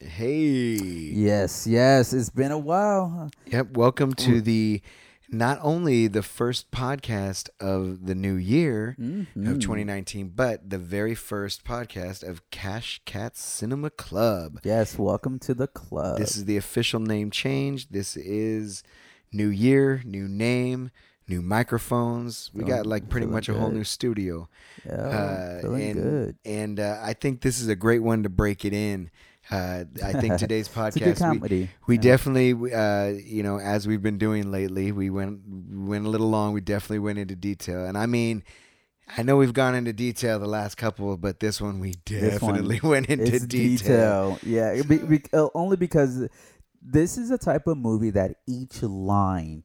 Hey. Yes, yes, it's been a while. Yep. Welcome to the not only the first podcast of the new year Mm-hmm. of 2019, but the very first podcast of Cash Cat Cinema Club. Yes, welcome to the club. This is the official name change. This is new year, new name, new microphones. We got like pretty Oh, feeling much a whole good. new studio. yeah, Uh, feeling and, good. And uh, I think this is a great one to break it in. Uh, I think today's podcast It's a good we- comedy. we Yeah. definitely, uh, you know, as we've been doing lately, we went went a little long. We definitely went into detail, and I mean, I know we've gone into detail the last couple, but this one we This one, definitely went into it's detail. detail. Yeah, it be, be, uh, only because this is a type of movie that each line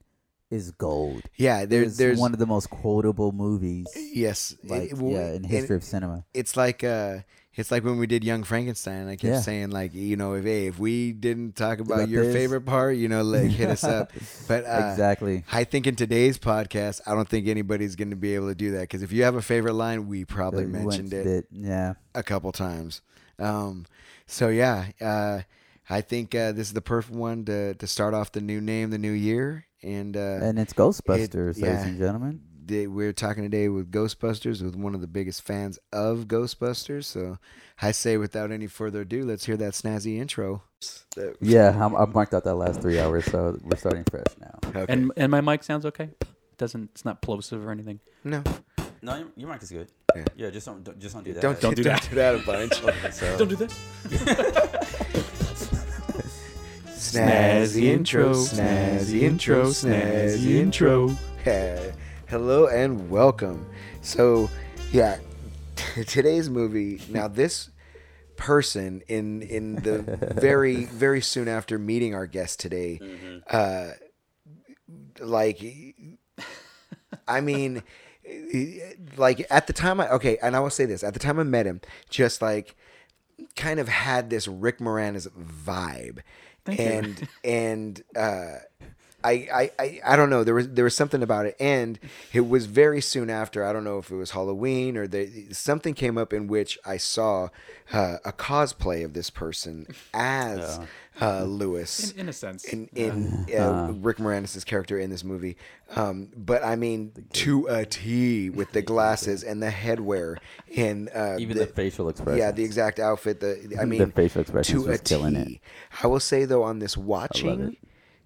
is gold. Yeah, there, it's there's one of the most quotable movies, yes, it- like well, yeah, in and history of cinema. it's like uh, it's like when we did Young Frankenstein. I kept Yeah. saying like, you know, if hey, if we didn't talk about, About your this. favorite part, you know, like hit us up. But uh, exactly. I think in today's podcast, I don't think anybody's going to be able to do that because if you have a favorite line, we probably We went mentioned it, bit- Yeah. a couple times. Um, so yeah, uh, I think uh, this is the perfect one to to start off the new name, the new year, and, uh, And it's Ghostbusters, ladies yeah. and gentlemen. the, we're talking today with Ghostbusters with one of the biggest fans of Ghostbusters. So I say, without any further ado, let's hear that snazzy intro. Yeah, I'm, I've marked out that last three hours, so we're starting fresh now. Okay. And and my mic sounds okay. It doesn't. It's not plosive or anything. no, No, your, your mic is good. Yeah. Yeah, just don't, don't just don't do that. don't do that. do that a bunch. Okay, so Don't do this. Snazzy intro, snazzy intro, snazzy intro. Yeah. Hello and welcome. So, yeah, today's movie. Now, this person in in the very very soon after meeting our guest today, uh, like, I mean, like at the time I okay, and I will say this at the time I met him, just like kind of had this Rick Moranis vibe, and and uh, I, I I I don't know there was there was something about it, and it was very soon after I don't know if it was Halloween or the, something came up in which I saw uh, a cosplay of this person as uh, Lewis In a sense. in, in uh, Rick Moranis' character in this movie. Um, but I mean, to a T with the glasses and the headwear and uh, even the, facial expression. yeah, the exact outfit. The I mean, facial expressions to a was killing it. T. I will say though, on this watching,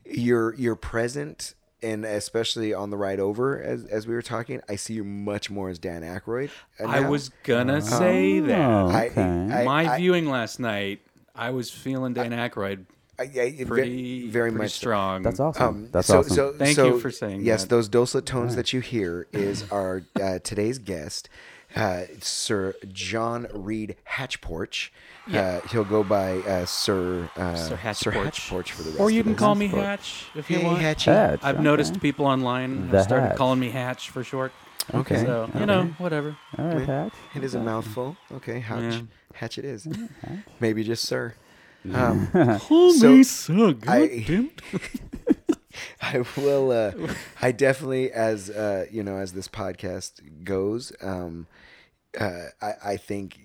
you're you're present, and especially on the ride over, as as we were talking, I see you much more as Dan Aykroyd. uh, I now. was gonna say that. I- Okay. I- my I- viewing last night, I was feeling Dan Aykroyd I- I- ve- pretty, very pretty much so. strong. That's awesome. That's Um, so, awesome. So, Thank so, you for saying Yes, that. those dulcet tones that you hear is our uh, today's guest, uh, Sir John Reed Hatchporch. Uh, he'll go by uh, Sir uh, Sir Hatchporch. Hatchporch for the rest. Or you of can us. call me Hatch if you Hey, want. Hatchie. Hatch, I've okay. noticed people online The have started Hatch. calling me Hatch for short. Okay. So you know, whatever. All right, Patch. It is a mouthful. Okay, hatch, Yeah. hatch it is. Maybe just sir. Um, Call So, me so good. I- I will. Uh, I definitely, as uh, you know, as this podcast goes, um, uh, I, I think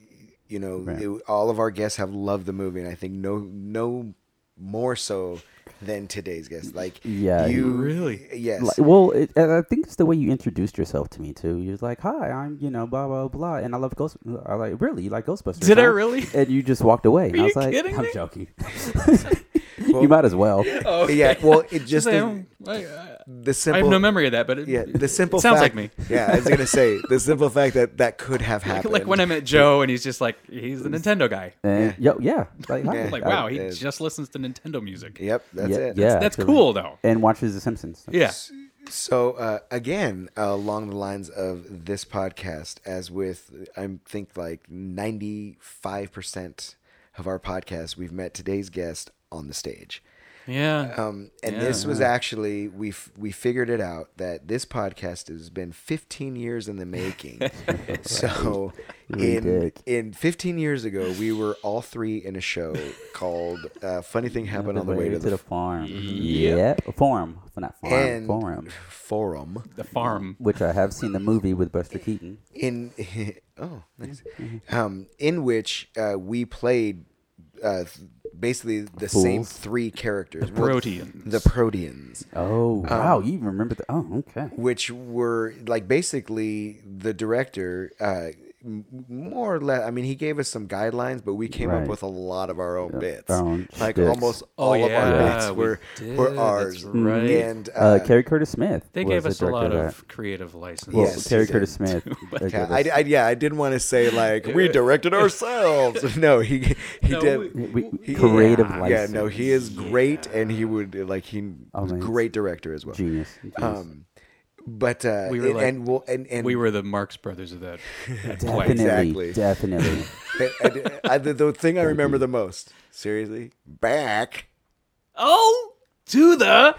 you know it- all of our guests have loved the movie, and I think no, no more so than today's guest. Like, Yeah, you Really? yes, Like, well, it, and I think it's the way you introduced yourself to me too. You're like, "Hi, I'm you know blah blah blah," and I love Ghost. I like really you like Ghostbusters. Did I huh?" really? And you just walked away. and I you was like, kidding I'm me? joking. you might as well. Oh, yeah. Well, it just I, the, don't- I- I- the "Oh, I simple. have no memory of that, but it, Yeah, the simple it sounds fact, like me. Yeah, I was gonna say the simple fact that that could have happened. Like when I met Joe, and he's just like he's the Nintendo guy. And yo, yeah, like, hi. Yeah. Like That wow, he is- just listens to Nintendo music. Yep, that's yeah, it. yeah, That's actually. cool though. And watches The Simpsons. Yeah. So uh, again, along the lines of this podcast, as with I think like ninety five percent of our podcast, we've met today's guest on the stage. Yeah. Um, and this was actually we f- we figured it out that this podcast has been 15 years in the making. so We in did. in 15 years ago, we were all three in a show called uh, "Funny Thing Happened on the Way to the, Mm-hmm. farm. Yeah, farm, Well, not farm, And- forum. Forum." the farm. Which I have seen the movie with Buster Keaton. in Mm-hmm. oh nice um in which uh we played uh basically the same Fools. three characters. Well, Protean. the Proteans. Oh Um, wow, you even remember the? Oh okay. which were like basically the director uh m- more or less i mean he gave us some guidelines but we came up Right. with a lot of our own bits our own like shticks. almost Oh, all of our yeah, bits we were did, were that's ours right. and uh, Uh, Kerry Curtis Smith. they was gave the us a lot director of that- creative license. Well, Yes, Terry he Curtis Smith. yeah, they gave I, us- I- yeah, I didn't want to say like we directed ourselves. no, he he No, did. we- we- he- creative yeah, license. no, he is great, and he would like he Amazing. great director as well. genius. genius. Um, but uh, We were like- and we'll and, and we were the Marx Brothers of that. that definitely, play. exactly. definitely. I- I- I- uh, the, the thing I remember the most, seriously, back Oh, to the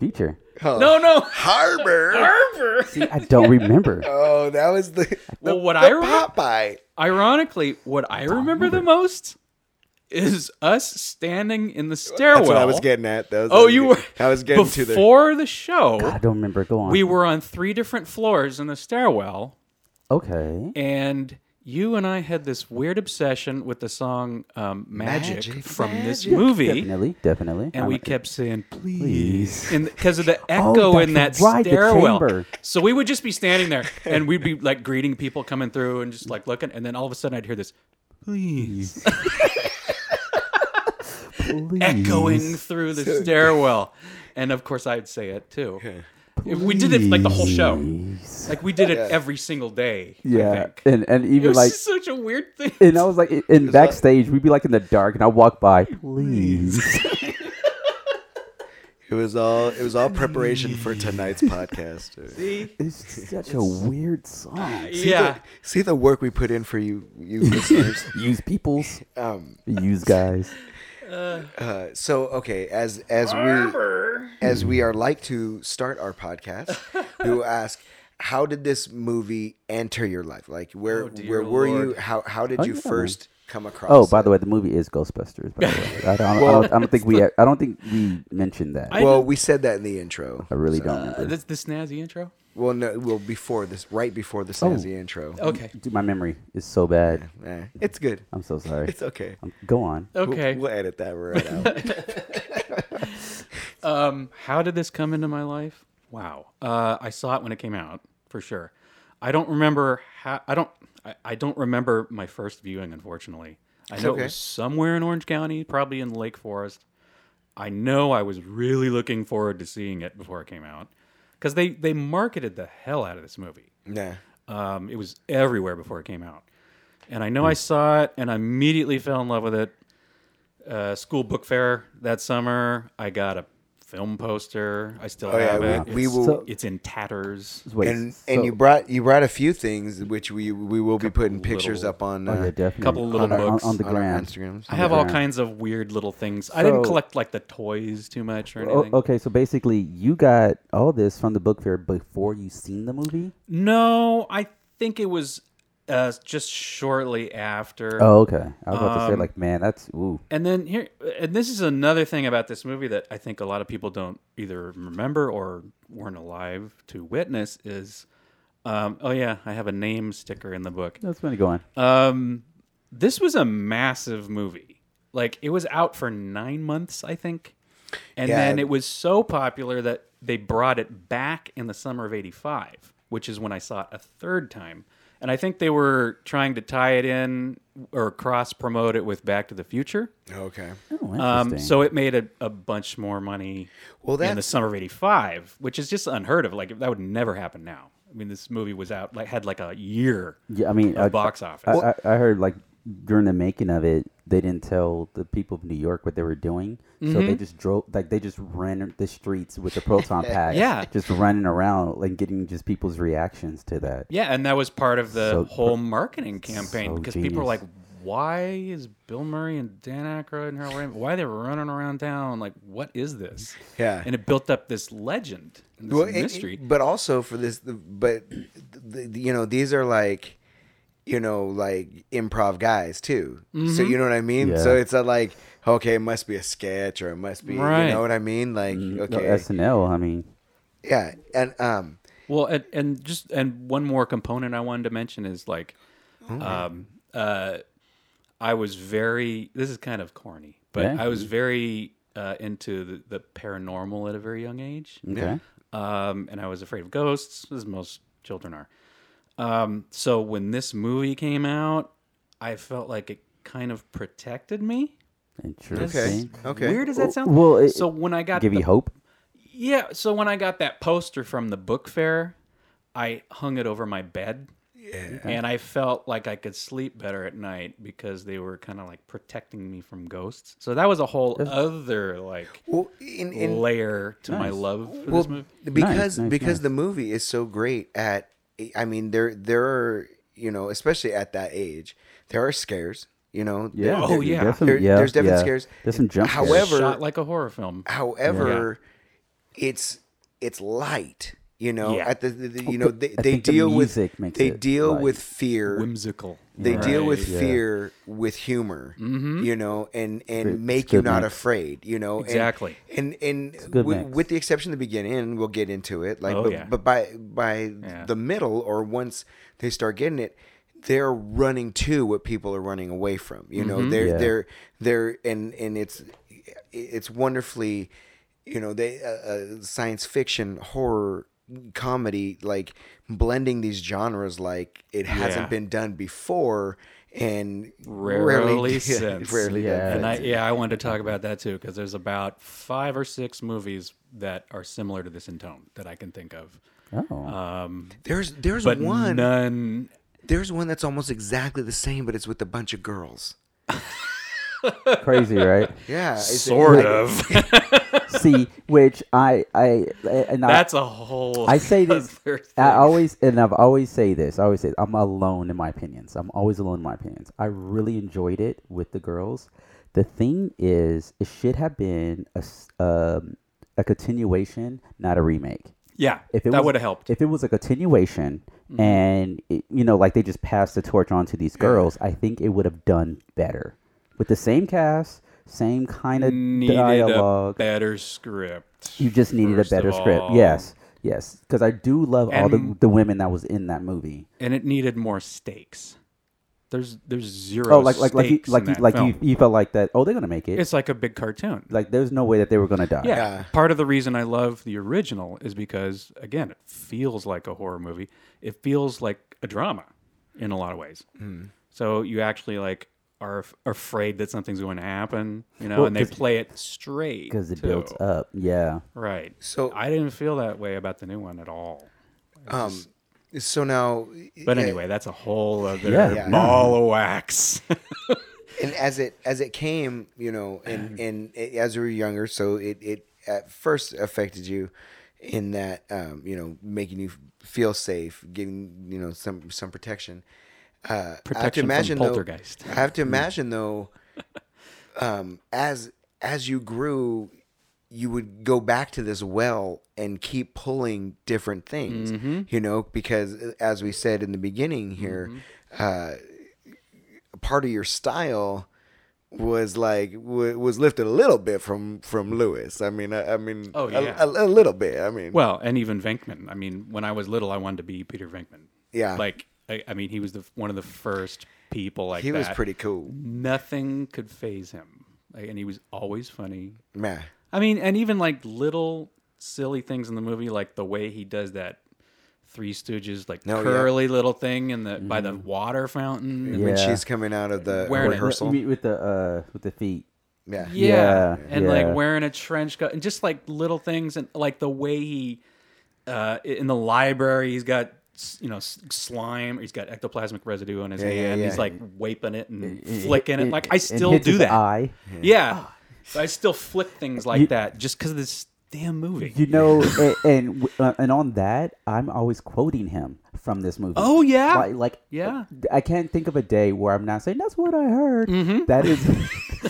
Future. no, no. Uh, harbor. See, I don't remember. Oh, that was the, the Well, what the I re- Popeye. Ironically, what I remember the most is us standing in the stairwell. That's what I was getting at. That was, Oh, you were. I was getting to the before the show. I don't remember. Go on. We were on three different floors in the stairwell, okay. and you and I had this weird obsession with the song um, "Magic" Magic, from this magic. movie, Definitely, definitely. and I'm- we kept saying "please" Please. because of the Oh, echo in that that's right, the stairwell. chamber. So we would just be standing there, and we'd be like greeting people coming through, and just like looking, and then all of a sudden I'd hear this please, please. echoing through the stairwell, and of course I'd say it too. We did it like the whole show. Please. Like we did it every single day. I Yeah, think. and and It even was like just such a weird thing. And I was like, in backstage, we'd be like in the dark, and I walk by, please. It was all it was all preparation for tonight's podcast. See it's such a weird song. yeah. the, see the work we put in for you, you listeners. Use peoples, Um, use guys. uh, so okay, as as we as we are like to start our podcast, we will ask. How did this movie enter your life? Like where where were you? Oh, Lord. How how did Oh, you yeah, man. first come across? Oh, by the way, the movie is Ghostbusters. By the way, I don't, I don't, I don't think we, e-, I don't think we mentioned that. I, I- Well, we said that in the intro. really don't remember. That's the Uh, snazzy intro. Well, no, well before this, right before the snazzy Oh. intro. Okay. Dude, my memory is so bad. Eh, it's good. I'm so sorry. It's okay. Um, Go on. We'll- Okay. We'll, edit that right out. Um, how did this come into my life? Wow. Uh, I saw it when it came out for sure. I don't remember how. I don't. I, I don't remember my first viewing. Unfortunately, I know okay. it was somewhere in Orange County, probably in Lake Forest. I know I was really looking forward to seeing it before it came out because they they marketed the hell out of this movie. nah. Um, it was everywhere before it came out. And I Hmm. know I saw it and I immediately fell in love with it. Uh, school book fair that summer. I got a film poster. I still Oh, yeah, have we- it. we it's, will- So- it's in tatters. Wait, And so- oh, and you brought you brought a few things which we we will be putting pictures little- up on oh, yeah, uh, definitely. couple little on, our- on- books. on the on our gram. Instagrams. I have all Yeah. kinds of weird little things. I didn't So- collect like the toys too much or Oh, anything. okay, so basically, you got all this from the book fair before you seen the movie. No, I think it was uh, just shortly after. Oh, okay. I was about Um, to say, like, man, that's ooh. And then here, and this is another thing about this movie that I think a lot of people don't either remember or weren't alive to witness is, um, oh yeah, I have a name sticker in the book. That's been going. Um, this was a massive movie. Like it was out for nine months, I think, and Yeah. then it was so popular that they brought it back in the summer of '85, which is when I saw it a third time. And I think they were trying to tie it in or cross promote it with Back to the Future. Okay. Oh, Um, interesting. so it made a, a bunch more money Well, in the that's summer of '85, which is just unheard of. Like that would never happen now. I mean, this movie was out like had like a year yeah, I mean, of I, box I, office. I, I heard like during the making of it, they didn't tell the people of New York what they were doing, so Mm-hmm. they just drove like they just ran the streets with the proton pack. Yeah. just running around like getting just people's reactions to that. yeah, and that was part of the So- whole marketing campaign so because people were like, genius. "Why is Bill Murray and Dan Aykroyd and Harold Ramis? Why are they running around town? Like, what is this?" Yeah. and it built up this legend, and this well, it- mystery. it- but also for this, but the, the, you know these are like you know like improv guys too. Mm-hmm. So you know what I mean. Yeah. So it's a, like okay, it must be a sketch or it must be Right. you know what I mean. Like Mm-hmm. No, okay, SNL. I mean, yeah, and um. Well, and, and just and one more component I wanted to mention is like, um, uh, I was very. This is kind of corny, but Yeah. I was very uh, into the, the paranormal at a very young age, Okay. um, and I was afraid of ghosts, as most children are. Um, so when this movie came out, I felt like it kind of protected me. Okay. Interesting. Okay. Weird as that sound. Well, it, so when I got give the you hope. yeah, so when I got that poster from the book fair, I hung it over my bed. Yeah. And I felt like I could sleep better at night because they were kind of like protecting me from ghosts. So that was a whole other like Well, in, in layer to my love for well, this movie. because nice, because the movie is so great at I mean there there are you know especially at that age there are scares you know Yeah. Oh, there- yeah. There's some, There- yeah, there's definitely yeah. scares. There's some jump. scares. However- Shot like a horror film. However, it's it's light. You know, Yeah. at the, the, the- you know they, they think the deal music with makes they it deal light. with fear. Whimsical. They deal with Yeah. fear with humor, Mm-hmm. you know, and and good- make it's a you good not mix. afraid, you know. and- Exactly. And and, good wi- mix. with the exception of the beginning, and we'll get into it. Like, Oh, but, yeah. but by by Yeah. the middle, or once they start getting it, they're running to what people are running away from. You know, Mm-hmm. they're Yeah. they're they're and and it's it's wonderfully, you know, they uh, uh, science fiction horror comedy like blending these genres like it hasn't Yeah. been done before and Rarely since. rarely done Yeah. And I, since. yeah, I wanted to talk about that too because there's about five or six movies that are similar to this in tone that I can think of. Oh. Uh, there's there's But one none there's one that's almost exactly the same but it's with a bunch of girls crazy, right? yeah it's- sort I- of. See, which I, I, and I, That's a whole. I say this. other thing. I always and I've always say this. I always say I'm alone in my opinions. I'm always alone in my opinions. I really enjoyed it with the girls. The thing is, it should have been a s- um, a continuation, not a remake. yeah, If it that was- would have helped. Mm-hmm. If it was a continuation, and it, you know, like they just passed the torch on to these girls, I think it would have done better with the same cast, same kind of Needed a dialogue. better script. You just needed first a better of script. all. Yes. Yes. Because I do love all the, And- the women that was in that movie. and it needed more stakes. There's there's zero. Oh, like like like you, stakes like in you, that like you, film. you felt like that. Oh, they're gonna make it. It's like a big cartoon. like there's no way that they were gonna die. yeah. Yeah. Part of the reason I love the original is because again, it feels like a horror movie. It feels like a drama in a lot of ways. So you actually like are af- afraid that something's going to happen, you know, Well, and they 'cause- play it straight Because it too. builds up. Yeah. Right. So- I didn't feel that way about the new one at all. um so now But anyway, that's a whole other Yeah, yeah. ball of wax. and as it as it came, you know, and and it, as we were younger, so it it at first affected you in that um, you know making you feel safe, giving you know some some protection. Uh, I have to Protection from imagine poltergeist. Mm. Though, I have to imagine though, um, as as you grew, you would go back to this well and keep pulling different things, Mm-hmm. you know, because uh, as we said in the beginning here Mm-hmm. uh, part of your style was like w- was lifted a little bit from from Lewis. I mean, I, I mean, Oh, a- yeah. a, a, little bit. I mean, well, and even Venkman. I mean, when I was little, I wanted to be Peter Venkman. Yeah. Like, I, I mean, he was the one of the first people like he was that. pretty cool, Nothing could phase him, like, and he was always funny. man. I mean, and even like little silly things in the movie, like the way he does that Three Stooges like No, Oh, yeah. curly little thing in the by the water fountain. When Mm-hmm. Yeah. she's coming out of the Wearing it. rehearsal, You mean with the uh with the feet. yeah. Yeah. Yeah, And yeah. like wearing a trench coat and just like little things and like the way he uh in the library he's got you know s- slime he's got ectoplasmic residue on his yeah, hand yeah. he's like waping it and flicking it like I And still hits do his that Eye. yeah Oh, I still flick things like You- that just cuz of this damn movie You know, and and, w- uh, and on that, I'm always quoting him from this movie. Oh, yeah. like, like uh, Yeah. I can't think of a day where I'm not saying that's what I heard. Mm-hmm. That is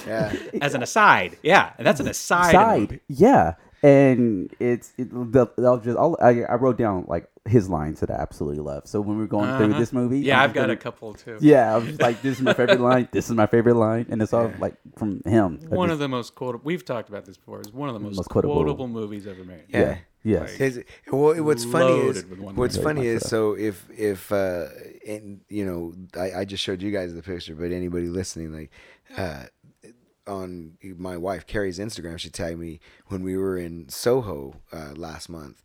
yeah. as an aside yeah and that's an aside, in the side. movie. Yeah, and it's it, the, I'll just I'll, I, I wrote down like his lines that I absolutely love. So when we were going through Uh-huh. this movie, yeah I'm I've just got gonna- a couple too Yeah, I'm just like this is my favorite line. This is my favorite line, and it's all like from him. I one just- of the most quotable we've talked about this before is one of the most, Most quotable. quotable. movies ever made yeah, Yes. His, well, it- what's funny is Loaded with one what's liner. funny is so if if uh, and you know I, I just showed you guys the picture, but anybody listening like uh, on my wife Carrie's Instagram, she tagged me when we were in Soho uh, last month.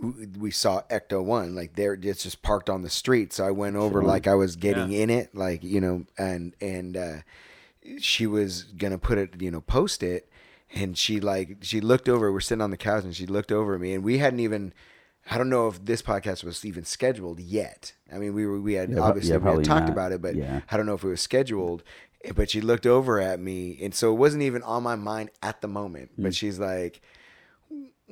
We we saw Ecto One like there, it's just parked on the street. So I went over like I was getting in it, like you know, and and uh, she was gonna put it, you know, post it, and she like she looked over. We're sitting on the couch, and she looked over at me, and we hadn't even. I don't know if this podcast was even scheduled yet. I mean, we were we had prob- obviously yeah, we had probably talked not. about it, but Yeah. I don't know if it was scheduled. eh, But she looked over at me, and so it wasn't even on my mind at the moment. But Mm. she's like,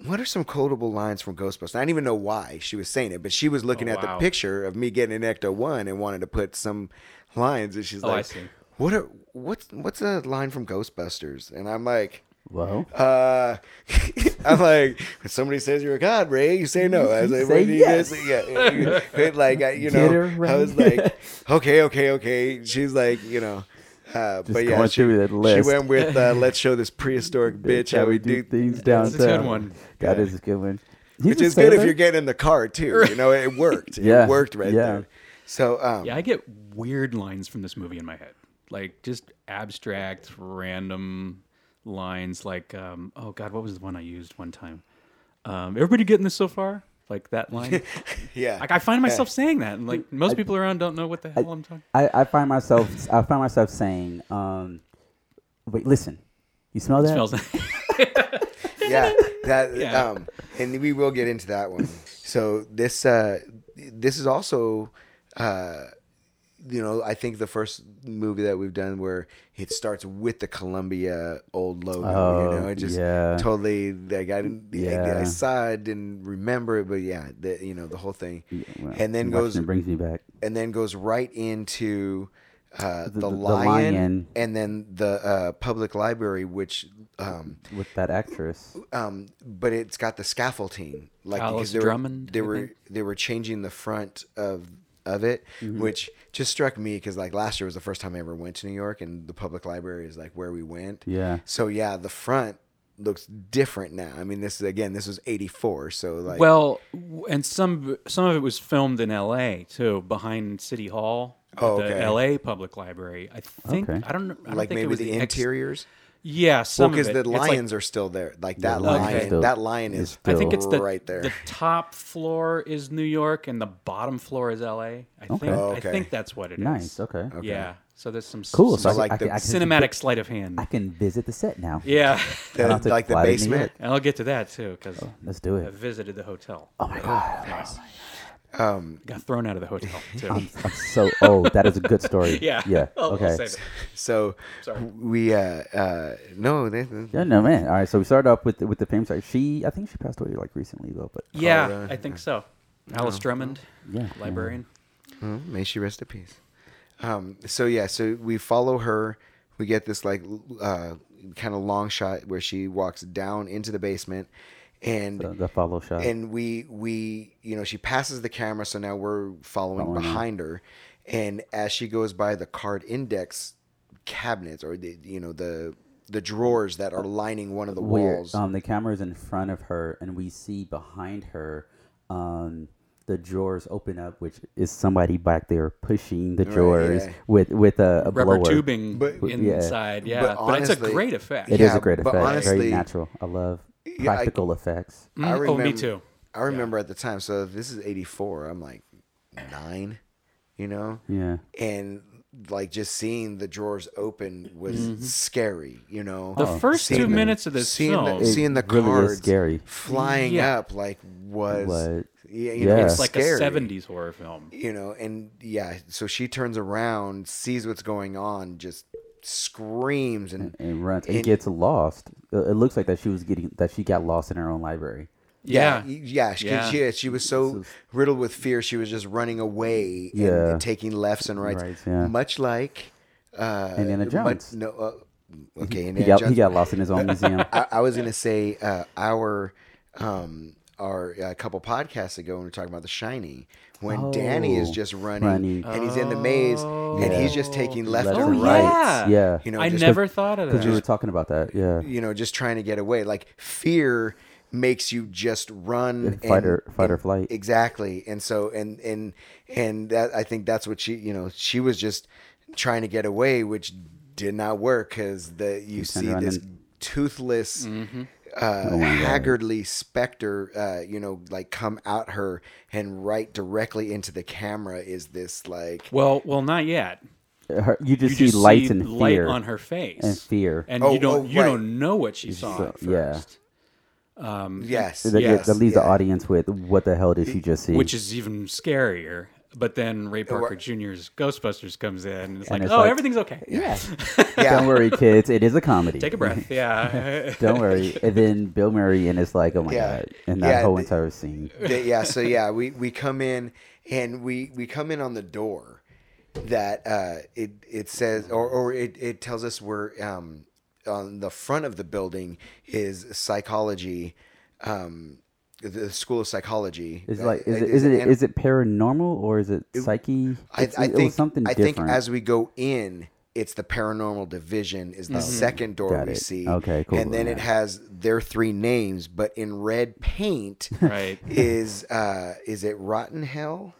"What are some quotable lines from Ghostbusters?" I didn't even know why she was saying it, but she was looking Oh, at wow. the picture of me getting an Ecto One and wanted to put some lines, and she's Oh, I like, see. what are what's what's a line from Ghostbusters? And I'm like, Well, uh, I'm like, when somebody says you're a god, Ray, you say no. I was like, Say what do you yes. guys- yeah, yeah. like I, you Get know, her, Ray. I was like, okay, okay, okay. She's like, you know. Uh, but yeah, going she, through that list. she went with uh, "Let's show this prehistoric bitch how we do things," things downtown. a good one. That is a good one. He's which a is good if sailor? you're getting in the car too. You know, it worked. Yeah, It worked right yeah. there. So, um, Yeah, I get weird lines from this movie in my head. Like just abstract, random lines. Like, um, oh God, what was the one I used one time? Um, everybody getting this so far? Like that line. yeah. like I find myself saying that, and like most people around don't know what the hell I, am talking. I, I find myself I find myself saying, um, "Wait, listen, you smell that? Smells. yeah that Yeah. um and we will get into that one so this uh this is also uh you know i think the first movie that we've done where it starts with the columbia old logo you Oh, know it just yeah. totally like i didn't I, I Yeah. saw it didn't remember it but yeah the, you know the whole thing Well, and then watching goes it brings me back. and then goes right into uh, the, the- the lion, lion. and then the uh, public library, which um, with that actress. um, but it's got the scaffolding, like Alice because they were Drummond, they I were think. they were changing the front of of it, Mm-hmm. which just struck me because like last year was the first time I ever went to New York, and the public library is like where we went. Yeah. So yeah, the front looks different now. I mean, this is again, this was '84, so like Well, w- and some some of it was filmed in L.A. too, behind City Hall, at Oh, the okay. L.A. Public Library. I think Okay. I don't know. I don't like think it maybe was the, ex- interiors. yeah, some Well, because of the it. It's like- lions are still there. Like that lions lion, still- that lion is is. still- I think it's the right there. The top floor is New York, and the bottom floor is L.A. I think Oh, I okay. think that's what it is. Nice. Okay. Yeah. So there's some s- Cool. So, some So, I, like, like I, can- the I can, cinematic sleight of hand. I can visit the set now. yeah, the- I have to like the fly to New basement. York. and I'll get to that too because Let's do I it. visited the hotel. Oh my god. Um, Got thrown out of the hotel too. I'm, I'm so. Oh, that is a good story. yeah. Um, Yeah. I'll- I'll okay. save Oh, it. So Sorry. we uh uh no they, yeah, no man. All right, so we started off with the, with the famous. Like, she, I think she passed away like recently though. But Yeah, really? Oh, I think so. Alice Drummond, yeah, librarian. Well, may she rest in peace. Um, so yeah, so we follow her. We get this like l- uh, kind of long shot where she walks down into the basement, and The, the follow shot. and we we you know she passes the camera, so now we're following Following her. behind her, and as she goes by the card index cabinets or the you know the the drawers that are lining one of the Where walls. um, the camera is in front of her, and we see behind her, um, the drawers open up, which is somebody back there pushing the Right, drawers yeah. with with a, a Rubber blower. tubing But- but- yeah. inside. Yeah. But, But it's a honestly- great effect. It is Yeah, a great but effect. honestly- Very natural. I love I- practical effects. Mm, I oh, me remem- too. I remember at the time. So this is '84. I'm like nine, you know. Yeah. and like just seeing the drawers open was scary. You know, Mm-hmm. The first two Seeing the- minutes of this seeing film- the, It seeing the really is cards scary. flying Yeah. up like was What? yeah, you know, Yeah. It's like scary, a 70s horror film. You know, and yeah, so she turns around, sees what's going on, just screams and And runs and, And- gets lost. Uh, It looks like that she was getting that she got lost in her own library. Yeah, Yeah. y- yeah. She, Yeah. She, she was so riddled with fear, she was just running away and, Yeah. and taking lefts and rights, Rights, yeah. much like uh, Indiana much- Jones. no, uh, okay, He Indiana got Jones. he got lost in his own museum. I, I was gonna say uh, our um, our a couple podcasts ago when we were talking about The Shining, when Danny is Oh, just running, running. and he's in the maze and he's just taking left Left and and right. Oh, yeah. Yeah. You know, I just- never thought of Because we were that. talking about that. Yeah. You know, just trying to get away. Like fear makes you just run and, fight or- fight or and- flight. exactly and so and and and that i think that's what she you know she was just trying to get away which did not work because the you see running. this toothless uh, Oh haggardly specter uh, you know like come out her and right directly into the camera is this like Well, well, not yet. Her, you just see You just lights see and light fear on her face and fear. and Oh, you don't oh, you right. don't know what she saw So- at yeah. first, yes that, yes, that leaves the yeah. audience with what the hell did she just see? which is even scarier. But then Ray Parker right. Jr.'s Ghostbusters comes in, and it's like, it's oh, like- everything's okay. yeah. yeah. Don't worry, kids. It is a comedy. Take a breath. Yeah. Don't worry. And then Bill Murray and it's like, oh my Yeah. god, and that Yeah, whole the- entire scene. Th- yeah so yeah we we come in and we we come in on the door that uh it it says or or it it tells us we're um on the front of the building is psychology um the school of psychology It's Uh, like, is it is is it an- is it paranormal or is it psyche? I, It's- I it was think something I different. think as we go in, it's the paranormal division is the second door Got we it. see. Okay, cool, And then yeah. it has their three names, but in red paint right. is uh is it Rotten Hell?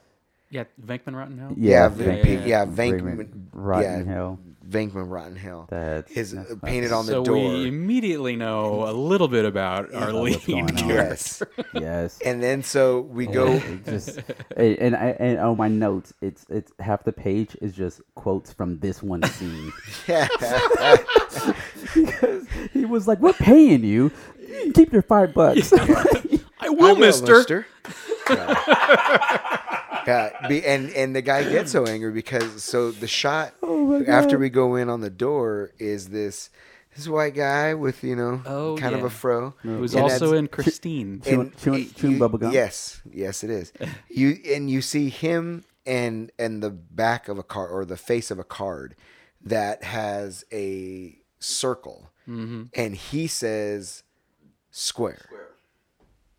Yeah. Venkman Rotten Hell. Yeah, yeah, Van- Van- yeah, yeah, Vankman, Rotten yeah, Hell. Vankman Rotten Hell That's- is that's uh, painted on the so door. we immediately know a little bit about our lead what's going on. here. yes, Yes. and then so we go. It just and, and I and on my notes, it's it's half the page is just quotes from this one scene. Yeah, because he was like, "We're paying you. Keep your five bucks." I will, Mister. Yeah. Yeah, be- and and the guy gets so angry because so the shot Oh after we go in on the door is this this white guy with you know Oh, kind of yeah. a fro Who was And also that's- in Christine. Chewing- chewing- y- chewing you- bubble gum? Yes, yes, it is. You and you see him and and the back of a card or the face of a card that has a circle, Mm-hmm. and he says square.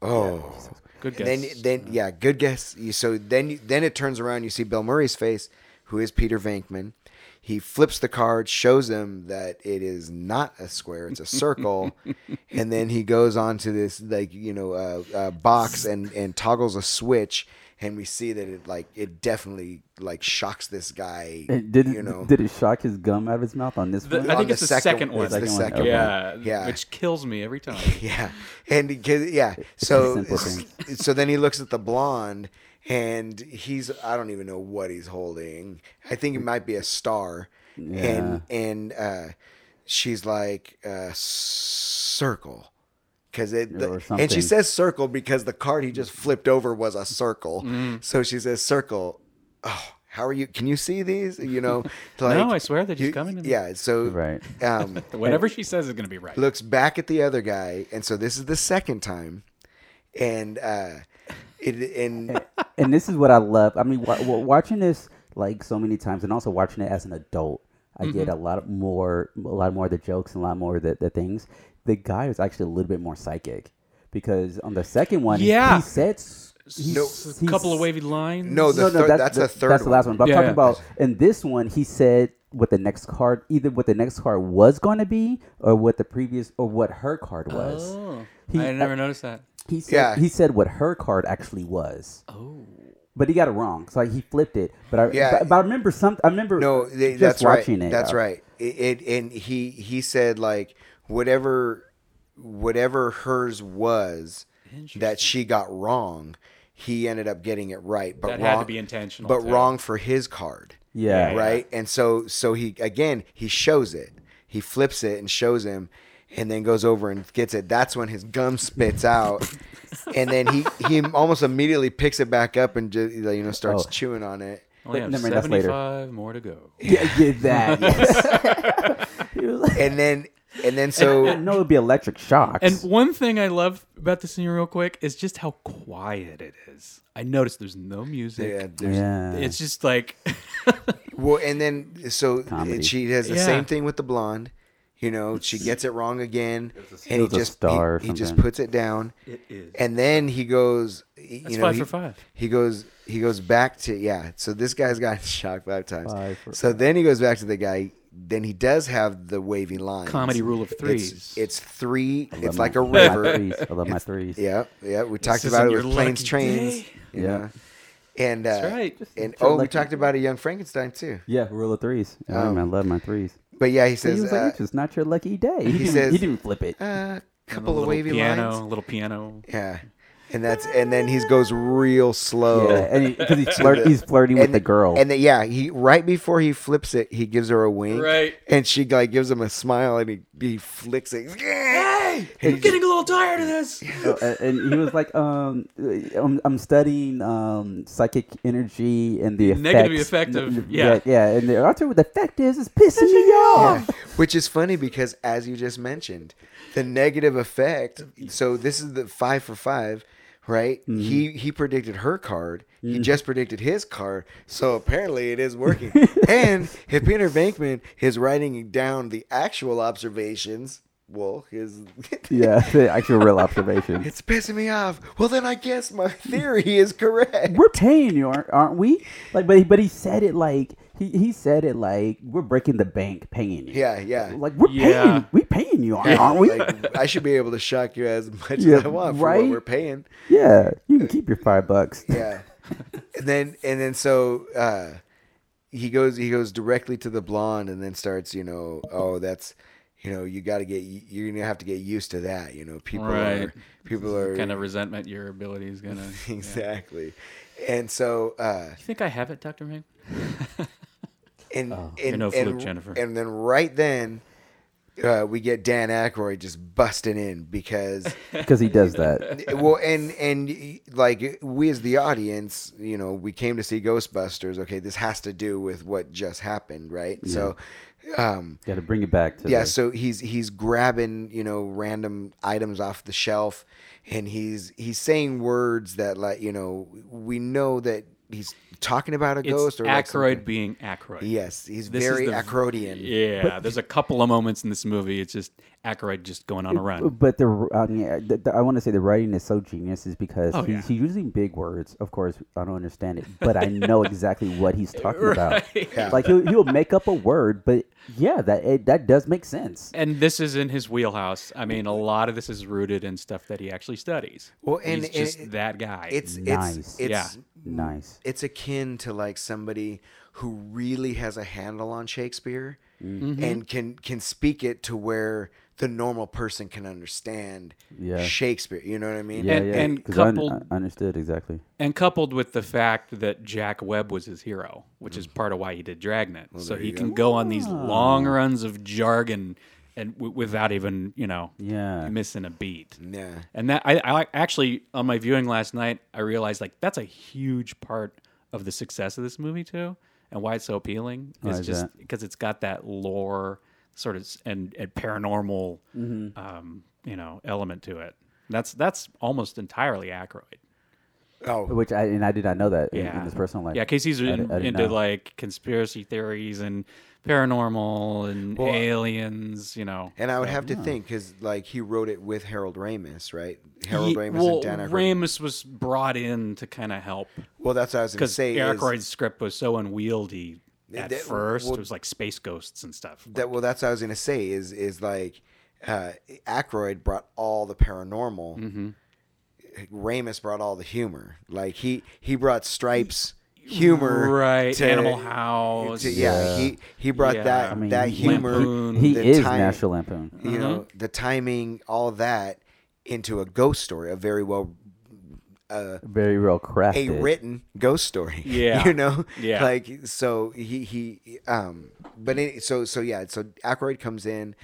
Oh, Good guess. and then then yeah, good guess. You- So then you- then it turns around. You see Bill Murray's face, who is Peter Venkman. He flips the card, shows him that it is not a square; it's a circle, and then he goes on to this like you know uh, uh, box and and toggles a switch, and we see that it like it definitely like shocks this guy. And did it, you know? did it shock his gum out of his mouth on this The- one? I on think the it's the second- second, it's one. the Second one, second one. Yeah, Yeah. Which kills me every time. Yeah, and because yeah, so simple thing. so then he looks at the blonde, and he's I don't even know what he's holding. I think it might be a star, and and uh, she's like uh, circle. Cause it, Or and she something. says circle because the card he just flipped over was a circle. Mm-hmm. So she says circle. Oh, how are you? Can you see these? You know, like, I swear they're just you- coming to me. Yeah. So Right. Um, Whatever she says is going to be right. looks back at the other guy, and so this is the second time, and uh, it and and this is what I love. I mean, wa- wa- watching this like so many times, and also watching it as an adult, I get a lot more, a lot more of the jokes and a lot more of the, the things. The guy was actually a little bit more psychic because on the second one, Yeah. he said s- he No. s- a he couple of s- wavy lines. No, Oh, the- third- that's the third That's the last one. one. But I'm Yeah, talking yeah. about in this one, he said what the next card, either what the next card was going to be, or what the previous, or what her card was. Oh, He- I never noticed that. He said Yeah. he said what her card actually was. Oh, But he got it wrong, so like, he flipped it. But I, Yeah. but, but I remember some. I remember no, they, just that's watching right. it. That's uh, right. It, it and he he said like whatever whatever hers was that she got wrong, he ended up getting it right. But That wrong, had to be intentional, But too. wrong for his card. Yeah. Yeah. right? And so so he again he shows it. He flips it and shows him and then goes over and gets it. That's when his gum spits out. and then he he almost immediately picks it back up and just you know starts Oh. chewing on it. only have Never mind, that's later. seventy-five more to go. Yeah, get that. He was like, And then and then I so know it'd be electric shocks. And one thing I love about the scene, real quick, is just how quiet it is. I noticed there's no music. yeah, there's- yeah, It's just like well and then so uh, Comedy. she has the Yeah. same thing with the blonde. You know, she gets it wrong again, and It he was a just he- star or he, just something. puts it down. it is. And then he goes, y- That's you know, five he, for five. He goes, he goes back to yeah. So this guy's gotten shocked five times. Five for so then he goes back to the guy then he does have the wavy lines. Comedy rule of It's, threes. it's three. I love It's my- like a I love my river. threes. I love my threes. yeah, yeah. We talked isn't about it your with planes, lucky trains. day. you Yeah. know? and uh, That's right. And Just oh, we lucky talked about a young Frankenstein too. Yeah. Rule of threes. I love Um, my- I love my threes. But yeah, he So he says was a like, it's just not your lucky day. He, didn't, says- he didn't flip it. uh, And a couple of little wavy piano, lines. little piano. Yeah, and that's and then he goes real slow. Yeah, and because he's, flirt, he's flirting with "Oh." And- the girl. And then, yeah, he right before he flips it, he gives her a wink, Right. And she like gives him a smile, and he, he flicks it. Hey, I'm getting a little tired of this. So, uh, and he was like, um, I'm, I'm studying um, psychic energy and the Negative effects. effect of- N- n- yeah. yeah. And the, I'll tell you what the effect is, is pissing me off. Which is funny because, as you just mentioned, the negative effect. So this is the five for five, right? Mm-hmm. He he predicted her card. He just predicted his card. So apparently, it is working. and if Peter Bankman is writing down the actual observations, well, his Yeah, the actual real observation. it's pissing me off. Well, then I guess my theory is correct. We're paying you, aren't, aren't we? Like, but he, but he said it like he, he said it like we're breaking the bank, paying you. Yeah, yeah. Like we're Yeah. paying, we paying you, aren't, aren't we? Like, I should be able to shock you as much as Yeah, I want for what right? we're paying. yeah, you can keep your five bucks. Yeah. and then and then so uh he goes he goes directly to the blonde and then starts, you know, oh that's you know, you got to get you're going to have to get used to that, you know. People Right. are people are Kind of resentment your ability is gonna. You exactly. And so uh think I have it, Doctor Meg? and and, no and, fluke, Jennifer. and then right then uh, we get Dan Aykroyd just busting in because Because he does that. well and and like we as the audience you know we came to see ghostbusters okay this has to do with what just happened right so um Got to bring it back to yeah the- so he's he's grabbing you know random items off the shelf and he's he's saying words that like you know we know that he's talking about a It's ghost or like Ackroyd something. being Ackroyd. yes he's This is very the- Ackroydian. Yeah, there's a couple of moments in this movie. It's just Ackroyd just going on a run. But the, I mean, uh, the, the, I want to say the writing is so genius is because Oh, he's, yeah. he's using big words. Of course, I don't understand it, but I know exactly what he's talking about. Yeah. Like he'll, he'll make up a word, but yeah, that it, that does make sense. And this is in his wheelhouse. I mean, a lot of this is rooted in stuff that he actually studies. Well, and- he's just and- that guy. it's it's Nice. it's Nice. it's akin to like somebody who really has a handle on Shakespeare Mm-hmm. and can can speak it to where the normal person can understand Yeah. Shakespeare. You know what I mean? Yeah, And- yeah. and 'cause I un- coupled- I understood exactly. and coupled with the fact that Jack Webb was his hero, which is part of why he did Dragnet, so he can go on these long Ah. runs of jargon and w- without even you know Yeah. missing a beat. Yeah. And that I, I actually on my viewing last night, I realized like that's a huge part of the success of this movie too, and why it's so appealing. It's is just because it's got that lore sort of s- and, and paranormal, um, you know, element to it. That's that's almost entirely Ackroyd. Oh, Which I and I did not know that in- in, Yeah. his personal life. Yeah, Casey's I di- in, I didn't into know. like conspiracy theories and paranormal and Well, I- aliens. You know, and Oh, I would have to think because like he wrote it with Harold Ramis, right? Harold He- Ramis well, and Dan Aykroyd. Ramus was brought in to kind of help well, that's what I was going to because say. is Aykroyd's script was so unwieldy at that- first. well- it was like space ghosts and stuff. that well, that's what I was going to say. Is is like uh, Aykroyd brought all the paranormal. Mm-hmm. Ramis brought all the humor. Like he he brought Stripes humor, right? to- Animal House. to- yeah, he he brought Yeah. that I mean, that he- humor. Lampoon. Mm-hmm. He the is time- National Lampoon. You know the timing, all that into a ghost story, a very well Very well crafted. a written ghost story. Yeah. you know, Yeah. like so he he um, but it, so so yeah, so Aykroyd comes in,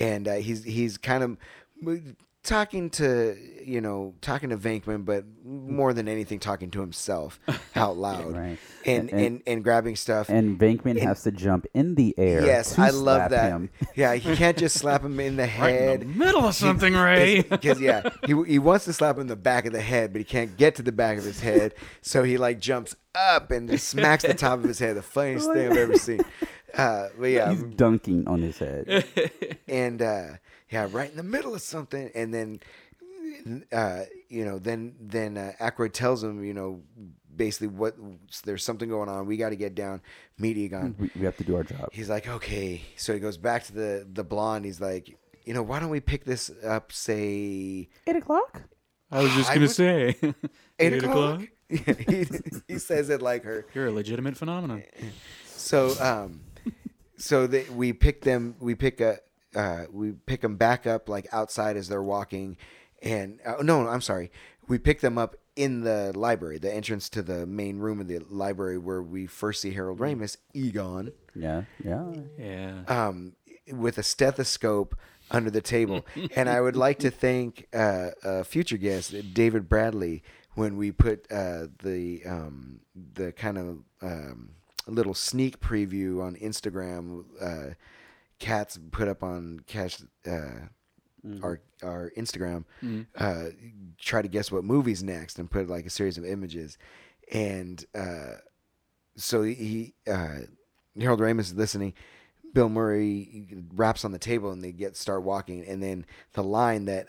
and uh, he's he's kind of mo- talking to you know talking to Venkman, but more than anything, talking to himself out loud, Right. and, and And- and grabbing stuff. and Bankman has to jump in the air. yes, to I love slap that. him. Yeah, he can't just slap him in the right head. in the middle of something, Ray. Because yeah, he he wants to slap him in the back of the head, but he can't get to the back of his head, so he like jumps up and just smacks the top of his head. The funniest thing I've ever seen. Uh, but yeah, He's dunking on his head. and uh, yeah, right in the middle of something, and then uh, you know, then then uh, Aykroyd tells him, you know, basically what there's something going on. We got to get down. Media gone. We, we have to do our job. He's like, okay. So he goes back to the the blonde. He's like, you know, why don't we pick this up? Say Eight o'clock. I was just I gonna would- say, eight, o'clock. he, he says it like her. You're a legitimate phenomenon. Eh, So um, so they, we pick them. We pick a uh, we pick them back up like outside as they're walking, and uh, no, no, I'm sorry. We pick them up in the library, the entrance to the main room of the library where we first see Harold Ramis, Egon, Yeah, yeah. Yeah. um, with a stethoscope under the table. and I would like to thank uh, a future guest, David Bradley, when we put uh, the um, the kind of um, little sneak preview on Instagram. Uh, Cats put up on Cash. Uh, Our, our Instagram, uh, try to guess what movie's next and put like a series of images. And uh, so he uh Harold Ramis is listening. Bill Murray raps on the table and they get start walking, and then the line that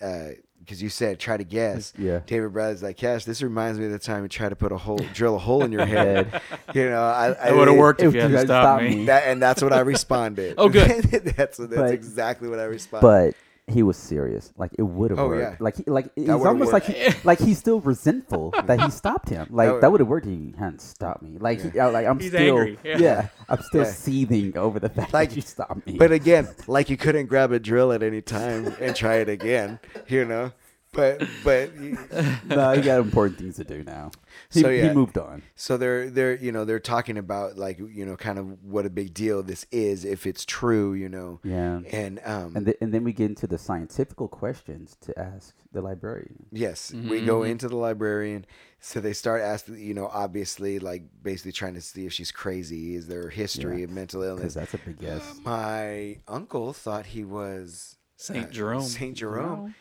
because you said try to guess, Yeah. David Bradley's like, "Cash, this reminds me of the time you tried to put a hole, drill a hole in your head." you know, I, I That would have it- worked if if you you hadn't hadn't stopped stopped me. me. That, and that's what I responded. Oh, good. that's that's But- exactly what I responded. But he was serious. Like it would have Oh, worked. yeah. Like he, like he's would've almost like worked. he, like he's still resentful that he stopped him. Like would- that would have worked. if He hadn't stopped me. Like he, I- like I'm He's still angry, yeah. Yeah. I'm still Yeah. seething over the fact Like- that you stopped me. But again, like you couldn't grab a drill at any time and try it again, you know. But but no, he got important things to do now. He, So, yeah. he moved on. So they're they're you know they're talking about like you know kind of what a big deal this is if it's true you know Yeah. and um And, th- and then we get into the scientifical questions to ask the librarian. yes Mm-hmm. we go into the librarian so they start asking you know obviously like basically trying to see if she's crazy is there a history of mental Because illness Um, that's a big guess. my uncle thought he was Saint Jerome. Saint Jerome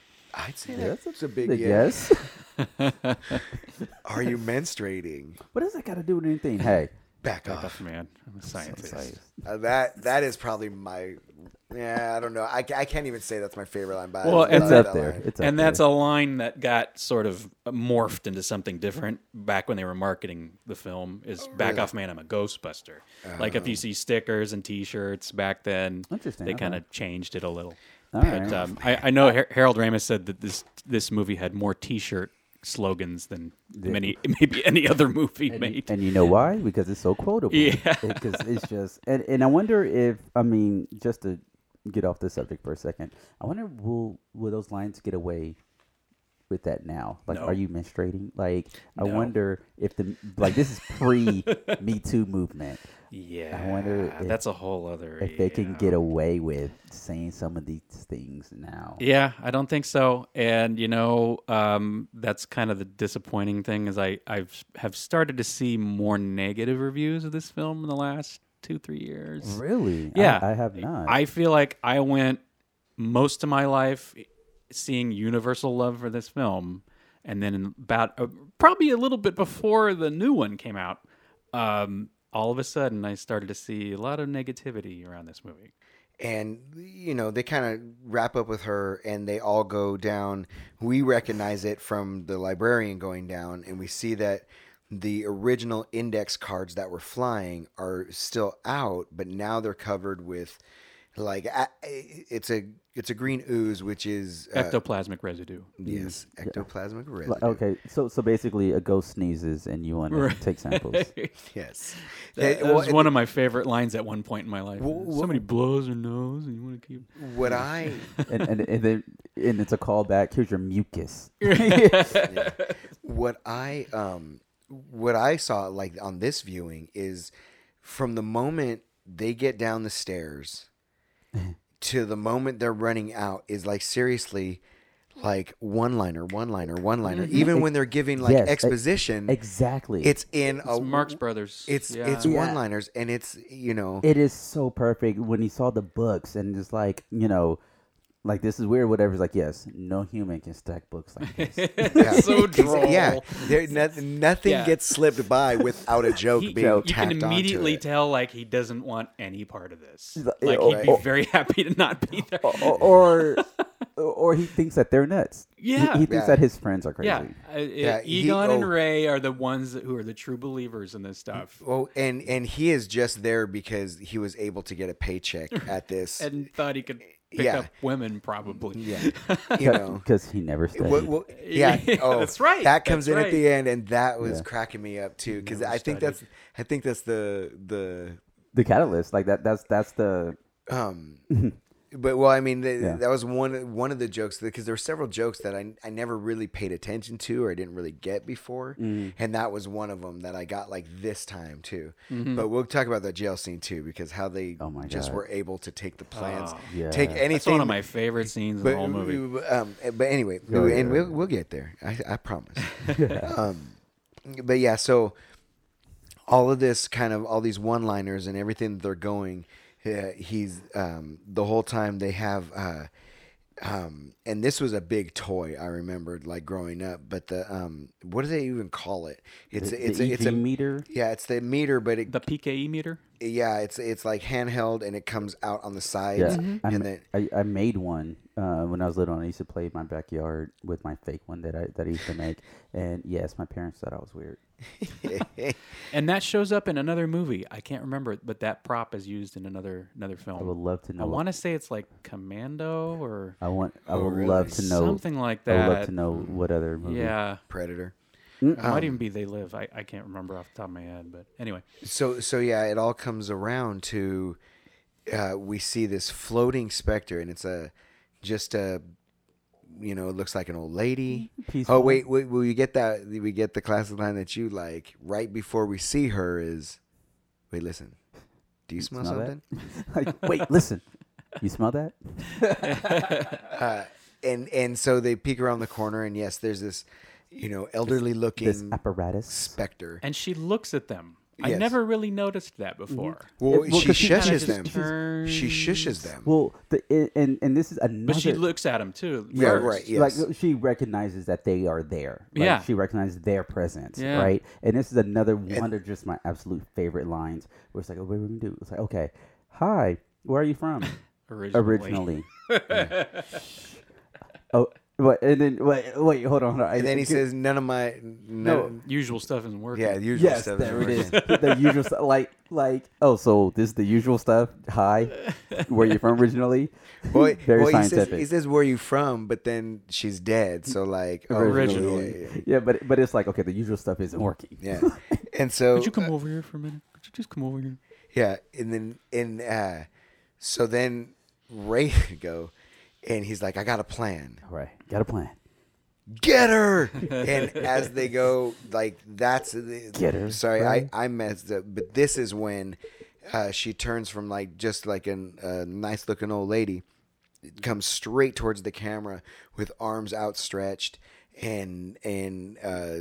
I'd say Yeah, that's a big Big yes guess. are you menstruating what does that got to do with anything? Hey, back Back off off, man. I'm a scientist. Uh, that that is probably my yeah I don't know I, I can't even say that's my favorite line but I Well, love and- it's that up there. line. It's up And that's there. a line that got sort of morphed into something different back when they were marketing the film. Is Oh, back off, man! I'm a Ghostbuster. like if you see stickers and T-shirts back then, Interesting, They okay. kind of changed it a little. All but right. um, I, I know Har- Harold Ramis said that this this movie had more T-shirt slogans than many maybe any other movie And, made. and you know why? Because it's so quotable. Yeah. Because it's just, and, and I wonder if, I mean, just to get off the subject for a second, I wonder will will those lines get away with that now? Like, No. are you menstruating? Like, I No. wonder if the, like, this is pre Me Too movement. yeah, wonder if- that's a whole other. If they can yeah. get away with saying some of these things now. Yeah, I don't think so. And you know, um, that's kind of the disappointing thing is I I've have started to see more negative reviews of this film in the last two three years. Really? I- Yeah. I, have not. I feel like I went most of my life e, seeing universal love for this film, and then in about uh, probably a little bit before the new one came out, um, all of a sudden I started to see a lot of negativity around this movie. and you know they kind of wrap up with her and they all go down we recognize it from the librarian going down and we see that the original index cards that were flying are still out but now they're covered with like a- it's a it's a green ooze which is uh, Ectoplasmic residue. yes ectoplasmic residue Like, oh, okay, so so basically, a ghost sneezes and you want to take samples. yes That, Yeah, that well, was one of my favorite lines at one point in my life. Wh- wh- Somebody blows their nose, and you want to keep. what i and and and, then, and it's a callback. Here's your mucus. what I um what I saw like on this viewing is from the moment they get down the stairs to the moment they're running out is like seriously like one liner, one liner, one liner. Mm-hmm. Even when they're giving like Yes, e- exposition, Exactly. it's in a It's Marx Brothers. Uh, It's Yeah. it's Yeah. one liners and it's you know it is so perfect when he saw the books and it's like you know, like this is weird. Whatever. It's like yes, no human can stack books like this. yeah. so droll. yeah, there, no, nothing Yeah. gets slipped by without a joke He- being you tacked can onto immediately it. tell like he doesn't want any part of this. like, Like "Oh, he'd oh." be very happy to not be there. or, or or he thinks that they're nuts. He- Yeah. he, thinks Yeah. that his friends are crazy. Yeah, uh, Yeah, he- Egon and oh. Ray are the ones that, who are the true believers in this stuff. Well, and and he is just there because he was able to get a paycheck at this. and thought he could pick Yeah. up women probably. yeah, you know. because he never studied. Well, well, yeah, Yeah, oh, that's right, That comes that's in at right. the end, and that was Yeah. cracking me up too, because I think that's I think that's the the the catalyst, like that. That's that's the Um, but well, I mean, th Yeah. that was one one of the jokes because there were several jokes that I I never really paid attention to or I didn't really get before, Mm-hmm. and that was one of them that I got like this time too. Mm-hmm. But we'll talk about that jail scene too because how they Oh my just God. were able to take the plans, Ah. Yeah. take That's anything. That's one of my favorite scenes in but, the whole movie. Um, but anyway, Oh, yeah. and we'll we'll get there. I, I promise. um, but yeah, so all of this kind of all these one liners and everything that they're going uh, he's um, the whole time they have uh, um, and this was a big toy i remembered like growing up but the um, what do they even call it it's the E it's EV a, it's a meter. yeah it's the meter but it The PKE meter? yeah it's it's like handheld and it comes out on the sides Yeah, Mm-hmm. I, and ma- then I, I made one uh, when I was little, and I used to play in my backyard with my fake one that I that I used to make. And yes, my parents thought I was weird. And that shows up in another movie. I can't remember it, but that prop is used in another another film. I would love to know. I want to say it's like Commando or I want. I Oh, would really? love to know. something like I that. would love to know what other movie. Yeah. predator It Ah. might even be They Live. I, I can't remember off the top of my head, but anyway. So so yeah, it all comes around to uh, we see this floating specter, and it's a just a you know it looks like an old lady. Peaceful. Oh wait, wait, will you get that? We get the classic line that you like right before we see her is, wait, listen, do you smell Smell something? that? like, wait, listen. You smell that? Uh, And and so they peek around the corner, and yes, there's this you know elderly This looking apparatus. specter. And she looks at them. I Yes. never really noticed that before. Well, well, she 'cause she kinda shushes just them. She shushes turns- them. Well, the, i- and and this is another. But she looks at them too. yeah, first. right. Yes. Like she recognizes that they are there. Like, Yeah. She recognizes their presence. Yeah. Right. And this is another one of just my absolute favorite lines where it's like, oh, what are we gonna do? It's like, okay, hi, where are you from? Originally. Originally. oh what and then wait, wait, hold on. Hold on. and then he says, "None of my no, Usual stuff isn't working. yeah, the usual Yes, stuff." there it is. the usual stuff like like oh, so this is the usual stuff. Hi. Where you from originally? Boy, Very boy, he says, scientific. he says where you from, but then she's dead. So like oh, Originally. yeah, yeah, Yeah, but but it's like okay, the usual stuff isn't working. yeah, yeah. and so Could you come over here for a minute? Could you just come over here? yeah, and then and uh, so then Ray go, and he's like, I got a plan. All right, got a plan. Get her! and as they go, like that's the- Get her, Sorry, Ray. I I messed up, but this is when uh, she turns from like just like an- a nice looking old lady. comes straight towards the camera with arms outstretched and and uh,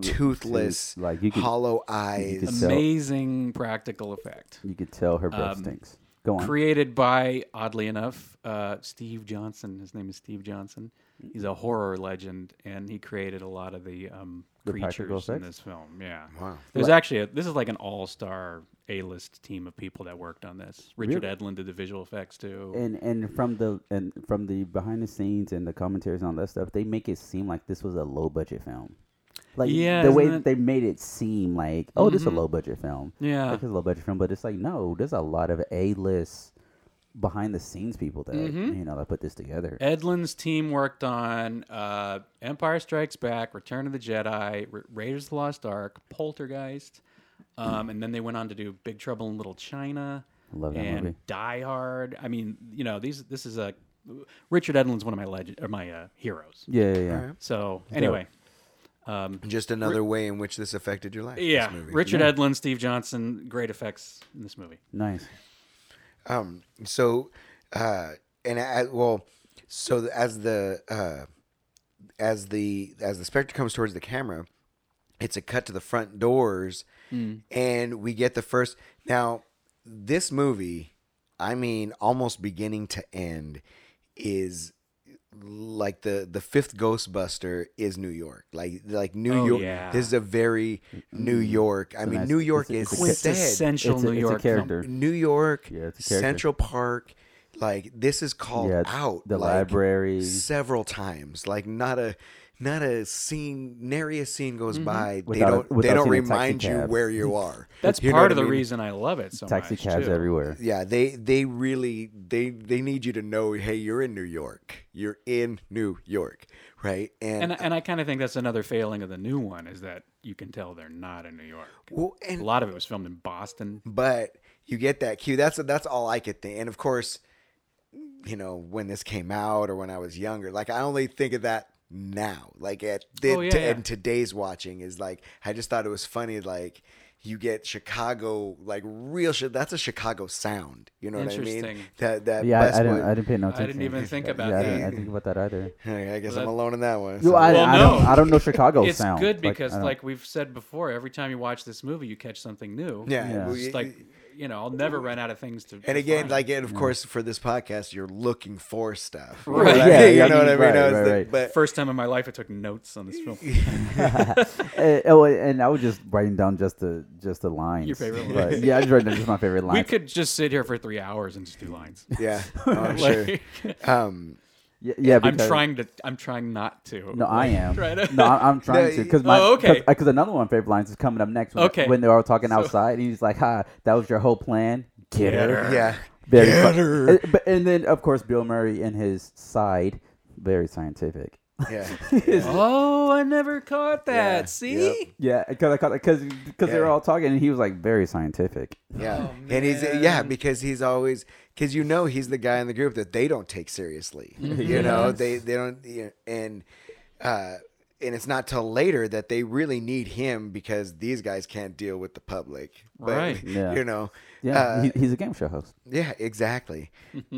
toothless, like, you could- hollow eyes. could So- Amazing practical effect. You could tell her breath Um, stinks. Go on. Created by, oddly enough, uh, Steve Johnson. His name is Steve Johnson. He's a horror legend, and he created a lot of the um, practical creatures in effects? this film. Yeah. Wow. There's actually a, this is like an all-star A-list team of people that worked on this. Richard Edlund did the visual effects too. and and from the and from the behind the scenes and the commentaries and all that stuff, they make it seem like this was a low budget film. Like Yeah, the way isn't that it- Mm-hmm. they made it seem like, oh, this is a low budget film. Yeah. like it's a low budget film, but it's like no, there's a lot of A list behind the scenes people that Mm-hmm. you know that put this together. Eh, Edlund's team worked on uh, Empire Strikes Back, Return of the Jedi, Ra- Raiders of the Lost Ark, Poltergeist, um, and then they went on to do Big Trouble in Little China I love that and movie. Die Hard. I mean, you know, these this is a Richard Edlund's one of my legend or my uh, heroes. yeah, yeah, yeah. So anyway, Just another way in which this affected your life. this yeah, movie. Richard Edlund, Steve Johnson, great effects in this movie. nice. Um. So, uh, and I, well, so the- as the uh, as the as the specter comes towards the camera, it's a cut to the front doors, Hmm. and we get the first. Now, this movie, I mean, almost beginning to end, is like the the fifth Ghostbuster is New York. Like like New Oh, York. yeah. Mm-hmm. This is a very New York. I mean, nice- New York it's a- is it's said. a- Quintessential It's a- New it's a York film. character. New York, Yeah, it's a character. Central Park, Like this is called Yeah, out the like, library. several times. Like not a not a scene, nary a scene goes Mm-hmm. by. They Without a- don't they without don't seeing a taxi remind you cab. where you are. That's You know part what of I the mean? reason I love it so Taxi much. cabs too. everywhere. Yeah, they they really they they need you to know. Hey, you're in New York. You're in New York, right? And and I kind of think that's another failing of the new one is that you can tell they're not in New York. well, A and lot of it was filmed in Boston. but you get that cue. That's that's all I could think. And of course, you know when this came out or when I was younger, like I only think of that now. Like at the, Oh, yeah, to- yeah. and today's watching is like I just thought it was funny. Like you get Chicago, like real shit. That's a Chicago sound. You know what I mean? Interesting. That that Yeah, West I, I didn't. one. I didn't pay no attention. even think about yeah, I that. didn't, I didn't think about that either. I guess Well, I'm that- alone in that one. Yo, so- I, Well, I no. don't. I don't know Chicago It's Oh, sound. good Like, I because, don't- like we've said before, every time you watch this movie, you catch something new. Yeah, Yeah. well, It's you- It's like you know, I'll never run out of things to. and to again, find. like, and of course, for this podcast, you're looking for stuff, You know Right. what I Yeah, mean? yeah, you know what I mean. right, I was right, the- right. But first time in my life, I took notes on this film. Uh, oh, and I was just writing down just the just the lines. Your favorite But- lines. yeah, I was writing down just my favorite we lines. could just sit here for three hours and just do lines. yeah, oh, I'm sure. Like, Um, yeah, yeah, I'm because- trying to. I'm trying not to. No, I Like, am. try to- No, I- I'm trying No, to y- because my Oh, okay. because another one of my favorite lines is coming up next. When, Okay. when they're all talking outside, and he's like, "Ha, that was your whole plan, get Get her." her. yeah, Very Get fun- her. Uh, But and then of course Bill Murray and his side, very scientific. yeah. Oh, I never caught that. Yeah, See. yep. Yeah, because because because they Yeah. were all talking, and he was like very scientific. Yeah. and he's yeah, because he's always cuz you know he's the guy in the group that they don't take seriously. Mm-hmm. You know, they they don't you know, and uh and it's not till later that they really need him because these guys can't deal with the public. But, Right. Yeah. You know. Yeah, uh, he, he's a game show host. yeah, exactly.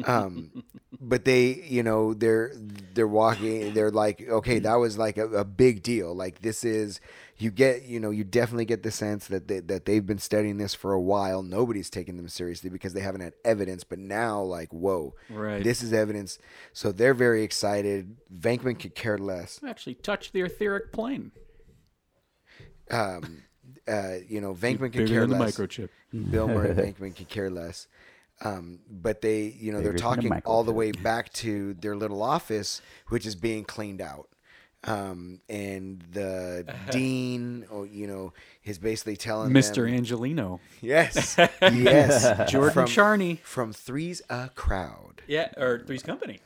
Um, but they, you know, they're they're walking. They're like, okay, that was like a, a big deal. Like this is, you get, you know, you definitely get the sense that they, that they've been studying this for a while. Nobody's taking them seriously because they haven't had evidence. But now, like, whoa, Right. This is evidence. So they're very excited. Venkman could care less. Actually, touched the etheric plane. Um, uh, you know, Venkman could Bigger care than the less. microchip. Mm. Bill Murray and Venkman could care less. Um, but they, you know, they're Bigger than a talking all the microchip. way back to their little office, which is being cleaned out. Um, and the dean, or you know, is basically telling Mr. them- Angelino. yes, yes, Jordan from, Charney. from Three's a Crowd. Yeah, or Three's Company.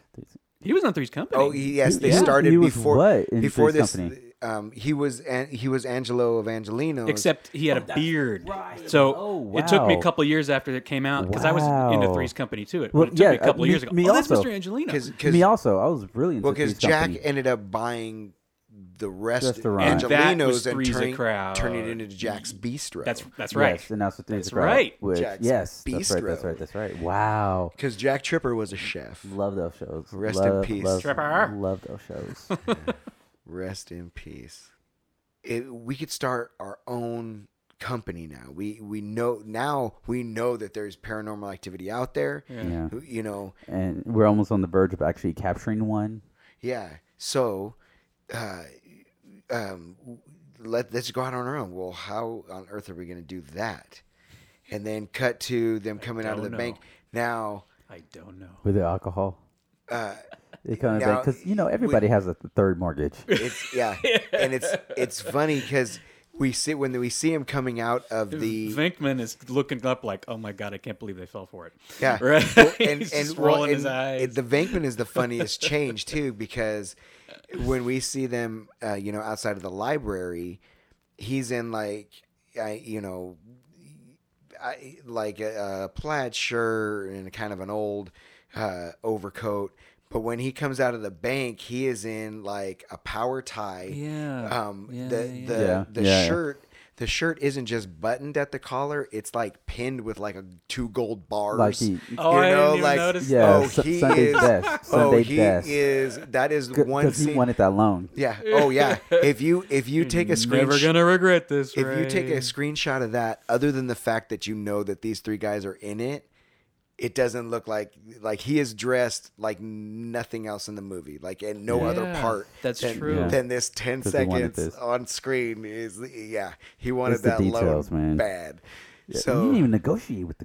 He was on Three's Company. Oh yes, they He- he started was before what in before Three's this. Company? Um, he was An- he was Angelo Evangelino. Except he had a beard. So Oh, it took me a wow. couple years after it came out because I was into Wow. Three's Company too. It, Well, it took yeah, me a couple uh, years me- ago. me oh, that's also. Mr. Angelino. because Me also, I was really into Well, because Three's Jack Company. ended up buying the rest Restaurant. And that was Angelino's and, Three's a turning, Crowd. turning it into Jack's Bistro. That's that's right. Yes, and that's what Three's That's a Crowd, right. Which, Jack's yes, that's right. That's Bistro. right. That's right. Wow. because Jack Tripper was a chef. Love those shows. Rest in love, peace. Love, Trevor. Love those shows. Rest in peace. It, we could start our own company now. We we know now we know that there's paranormal activity out there. yeah. You know, And we're almost on the verge of actually capturing one. yeah. So, uh, um, let let's go out on our own. Well, how on earth are we going to do that? And then cut to them coming out of the don't bank. know. Now, I don't know. With the alcohol. uh, They kind Now, of because you know we- everybody has a th- third mortgage. It's yeah, and it's it's funny because we see when we see him coming out of the Venkman is looking up like, oh my god, I can't believe they fell for it. yeah, right. Well, He's just rolling well, his and eyes. it- The Venkman is the funniest change too because when we see them, uh, you know, outside of the library, he's in like I you know. I, like a, a plaid shirt and kind of an old uh, overcoat, but when he comes out of the bank, he is in like a power tie, yeah. um Oh, Yeah, the yeah, the yeah. the Yeah, yeah. shirt the shirt isn't just buttoned at the collar it's like pinned with like a two gold bars Like he, oh, I you didn't know, even like- notice. yeah, oh, Su- he Sunday's is- best. oh Sunday's he best. is that is one Because scene he wanted that loan. yeah oh yeah if you if you take a Never screenshot gonna regret this. if you take a Ray. screenshot of that other than the fact that you know that these three guys are in it it doesn't look like like he is dressed like nothing else in the movie like and no other Yeah, part that's than, true. Yeah. than this 10 Because he wanted seconds this. on screen is yeah he wanted It's the that loan details, man. bad you So didn't even negotiate with the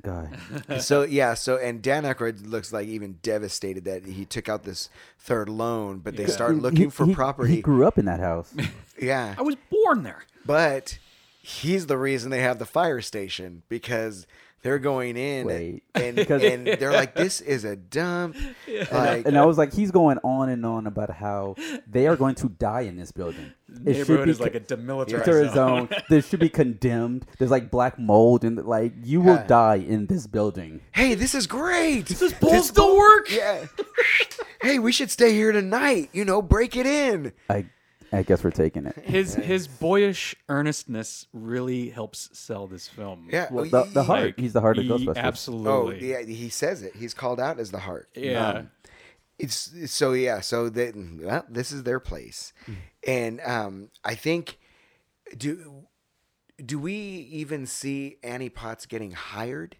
guy. so yeah, so and Dan Aykroyd looks like even devastated that he took out this third loan, but they start He- looking he- for he- He property. grew up in that house. yeah, I was born there. but he's the reason they have the fire station because they're going in Wait. and Because- and they're like, this is a dump. Like, and I was like, he's going on and on about how they are going to die in this building. It Neighborhood is co- like a demilitarized military zone. zone. This should be condemned. There's like black mold, and like you will Yeah. die in this building. hey, this is great. This Does bull still work? yeah. hey, we should stay here tonight. You know, break it in. I, I guess we're taking it. His his boyish earnestness really helps sell this film. Yeah. Well, oh, the, y- the y- heart. Like, he's the heart of he- Ghostbusters. Oh, Absolutely. yeah. He says it. He's called out as the heart. Yeah. Um, it's it's- so yeah. So that well, this is their place, Hmm. and um, I think do do we even see Annie Potts getting hired?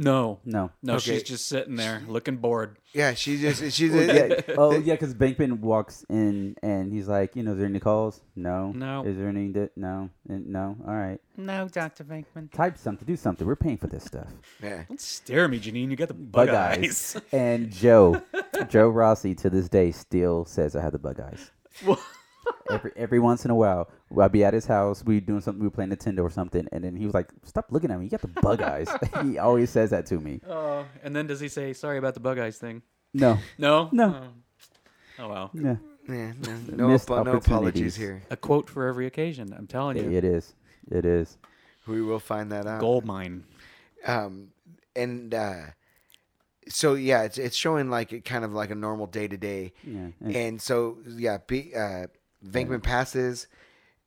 No. No. No, Okay. she's just sitting there looking bored. Yeah, she just she's yeah. Oh, yeah, because Bankman walks in and he's like, you know, is there any calls? No. No. Is there any? Di- no. And no. All right. No, Dr. Venkman. Type something. Do something. We're paying for this stuff. yeah. Don't stare at me, Janine. You got the bug, Bug eyes. eyes. and Joe, Joe Rossi to this day still says I have the bug eyes. Well, Every every once in a while, I'd be at his house. We doing something. We were playing Nintendo or something, and then he was like, "Stop looking at me. You got the bug eyes." he always says that to me. uh, and then does he say, sorry about the bug eyes thing? No. No? No. Oh, oh well. Yeah. yeah no, no, Missed apo- no apologies opportunities. here. A quote for every occasion. I'm telling you. It is. It is. We will find that out. Gold mine. um and uh so yeah it's it's showing like it kind of like a normal day to day Yeah. And- and so yeah B, uh Venkman passes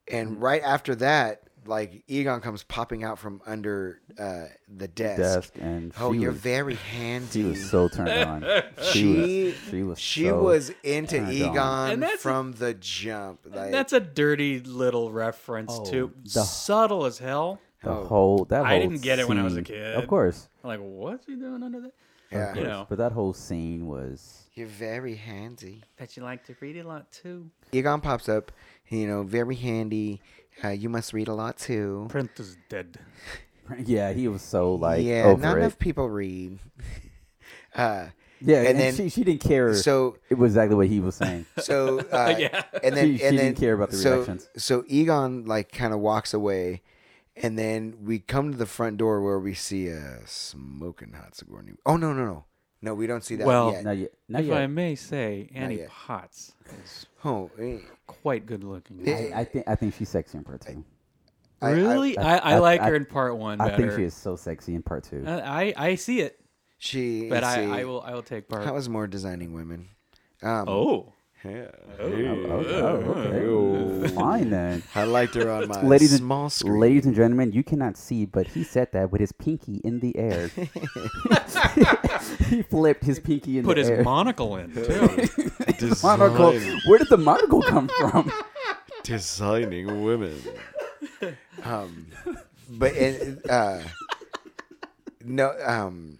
Mm-hmm. and right after that like Egon comes popping out from under uh the desk, desk and oh she you're was, very handy she was so turned on. she was, she was she so- was into turned on. Egon And that's- from the jump like That's a dirty little reference Oh, to the- subtle as hell. the oh. whole that I whole didn't get it when I was a scene- kid. Of course. Like, what's he doing under that? yeah. You know. But that whole scene was you're very handy Bet you like to read a lot too. Egon pops up you know very handy uh, you must read a lot too Print is dead. yeah, he was so like yeah, over not it. enough people read. uh, yeah, and and, then- she, she didn't care. so it was exactly what he was saying. so uh, Yeah. and then She- she and then didn't care about the so, reactions. So Egon like kind of walks away, and then we come to the front door where we see a smoking hot Sigourney. Oh no no no no we don't see that Well, yet. not yet. Not If I yet. may say, Annie yet. Potts is Oh, eh, quite good looking. I, I think I think she's sexy in part two. I- I- really? I, I, I- like I- her in part one I better. Uh, think she is so sexy in part two. I, I I see it, she but see, I, I will I will take part. I was more designing women. Um, oh, Oh, okay. Fine then. I liked her on my Ladies and- small screen. Ladies and gentlemen, you cannot see, but he said that with his pinky in the air. he flipped his pinky in put the his air. monocle in too. monocle. Where did the monocle come from? designing women. Um, but and, uh, no, um,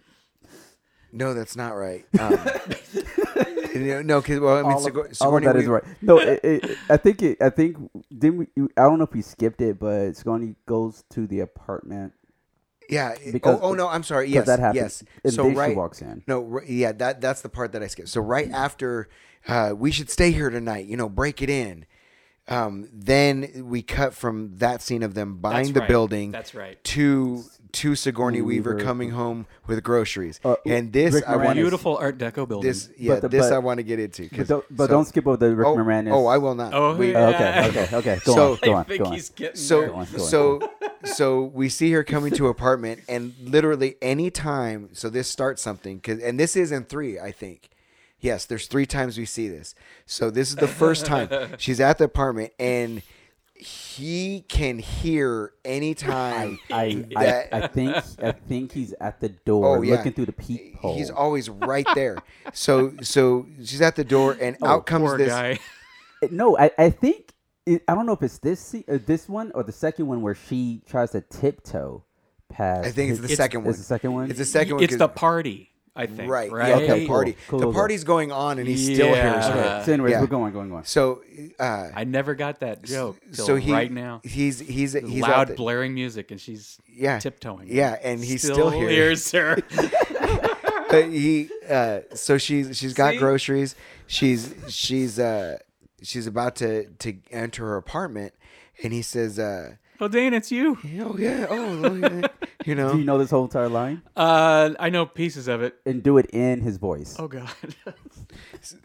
no, that's not right. Um, no, no, because well, I mean, all of, Sigour- all of Sigourney that is Weaver- right. No, it, it, I think it, I think didn't we, you- I don't know if we skipped it, but Sigourney goes to the apartment. Yeah. it- Because- oh, oh no, I'm sorry. 'cause Yes, that happens. Yes. And so then she right, walks in. No, ri- yeah, that that's the part that I skipped. So right after, uh, we should stay here tonight. You know, break it in. Um, then we cut from that scene of them buying That's the right. building. That's right. To to Sigourney Weaver, Weaver. coming home with groceries, Uh, and this Rick I want Moranis. to Beautiful Art Deco building. this yeah But the- this but- I want to get into. 'cause- But don't, but so- don't skip over the Rick oh, Moranis. Oh, I will not. oh, We- yeah. Oh, okay, okay, okay. Go So- on, go on, I think go on. he's getting so there. on, go on. so so we see her coming to apartment and literally any time so this starts something 'cause- and this is in three i think yes there's three times we see this so this is the first time she's at the apartment and he can hear anytime I, I, That- I think I think he's at the door Oh, yeah. looking through the peephole. he's always right there so so she's at the door and out comes Oh, Poor this guy. No, I, I think it, I don't know if it's this se- uh, this one or the second one where she tries to tiptoe past. i think it's his- the second one It's the second one. it's the second one It's 'cause- the party. I think. right. Right. Yeah, Okay, the cool. party. the cool. party's going on, and he still hears Yeah. her. Okay. So, anyways, Yeah. we're going, going, going. So, uh, I never got that joke. Till so he right now, he's he's he's out loud there. blaring music, and she's Yeah. tiptoeing. Yeah, and he still hears- her. but he uh so she's she's got See? groceries she's she's uh she's about to to enter her apartment and he says uh oh, Dane, it's you. oh yeah oh yeah," you Do you know know this whole entire line? Uh, I know pieces of it. And do it in his voice. Oh God.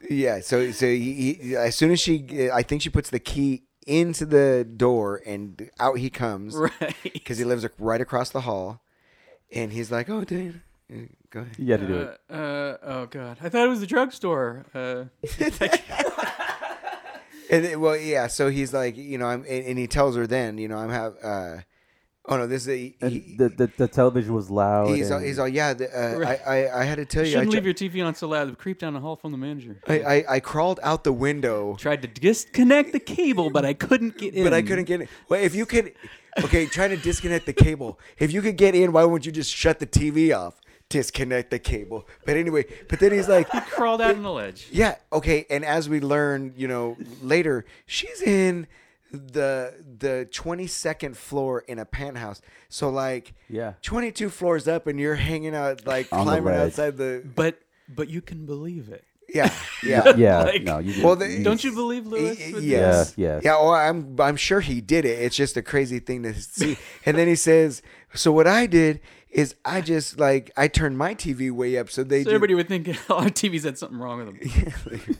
yeah so so he, he, as soon as she i think she puts the key into the door and out he comes right. because he lives right across the hall and he's like oh dude go ahead You got to do Uh, it. uh, oh God. I thought it was the drugstore. Uh, And it- well, yeah. So he's like, you know, I'm, and, and he tells her then, you know, I'm have. Uh, oh no, this is he, And he- the, the the television was loud. he's all, and- he's all yeah. The, uh, Right. I, I I had to tell you, I, shouldn't tr- leave your TV on so loud. It creep down the hall from the manager. I, I I crawled out the window, Tried to disconnect the cable, but I couldn't get in. but I couldn't get in. Well, if you could, okay, trying to disconnect the cable. If you could get in, why wouldn't you just shut the TV off? Disconnect the cable. But anyway, but then he's like, Crawled out on the ledge. Yeah. Okay. And as we learn, you know, later, she's in the the twenty second floor in a penthouse. So like, Yeah. twenty two floors up, and you're hanging out like On the climbing ledge. outside the. But but you can believe it. Yeah. Yeah. yeah, Like- no, you Well, well, they- Don't you believe Lewis? Y- with the- yes. yes. Yeah. Well, I'm I'm sure he did it. It's just a crazy thing to see. And then he says, "So what I did is I just like I turned my TV way up so they So everybody would think our TV's had something wrong with them.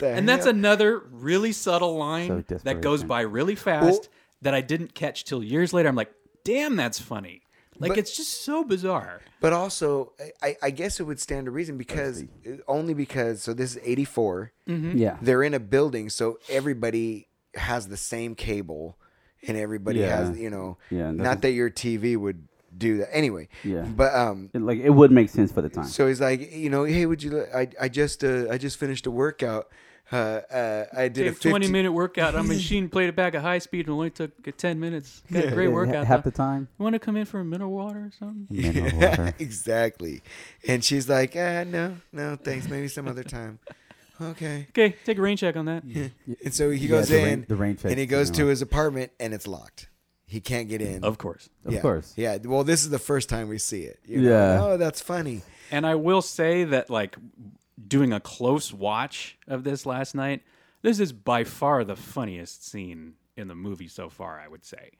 And that's another really subtle So line desperate, that goes man. by really fast that I didn't catch till years later. I'm like, damn, that's funny. Like But- it's just so bizarre. But also, I, I guess it would stand to reason because only because so this is eighty Mm-hmm. yeah, They're in a building, so everybody has the same cable, and everybody Yeah. has you know. Yeah, and Not that's- that your TV would do that anyway. Yeah. But um. It- like it would make sense for the time. So he's like, you know, hey, would you? li- I I just uh, I just finished a workout. Uh, uh, I did Did a a 20 50 minute workout on a machine, played it back at high speed, and only took uh, 10 minutes. Got a great Yeah, ha- workout. half though. the time. you want to come in for a mineral water or something? Mineral water. exactly. And she's like, ah, no, no, thanks. Maybe some other time. Okay. Okay, take a rain check on that. And so he goes the in, rain- the rain check, and he goes you to know. his apartment, and it's locked. He can't get in. Of course. Of yeah. course. Yeah. Well, this is the first time we see it. you know. Yeah. Oh, that's funny. And I will say that, like, doing a close watch of this last night, this is by far the funniest scene in the movie so far. I would say,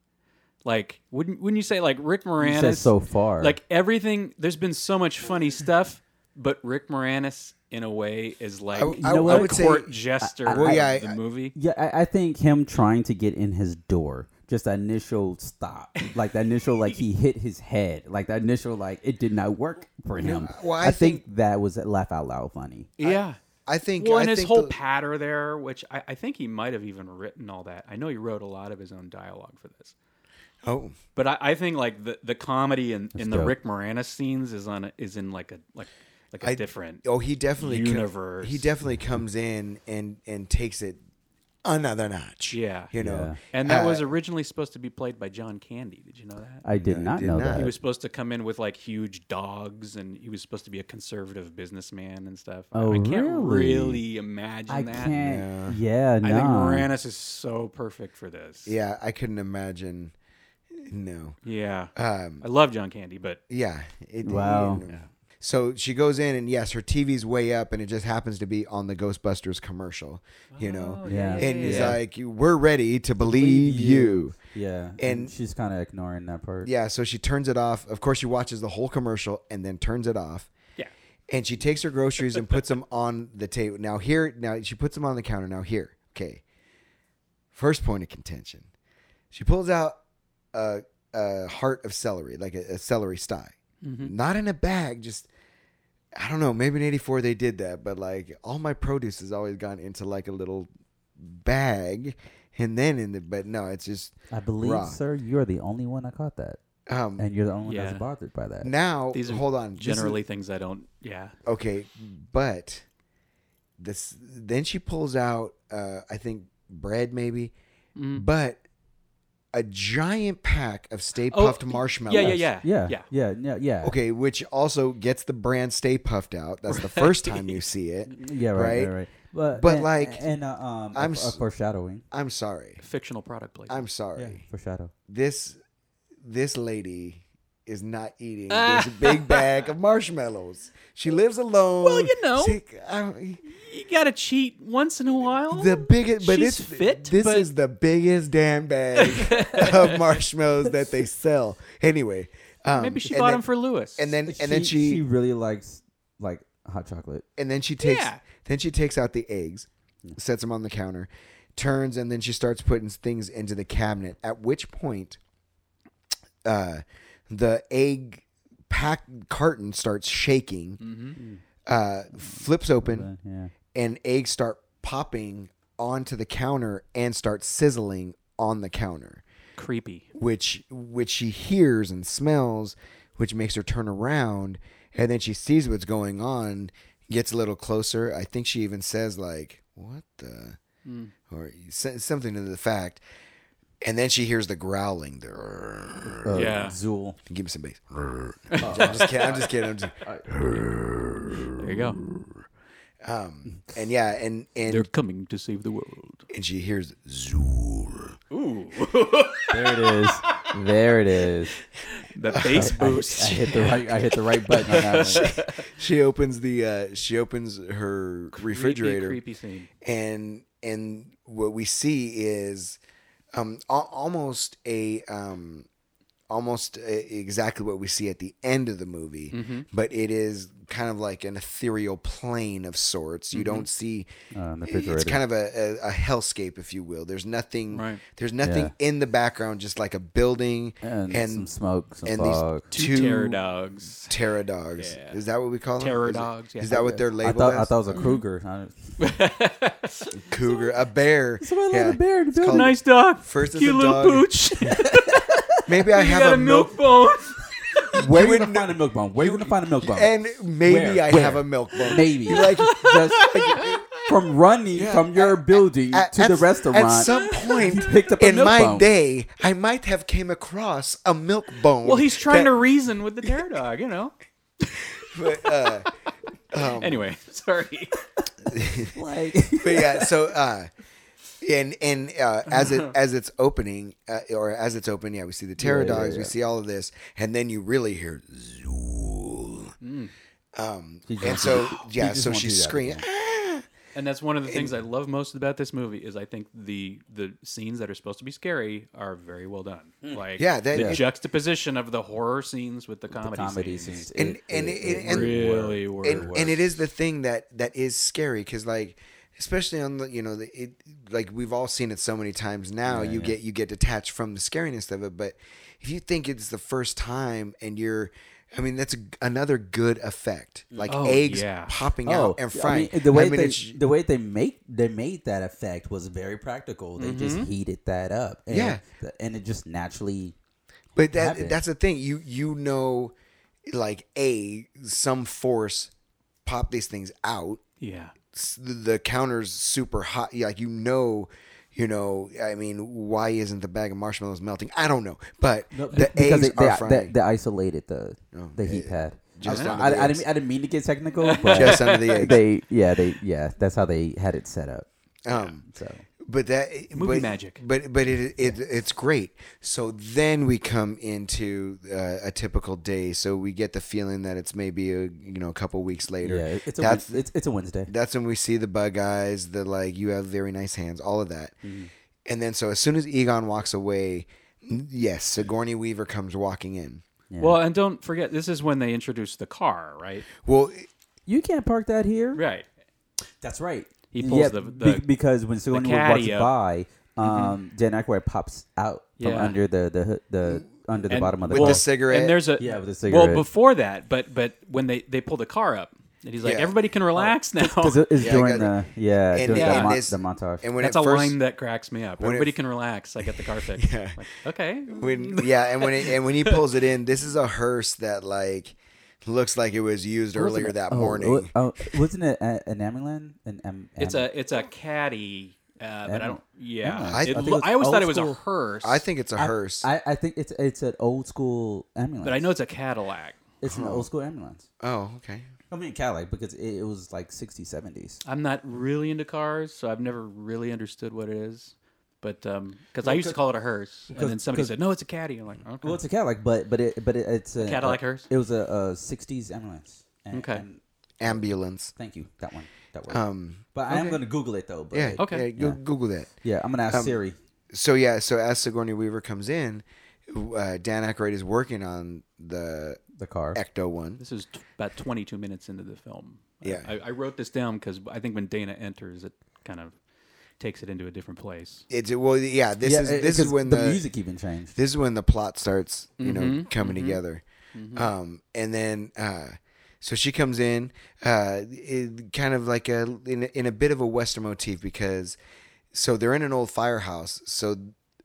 like, wouldn't wouldn't you say like Rick Moranis? says so far. Like everything, there's been so much funny stuff, but Rick Moranis, in a way, is like I, I- know I what? would a say. court jester well, of yeah, I- the movie. Yeah, I, I think him trying to get in his door, just that initial stop, like that initial, like he hit his head, like that initial, like it did not work for him. well, I I, think, that was laugh out loud funny. yeah. I think. well, I and his think whole the- patter there, which I, I think he might have even written all that. I know he wrote a lot of his own dialogue for this. oh, But I, I think like the, the comedy in, in the dope. Rick Moranis scenes is on a, is in like a like like a I- different oh, he definitely. co- universe. he definitely comes in and and takes it another notch. Yeah. You know. and that uh, was originally supposed to be played by John Candy. Did you know that? I did not did know not. that. He He was supposed to come in with like huge dogs, and he was supposed to be a conservative businessman and stuff. I- Oh, I can't really? really imagine I that. can't. Yeah, I no. think Moranis is so perfect for this. Yeah, I couldn't imagine. No. Yeah. Um. I love John Candy, but Yeah. It, Wow. you know. So she goes in, and yes, her TV's way up, and it just happens to be on the Ghostbusters commercial. You know. Oh, yeah. And he's Yeah. like, "We're ready to believe you." yeah, and- and she's kind of ignoring that part. Yeah, so she turns it off. Of course, she watches the whole commercial and then turns it off. Yeah. And she takes her groceries and puts them on the table. Now here, now she puts them on the counter. Now here, okay. First point of contention, she pulls out a, a heart of celery, like a, a celery sty, Mm-hmm. Hmm. not in a bag. Just I don't know. Maybe in '84 they did that, but like all my produce has always gone into like a little bag, and then in the but no, it's just I believe, Raw. sir, you're the only one that caught that, um, and you're the only one Yeah. that's bothered by that. now. these are hold on, this is- generally things I don't. Yeah. Okay, but this Mm. then she pulls out uh I think bread maybe, but a giant pack of Stay Oh, Puffed marshmallows. Yeah, yeah, Yeah, yeah, yeah. yeah, yeah, yeah, yeah. Okay, which also gets the brand Stay Puffed out. That's the first time you see it. Yeah, right, right, right. But, But, and- like, and uh, um, I'm I'm a, s- foreshadowing. I'm sorry. Fictional product placement. I'm sorry. Yeah, foreshadow. This this lady is not eating this big bag of marshmallows. She lives alone. Well, you know. See, I- e you gotta cheat once in a while. the biggest, but She's it's fit, This but- is the biggest damn bag of marshmallows that they sell. Anyway, um, Maybe she and bought then- them for Lewis. and then and then she, she really likes like hot chocolate. and then she takes Yeah. then she takes out the eggs, sets them on the counter, turns, and then she starts putting things into the cabinet. At which point, uh, the egg pack carton starts shaking, uh, flips open, Yeah, and eggs start popping onto the counter and start sizzling on the counter creepy. which which she hears and smells, which makes her turn around, and then she sees what's going on, gets a little closer. I think she even says like, "What the," or s- something to the fact, and then she hears the growling. The, Uh, Yeah. Zool. give me some bass. I'm just kidding. I'm just kidding. I'm just, There you go. um, and yeah, and They're and coming to save the world. and she hears Zool. Ooh, there it is. There it is. the face I boost. hit the right. I hit the right button on that one. Uh, She opens the uh, she opens her refrigerator. Creepy, creepy scene. and and what we see is um al almost a um almost a, exactly what we see at the end of the movie Mm-hmm. but it is kind of like an ethereal plane of sorts you Mm-hmm. don't see Uh, the it's refrigerator. kind of a, a, a hellscape if you will there's nothing Right. there's nothing in the background just like a building and, and- some smoke, some and fog. these Two two, terror dogs. terror dogs Yeah. is that what we call them Terror Is it- dogs, yeah. is that what they're I labeled thought as? I thought it was a Kruger. I don't- cougar a bear Somebody Yeah. left a bear in the called- building. Nice dog. First is cute a little dog. pooch. maybe i you have got a a milk milk bone. where Where you would gonna no- find a milk bone? Where you gonna find a milk bone? and maybe Where? I Where? have a milk bone. Maybe. like Just from running from your building at, to at- the restaurant. At some point picked up a in milk my bone. day, I might have came across a milk bone. well, he's trying to reason with the terror dog, you know. to. Uh, Anyway, sorry. like, but yeah, so uh, and and uh, as it as it's opening uh, or as it's open, yeah, we see the terror Yeah, yeah, dogs, we yeah. see all of this, and then you really hear Zool. Um, and just- so yeah, just so won't she do that screams. And that's one of the things I love most about this movie is I think the the scenes that are supposed to be scary are very well done. Hmm. Like Yeah, that- the Yeah. juxtaposition of the horror scenes with the comedy, comedy scenes. scenes. And- and it- and- Really work. and, and it is the thing that that is scary because like especially on the you know the, it like we've all seen it so many times now you get you get detached from the scariness of it but if you think it's the first time and you're I mean that's a, another good effect like Oh, eggs yeah. popping Oh, out and I frying mean, the way I mean, they it's- the way they make they made that effect was very practical. They just Mm-hmm. heated that up, and, Yeah. and it just naturally. But that happened. that's the thing. You you know, like a some force pop these things out. Yeah. S- The, the counter's super hot. Yeah, Like you know, you know. I mean, why isn't the bag of marshmallows melting? I don't know. But the eggs they, they, are they, frying. they isolated the the heat pad. just I, was- under I- the I eggs. didn't, mean- I didn't mean to get technical, but Just under the eggs. they yeah they yeah that's how they had it set up. um, So but that Movie but- magic. But but it, it it's great. So then we come into uh, a typical day. So we get the feeling that it's maybe a you know a couple weeks later. yeah, it's a that's Wed- it's, it's a Wednesday. That's when we see the bug eyes, the like, you have very nice hands, all of that. Mm-hmm. And then, so as soon as Egon walks away, n- yes, Sigourney Weaver comes walking in. Well, and don't forget this is when they introduce the car, right? Well, You can't park that here. Right. That's right. He pulls the, the be- because when Sigourney Weaver walks caddy up. Mm-hmm. by, um, Dan Aykroyd pops out from Yeah. under the the hood- the under the and- bottom of the With the car. s- cigarette. And there's a Yeah, with the Well, cigarette. before that, but but when they they pull the car up, and he's like, Yeah. everybody can relax now. Because Oh. it is Yeah, I during got the yeah and, during yeah, the, and mon- this- the montage. and when That's it a first, line that cracks me up. when it Everybody f- can relax. I got the car fixed. Yeah. Like, okay. when yeah, and when it, and when he pulls it in, this is a hearse that like looks like it was used earlier that Oh, morning. wa- Oh, wasn't it a- an Amaryland? An am, It's am- a it's a caddy Uh, but I don't. Yeah, Yeah, I- It I think lo- it's I always old thought it was school. a hearse, I think it's a hearse. I, I think it's it's an old school ambulance. but I know it's a Cadillac. it's an old school ambulance. oh, okay. I mean Cadillac because it, it was like 60s, 70s. I'm not really into cars, so I've never really understood what it is. But because I used to call it a hearse, and then somebody 'cause- said, "No, it's a caddy." I'm like, okay. Well, it's a Cadillac, but but it but it, it's a Cadillac a- hearse? It was a, a 60s ambulance. And- Okay. and Ambulance. thank you. That one. That one. Um. but I am going to Google it though. But Yeah. Um, Okay. Yeah, go, Google that. Yeah, I'm going to ask Siri. So yeah. So as Sigourney Weaver comes in, uh, Dan Aykroyd is working on the The car. Ecto one. this is t- about 22 minutes into the film. I- Yeah. I, I wrote this down because I think when Dana enters, it kind of takes it into a different place. It's well, yeah. This yeah, is it- this is 'cause when the, the, music even changed. this is when the plot starts, you know, coming together. Um, and then uh, so she comes in, uh, it, kind of like a in, a in a bit of a western motif because so they're in an old firehouse. So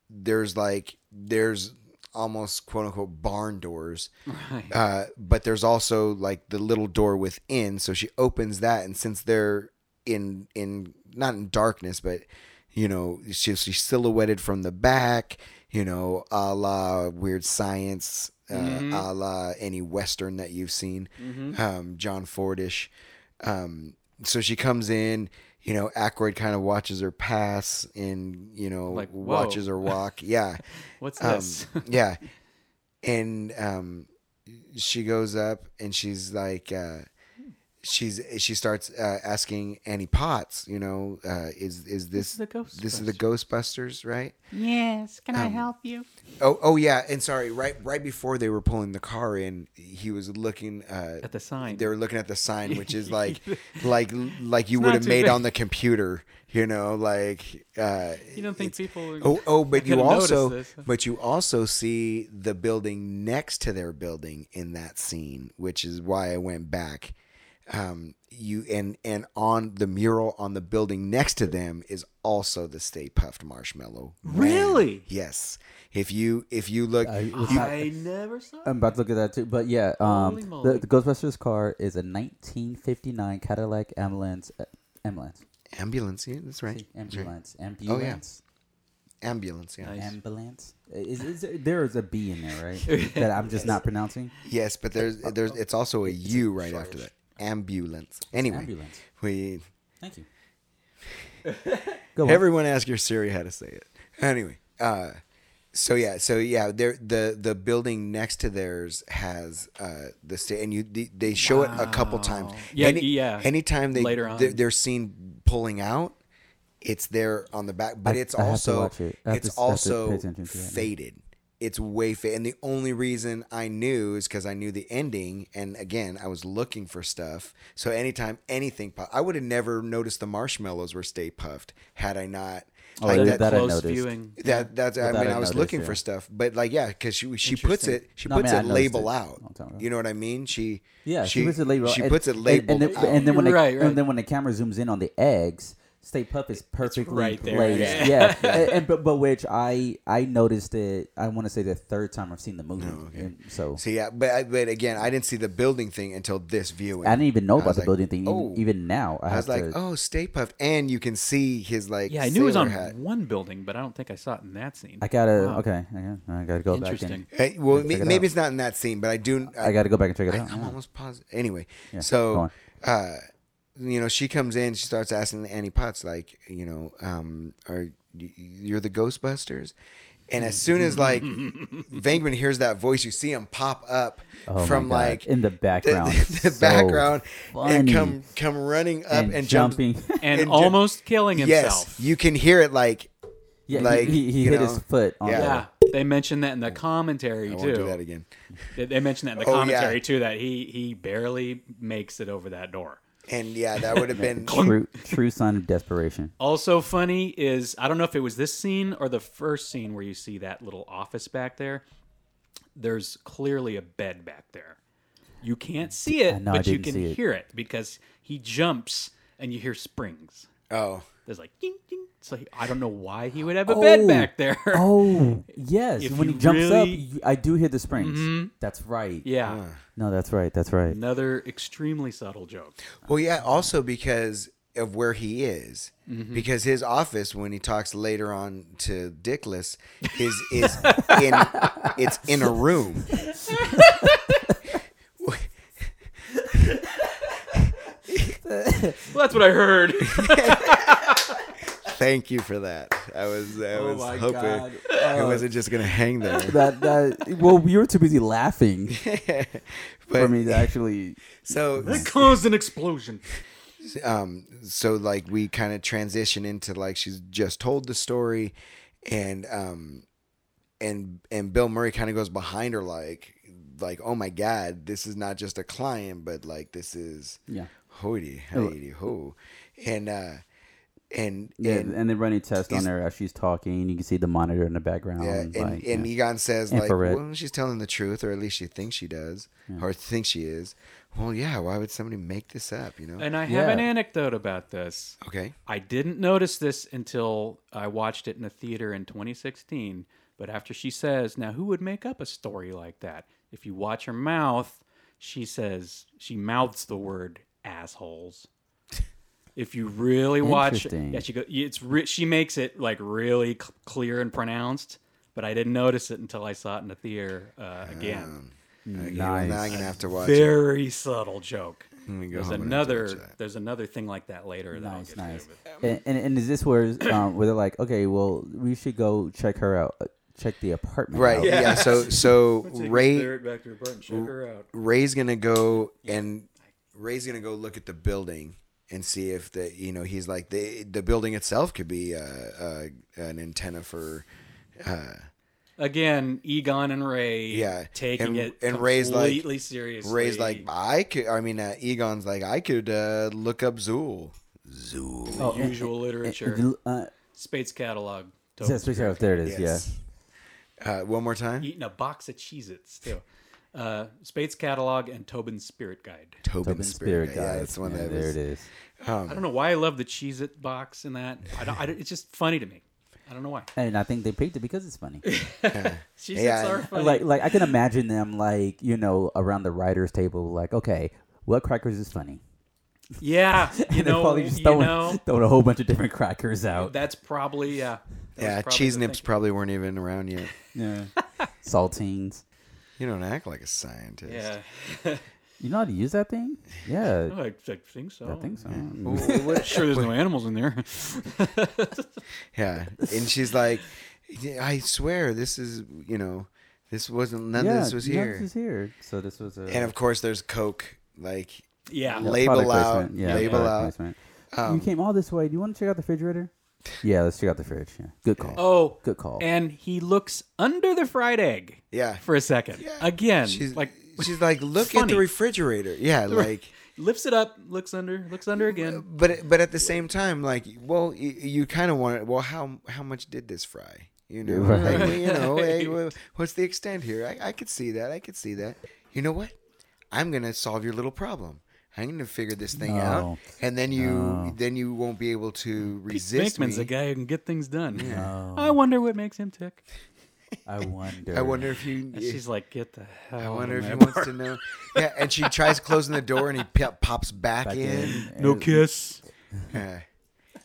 there's like there's almost quote unquote barn doors. Right. Uh, but there's also like the little door within, so she opens that, and since they're in in not in darkness, but you know she, she's silhouetted from the back, you know, a la weird science, uh, Mm-hmm. a la any western that you've seen, um, John Fordish. Um, so she comes in, you know, Ackroyd kind of watches her pass, and you know, Like, whoa. watches her walk, yeah. What's Um, this? yeah. And um, she goes up and she's like, uh, she's she starts uh, asking Annie Potts, you know, uh, is is this is the Ghostbusters. This is the Ghostbusters, right? Um, Yes, can I help you? Oh, oh yeah. And sorry, right right before they were pulling the car in, he was looking uh, At the sign. They were looking at the sign, which is like, like, like you would not have too made big. on the computer, you know, like. Uh, you don't think it's- people? Are, Oh, oh, but you could've noticed also, this. but you also see the building next to their building in that scene, which is why I went back. Um, you and and on the mural on the building next to them is also the Stay Puffed Marshmallow. Man. Really? Yes. If you if you Um, look, I- it's not- I never saw. I'm about to look at that too. But yeah, um, Holy the, moly. the Ghostbusters car is a 1959 Cadillac ambulance. Uh, ambulance. ambulance. Yeah, that's right. That's right. Ambulance. Ambulance. Ambulance. Yeah. Nice. Ambulance. Is, is there, there is a B in there, right? that I'm just not pronouncing. Yes, but there's there's it's also a U right after that. Ambulance. Anyway, Ambulance. we Thank you. Go on. Everyone ask your Siri how to say it. Anyway, uh, so yeah, so yeah, there the the building next to theirs has uh, the state, and you they, they show it a couple times. Yeah, yeah. Anytime they Later on. they're, they're seen pulling out, it's there on the back, but I- it's I have to also watch it. I have it's to- I have to pay also attention to it now. faded. It's way faded, and the only reason I knew is because I knew the ending, and again, I was looking for stuff. So anytime anything, pop- I would have never noticed the marshmallows were Stay Puffed had I not. Oh, like yeah, that, that that, I close noticed. viewing. that's I That mean I I, was noticed, looking yeah. for stuff, but like yeah, because she she puts Interesting. it she No, I puts mean, I it noticed label it a long out. time ago. You know what I mean? She Yeah, she, puts it labeled. She and- puts it and- labeled and, then, out. and then when the, Right, right. and then when the camera zooms in on the eggs, Stay Puff is perfectly right there, placed. yeah. Yeah, and, and- but but which I I noticed it. I want to say the third time I've seen the movie. Oh, And so So yeah, but I- but again, I didn't see the building thing until this viewing. I didn't even know I about was the like, building thing. even- oh. even now, I, I have was like, to. oh, Stay Puffed, and you can see his like Yeah, I knew it was sailor on hat. one building, but I don't think I saw it in that scene. I gotta okay. I gotta, I gotta go back and Interesting. Hey, well, Check may- it maybe out. it's not in that scene, but I do. I gotta go back and check it out. I, am Yeah. almost positive. Anyway, Yeah, go so on. uh, you know, she comes in, she starts asking Annie Potts, like, you know, um, are y- you're the Ghostbusters? And as soon as like Venkman hears that voice, you see him pop up Oh my from God. like in the background, the, the So background and funny. come come running up and, and, jump- jumping. and, And ju- almost killing Yes, himself. you can hear it like yeah, like, he, he, he you hit know, his foot. On yeah. yeah, yeah, they mentioned that in Oh. the commentary I too. won't do e- that again. They, they mentioned that in the Oh, yeah. commentary too. That he he barely makes it over that door. And yeah, that would have been true true sign of desperation. Also funny is I don't know if it was this scene or the first scene where you see that little office back there. There's clearly a bed back there. You can't see it, know, I but you didn't can see it. hear it because he jumps and you hear springs. oh. There's like ding ding. So he, I don't know why he would have a bed Oh. back there. Oh yes, If when he you jumps up, really- you, I do hear the springs. Mm-hmm. That's right. yeah. No, that's right. That's right. Another extremely subtle joke. Well, yeah. Also because of where he is Mm-hmm. because his office when he talks later on to Dickless is is in it's in a room. Well, that's what I heard. Thank you for that. I was I was Oh my hoping God. Uh, I wasn't just gonna hang there. that that well, you were too busy laughing for But- me to actually. So it caused an explosion. um so like we kind of transition into like she's just told the story and um and and Bill Murray kind of goes behind her like like oh my god this is not just a client but like this is Yeah. hoity Oh, hoity ho and uh and Yeah, and and, they run a test on her as she's talking. You can see the monitor in the background. yeah, and, like, and yeah. Egon says Infrared. like, well, she's telling the truth, or at least she thinks she does, or thinks she is. Well, yeah, why would somebody make this up? You know? And I have Yeah. an anecdote about this. okay, I didn't notice this until I watched it in a theater in 2016. But after she says, "Now who would make up a story like that?" If you watch her mouth, she says she mouths the word "assholes." If you really watch, Interesting. yeah, she go, it's re- she makes it like really c clear and pronounced. But I didn't notice it until I saw it in the theater uh, again. Okay, well, Uh, now I'm Nice. gonna have to watch. it. Very subtle joke. me go There's home and watch another that. there's another thing like that later. That I'll Nice, get to, nice. but- um And, and and is this where um, where they're like, okay, well, we should go check her out, uh, check the apartment, Right. out. Yeah. So so Ray back to her apartment, check her out. Ray's gonna go and Ray's gonna go look at the building and see if the you know he's like the the building itself could be uh, uh, an antenna for uh, Again, Egon and Ray Yeah, taking and- it and and Ray's Ray's like- completely seriously. Ray's like I could I mean uh, Egon's like I could uh, look up Zool Zool the usual literature. Uh, Spates catalog. is that Space Harrier? there it is. Yes. uh, one more time Eating a box of Cheez Its too. Uh, Spates catalog and Tobin's Spirit Guide. Yeah. Tobin, Tobin Spirit, Spirit yeah Guide. that's the one Yeah, that there was it is. I don't know why I love the Cheez It box in that. I don't, I don't- it's just funny to me. I don't know why. And I think they picked it because it's funny. Cheez Its Yeah, are I- funny. like like I can imagine them like you know around the writers table like okay what crackers is funny yeah, you and they're know, probably just you throwing, know, throwing a whole bunch of different crackers out that's probably yeah. that was yeah probably cheese the nips thing. probably weren't even around yet yeah saltines you don't act like a scientist Yeah, you know how to use that thing yeah No, I, I think so. I think so Well, what- Sure, there's no animals in there. Yeah, and she's like, "Yeah, I swear this is you know, this wasn't none yeah of this was no, here. this was here so this was a And of course, there's Coke. Like, yeah, yeah. label product out, placement. yeah label product out. Um, placement. you came all this way do you want to check out the refrigerator yeah let's check out the fridge yeah good call Oh, Good call. And he looks under the fried egg yeah, for a second. Again, she's like like, she's like, look at funny. the refrigerator. Yeah, like, lifts it up, looks under, looks under again. but but at the same time, like, well, you, you kind of want it. Well, how how much did this fry? You know, Right. like, well, you know, hey, well, what's the extent here? I, I could see that. I could see that. You know what? I'm gonna solve your little problem. I'm gonna figure this thing out, No. and then you then you won't be able to resist Pinkman's me. a guy who can get things done. I wonder what makes him tick. I wonder I wonder if you. And She's like, get the hell. I wonder out if of he my wants to know. Yeah, and she tries closing the door, and he p- pops back, in. apartment." No kiss. Yeah.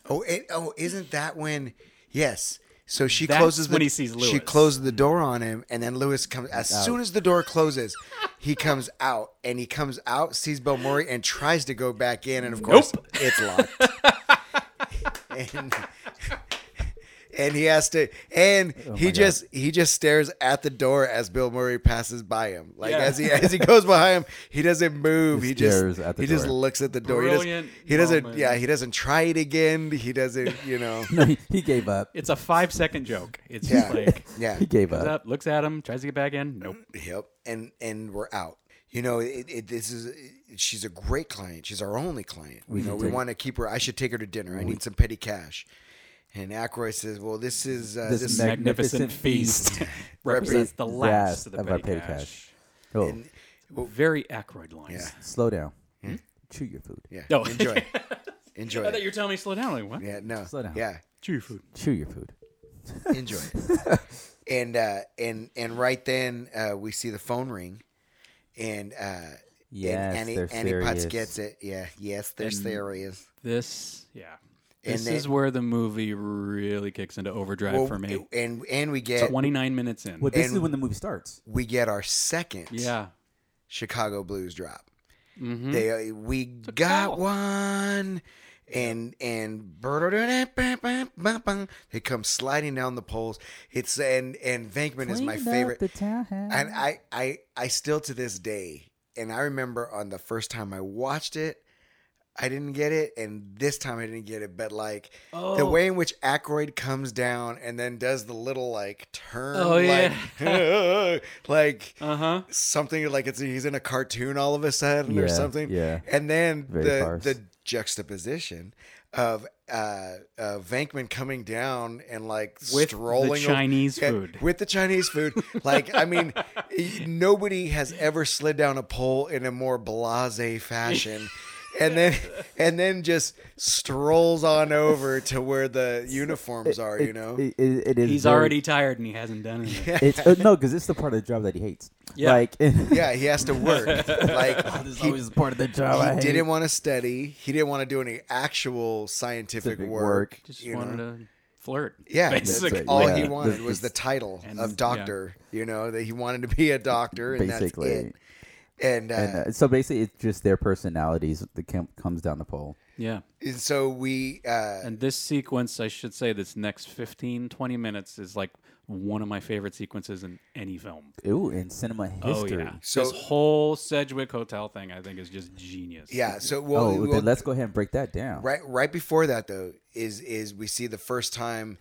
Oh, it, oh, isn't that when? Yes. So she That's closes when the, he sees She Lewis. closes the door on him, and then Lewis comes. As soon as the door closes, he comes out, and he comes out, sees Bill Murray, and tries to go back in, and of course, it's locked. and, and he has to, and Oh he just he just stares at the door as Bill Murray passes by him. Like Yeah. as he as he goes behind him, he doesn't move. He, He just stares at the he just door. looks at the door. He doesn't. Brilliant He doesn't. moment. Yeah, he doesn't try it again. He doesn't, you know. no, he, he gave up It's a five second joke. It's Yeah. just like, Yeah. he gave comes up up, looks at him, tries to get back in. Nope. Yep. And and we're out. You know, it, it, this is she's a great client. She's our only client. We you know we want to keep her. I should take her to dinner. I need some petty cash. And Ackroyd says, "Well, this is uh, This this, mag- Magnificent, Magnificent feast, feast. represents the last of the of our petty, petty cash. cash. oh Very Ackroyd lines. slow down chew your food Hmm? yeah, No. enjoy, I enjoy. thought it. you were telling me to slow down. I'm like, what? yeah, no, Slow down. yeah, Chew your food. chew your food enjoy it. and uh, and and right then uh, we see the phone ring, and uh, Yes, and they're Annie, Annie Potts serious. gets it. Yeah. Yes, they're serious. This, yeah. And This they- is where the movie really kicks into overdrive Well, for me. and and we get 29 minutes in. Well, this And- is when the movie starts. we get our second yeah. Mm-hmm. Chicago Blues drop. They we got call. one, and and they come sliding down the poles. It's and and Venkman is my Clean up favorite. The townhouse. And I, I, I still to this day, and I remember on the first time I watched it, I didn't get it, and this time I didn't get it. But like Oh. the way in which Aykroyd comes down and then does the little like turn, Oh, yeah. like, like Uh huh. something like it's he's in a cartoon all of a sudden or Yeah, something. yeah. And then Very the farce. the juxtaposition of uh, uh Venkman coming down and like With the strolling over- Chinese Yeah, food. with the Chinese food. Like I mean, nobody has ever slid down a pole in a more blasé fashion. And then, and then just strolls on over to where the uniforms are. You know, It- it- it is He's very- already tired and he hasn't done anything. It's, uh, no, because it's the part of the job that he hates. Yeah. Like, yeah, he has to work. Like This is he- always part of the job. he didn't want to study. He didn't want to do any actual scientific Civic work. work. Just you wanted know? to flirt. yeah, that's basically. it, all yeah. he wanted was the This- title and- of yeah. doctor. You know that he wanted to be a doctor, and Basically. that's it. And, uh, and, and, uh, so basically, it's just their personalities that com- comes down the pole. Yeah. so we, uh, And this sequence, I should say, this next 15, 20 minutes is like one of my favorite sequences in any film. Ooh, in cinema history. Oh, yeah. So- this whole Sedgwick Hotel thing, I think, is just genius. yeah. So well, Oh, well, then let's go ahead and break that down. right right before that though is is we see the first time,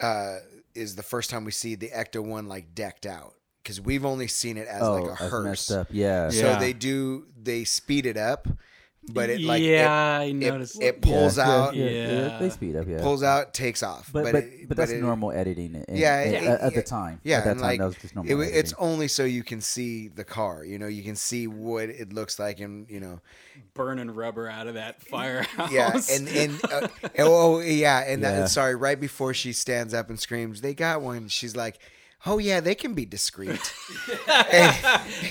uh, is the first time we see the Ecto one like decked out because we've only seen it as Oh, like a that's hearse. messed up. Yeah. So Yeah. they do they speed it up, but it like it- yeah, I it, noticed. it pulls Yeah, out, Yeah, yeah, Yeah. They speed up. Yeah. pulls out, takes off. but but, but, it- that's it- normal editing. in- Yeah, in- it- at, at the it- time. Yeah, At that and time, like that was just normal. it, it's editing. only so you can see the car. You know, you can see what it looks like, and you know, burning rubber out of that firehouse. yeah, and and uh, oh yeah, and Yeah. That, sorry, right before she stands up and screams, "They got one!" She's like, "Oh yeah, they can be discreet."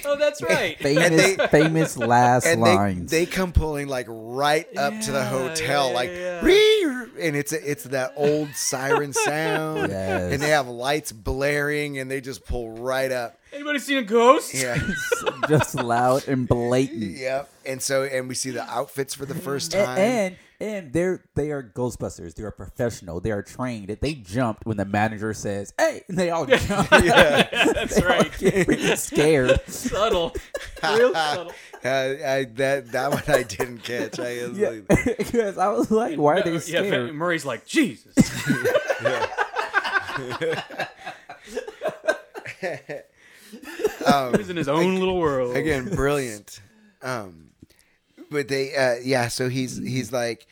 oh, that's right. famous they- famous last and they, lines. they come pulling like right up to the Yeah, hotel, yeah, like yeah, yeah. "Ree-ree," and it's it's that old siren sound, Yes. and they have lights blaring, and they just pull right up. Anybody seen a ghost? Yeah, just loud and blatant. yep. And so, and we see the outfits for the first A- time. And and they're they are Ghostbusters. They are professional. They are trained. They jumped when the manager says, "Hey," and they all jump. that's right. Get freaking scared. subtle, real subtle. Uh, I, that that one I didn't catch. I didn't Yeah, believe it. because I was like, "Why are Yeah, they Yeah, scared?" Murray's like Jesus. he was in his own little world. Um, again brilliant. Um, but they uh, yeah. So he's he's like,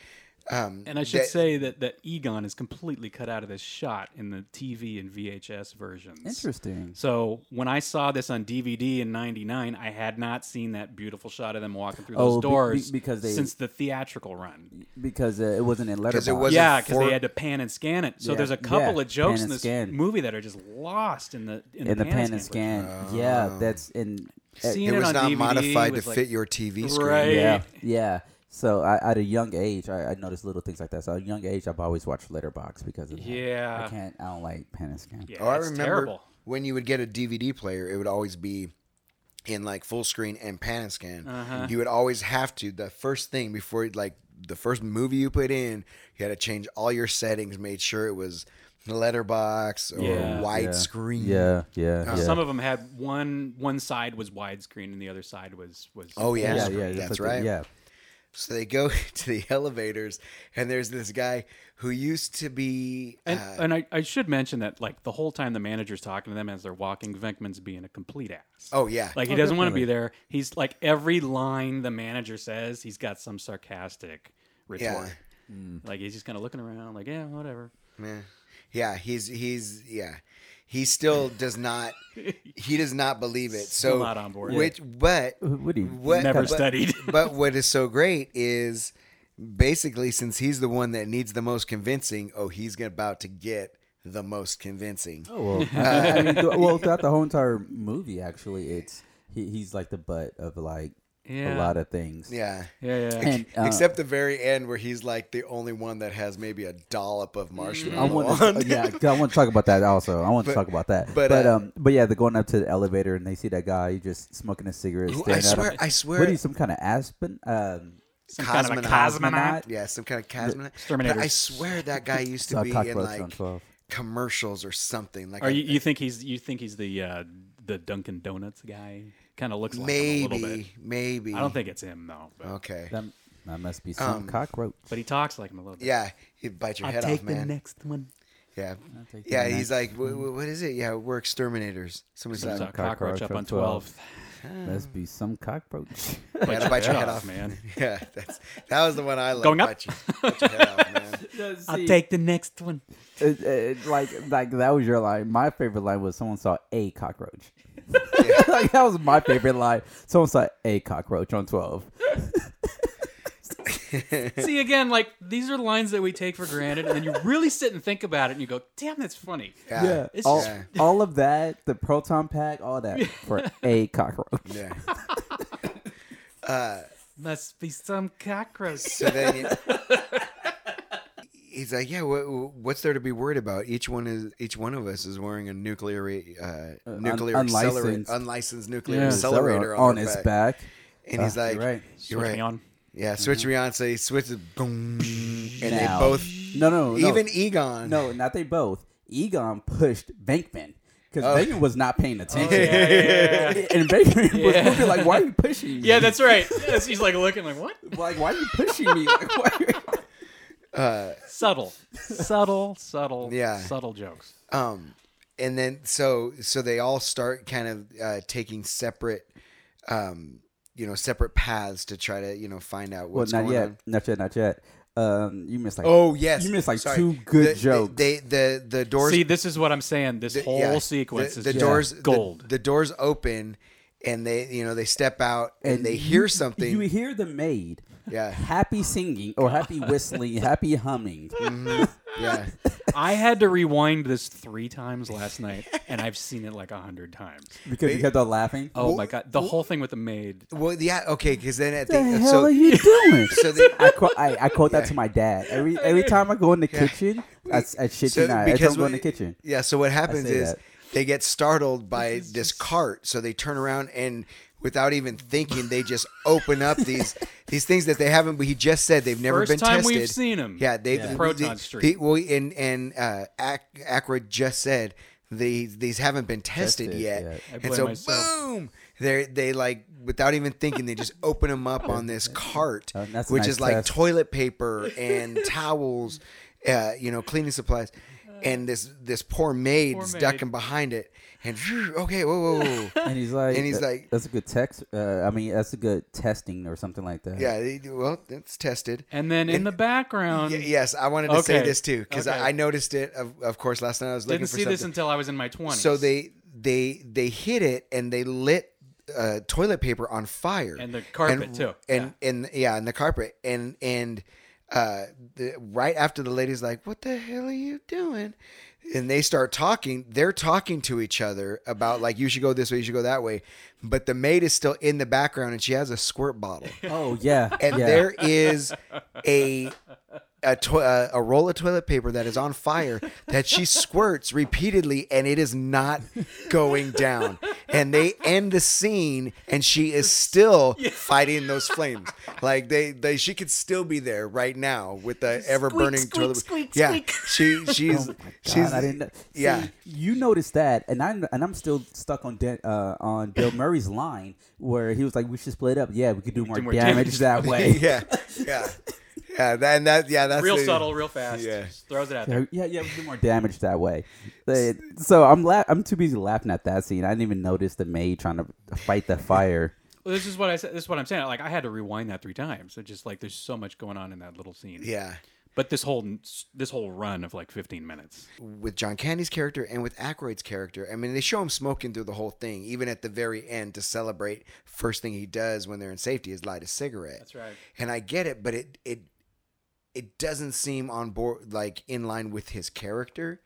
um, And I should that- say that, that Egon is completely cut out of this shot in the TV and VHS versions. Interesting. So when I saw this on DVD in '99, I had not seen that beautiful shot of them walking through Oh, those be- doors be- because they- since the theatrical run. Because uh, it wasn't in letterbox. it wasn't- Yeah, because for- they had to pan and scan it. So Yeah, there's a couple yeah, of jokes pan in and this scan. movie that are just lost in the in, in the pan and scan. Yeah, that's in. version. Seeing it was on not DVD modified was to like, fit your TV screen. Right. Yeah, yeah. So I, at a young age, I, I noticed little things like that. So at a young age, I've always watched letterbox because of that. Yeah. I can't. I don't like pan and scan. Yeah, Oh, I it's remember terrible. when you would get a DVD player, it would always be in like full screen and pan and scan. Uh-huh. You would always have to the first thing before like the first movie you put in, you had to change all your settings, made sure it was letterbox or Yeah. widescreen. Yeah, yeah, Uh, yeah. Some of them had one one side was widescreen and the other side was was. Oh yeah, yeah, yeah, that's but the- right. Yeah, So they go to the elevators, and there's this guy who used to be. And, uh, and I, I should mention that like the whole time the manager's talking to them as they're walking, Venkman's being a complete ass. oh yeah, Like he doesn't want to be there. He's like every line the manager says, he's got some sarcastic retort. Mm. Like he's just kind of looking around, like yeah, whatever. yeah, yeah. He's he's yeah. He still does not. He does not believe it. so Still not on board. Which but What do you- what- Never but- studied. but what is so great is basically since he's the one that needs the most convincing. Oh, he's about to get the most convincing. well, I, uh, I mean, th- well, throughout the whole entire movie, actually, it's he, he's like the butt of like a Yeah. lot of things. Yeah. Yeah, yeah. And, uh, Except the very end where he's like the only one that has maybe a dollop of I marshmallow. want on. to, yeah, 'cause I want to talk about that also. I want But- to talk about that. but, But, uh, um, but yeah, they're going up to the elevator and they see that guy just smoking a cigarette. Who- staring I at him. swear, I swear. What are you, some kind of aspen? Um, Some kind of a cosmonaut. cosmonaut. yeah, some kind of cosmonaut. Exterminator. But I swear that guy used to uh, be in cockroach on like 12. commercials or something. Like Are I- you you think he's you think he's the uh, the Dunkin' Donuts guy? Kind of looks like him a little bit. maybe, maybe. I don't think it's him though. But, Okay. That, that must be some Um, cockroach. but he talks like him a little bit. Yeah, he'd bite your head off, man. next one. Yeah, take the yeah. He's like, "Wh- wh- what is it? Yeah, we're exterminators. Somebody's There's a like, cockroach, cockroach up on on 12. uh, Must be some cockroach. yeah, to bite your head off, man. yeah, that's that was the one I like. Going up? Bite your, bite your head off, man. I'll take the next one. It- it- Uh, like like that was your line. My favorite line was someone saw a cockroach. like that was my favorite line. Someone saw a cockroach on twelve. See again, like these are lines that we take for granted, and then you really sit and think about it, and you go, "Damn, that's funny." Yeah, yeah. Yeah, It's all, just- all of that, the proton pack, all that for a cockroach. Uh, Must be some cockroach. So then. he- He's like, yeah. What, what's there to be worried about? Each one is, each one of us is wearing a nuclear, re- uh, nuclear un- accelerator, unlicensed. unlicensed nuclear Yeah. accelerator on on, their its back. back. And he's Ah, like, you're right. Mm-hmm. You're right. Switching on. Yeah, switch Rihanna. So he switches, boom, and Now. they both. No, no, no. Even Egon. no, not they both. Egon pushed Bankman because Oh. Bankman was not paying attention, Yeah, yeah, yeah. and Bankman Yeah. was moving like, "Why are you pushing me? yeah, that's right. Yes, he's like looking like what? like, why are you pushing me? Like, why?" Are you-" Subtle, subtle, subtle, Yeah. subtle jokes. Um, and then so so they all start kind of uh, taking separate, um, you know, separate paths to try to you know find out Well, what's not going yet. on. Not yet. Not yet. Um, you missed like. Oh yes, You missed, like, Sorry. two good The- the- jokes. They, the the doors. See, this is what I'm saying. This the- whole yeah, sequence the, is the just doors the- gold. The, doors open, and they you know they step out and, they you- hear something. You hear the maid. Yeah. Happy singing or happy whistling, happy humming. Mm-hmm. yeah, I had to rewind this three times last night, and I've seen it like a hundred times. Because you kept on laughing. Oh my god, the whole thing with the maid. well yeah okay because then at the, What the hell so are you doing? so they, I quote, I, I quote that to my dad every every time I go in the kitchen. I, I shit you not. Every time I go in the we- kitchen, Yeah, so what happens say is that. they get startled by this cart, so they turn around and without even thinking, they just open up these these things that they haven't. But he just said they've never First been time tested. we've seen 'em. Yeah, they Yeah. they- Proton they- Street. well, and and uh, Ac- Acra just said. These, these haven't been tested, Tested yet, yet. I and blame so myself. boom, they they like without even thinking, they just open them up on this cart, Oh, that's a which nice is like test. toilet paper and towels, uh, you know, cleaning supplies, and this this poor maid's maid. ducking behind it, and phew, okay, whoa, whoa, whoa, and he's like, And he's "That- like- that's a good text. Uh, I mean, that's a good testing or something like that. yeah, they- well, it's tested. And then in the background, Y- yes, I wanted to say Okay. this too because Okay. I, I noticed it. Of, of course, last night I was looking didn't for see this something. until I was in my twenties. so they they they hit it and they lit uh, toilet paper on fire And the carpet, And- too. and and yeah and the carpet and and uh, the, right after the lady's like what the hell are you doing and they start talking they're talking to each other about like you should go this way you should go that way but the maid is still in the background and she has a squirt bottle Oh yeah. and yeah. there is a a, to- a a roll of toilet paper that is on fire that she squirts repeatedly and it is not going down and they end the scene and she is still fighting those flames like they, they she could still be there right now with the ever burning toilet squeak, yeah squeak. she she's she's God, I didn't. Know. See, yeah. you noticed that, and I'm and I'm still stuck on Dan, uh, on Bill Murray's line where he was like, "We should split up. Yeah, we could do more, more damage, damage. that way." yeah. yeah yeah yeah that, and that yeah that's real the- subtle, real fast. Yeah. Just throws it out yeah, there. yeah, we could do more damage that way. They- so I'm la- I'm too busy laughing at that scene. I didn't even notice the maid trying to fight the fire. Well, this is what I said. This is what I'm saying. Like I had to rewind that three times. It's just like there's so much going on in that little scene. yeah But this whole this whole run of like 15 minutes. with John Candy's character and with Aykroyd's character. I mean, they show him smoking through the whole thing, even at the very end to celebrate. First thing he does when they're in safety is light a cigarette. That's right. And I get it, but it it it doesn't seem on board like in line with his character.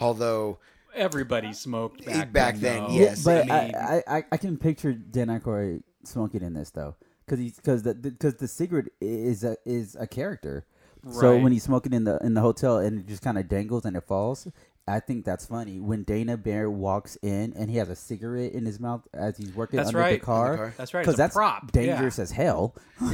Although, Everybody smoked back, Back then, though. yes. but Oh, I mean, I, I, I can picture Dan Aykroyd smoking in this though. because he's because the because the cigarette is a is a character. So Right. when he's smoking in the in the hotel and it just kind of dangles and it falls, I think that's funny. When Dana Bear walks in and he has a cigarette in his mouth as he's working That's under right. the car, car. Eh, That's right. It's because a that's prop. dangerous Yeah. as hell.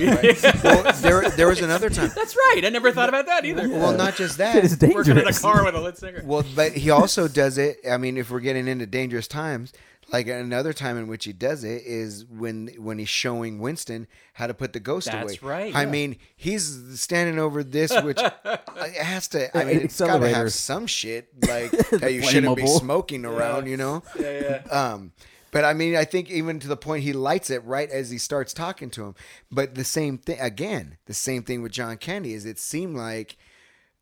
well, there, there was another time. That's right. I never thought about that either. Well, not just It is that. dangerous. Working in a car with a lit cigarette. Well, but he also does it. I mean, if we're getting into dangerous times, like another time in which he does it is when when he's showing Winston how to put the ghost away. That's right. I Yeah. mean, he's standing over this, which it has to. I mean, it's got to Accelerator. have some shit like that you shouldn't be Flammable. smoking around. You know. Yeah, yeah. Um, but I mean, I think even to the point he lights it right as he starts talking to him. But the same thing again, the same thing with John Candy is it seemed like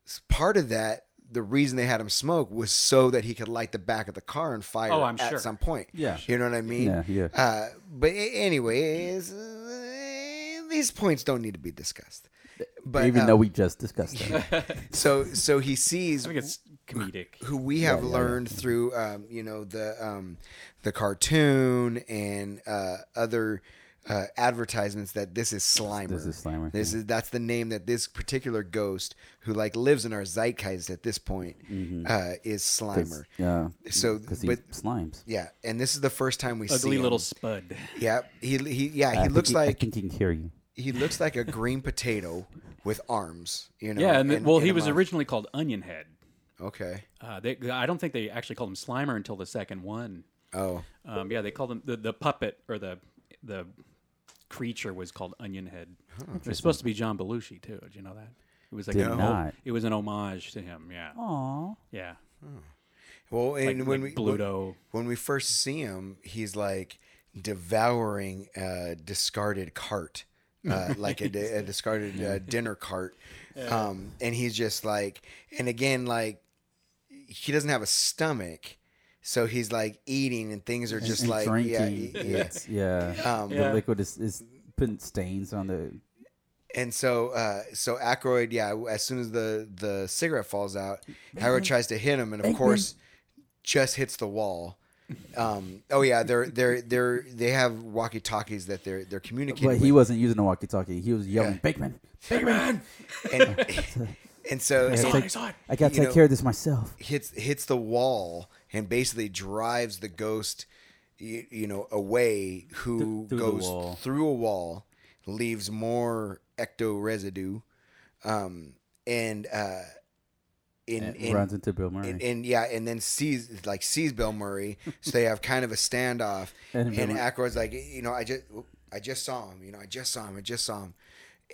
s- part of that the reason they had him smoke was so that he could light the back of the car on fire Oh, I'm at sure. some point. Yeah. you know what I mean. Yeah, yeah. Uh, but a- anyways, uh, these points don't need to be discussed. But even um, though we just discussed that. so so he sees I think it's comedic. who we have learned through um, you know the um, the cartoon and uh, other uh, advertisements that this is Slimer. This is Slimer, This is that's the name that this particular ghost who like lives in our zeitgeist at this point Mm-hmm. uh, is Slimer. Yeah, So, because he but slimes. yeah, and this is the first time we see Ugly him. little spud. Yeah, he, he yeah I he think looks I like think he can hear you. he looks like a green potato with arms. You know. Yeah, and, well, and uh, he a was mouth. originally called Onion Head. Okay. Uh, they, I don't think they actually called him Slimer until the second one. Oh. Um, yeah, they called him the, the puppet or the the creature was called Onion Head. it was supposed to be John Belushi too. Did you know that? It was like Did an o- not. Oh. It was an homage to him. Yeah. Aww. Yeah. Well, and Like- when like we Bluto. when we first see him, he's like devouring a discarded cart, uh, like a, di- a discarded uh, dinner cart. Um, and he's just like, and again, like he doesn't have a stomach. So he's like eating and things are just and like, drinking. yeah, yeah. It's- yeah. Um, The liquid is, is putting stains on the. And so, uh, so Aykroyd, yeah, as soon as the the cigarette falls out, Mm-hmm. Aykroyd tries to hit him, and of course, just hits the wall. Um, oh yeah, they're they're they're they have walkie talkies that they're they're communicating. But he wasn't using a walkie-talkie. He was yelling, Yeah. "Bakeman, Bakeman! with. and, and so I it gotta take, I gotta You take know- care of this myself." hits hits the wall and basically drives the ghost, you, you know, away. Who Th- through the goes wall. through a wall, leaves more ecto residue, um, and uh, in And in- runs into Bill Murray. and, and yeah, and then sees like sees Bill Murray, so they have kind of a standoff. And and Bill Murray- Aykroyd's like, you know, I just I just saw him, you know, I just saw him, I just saw him,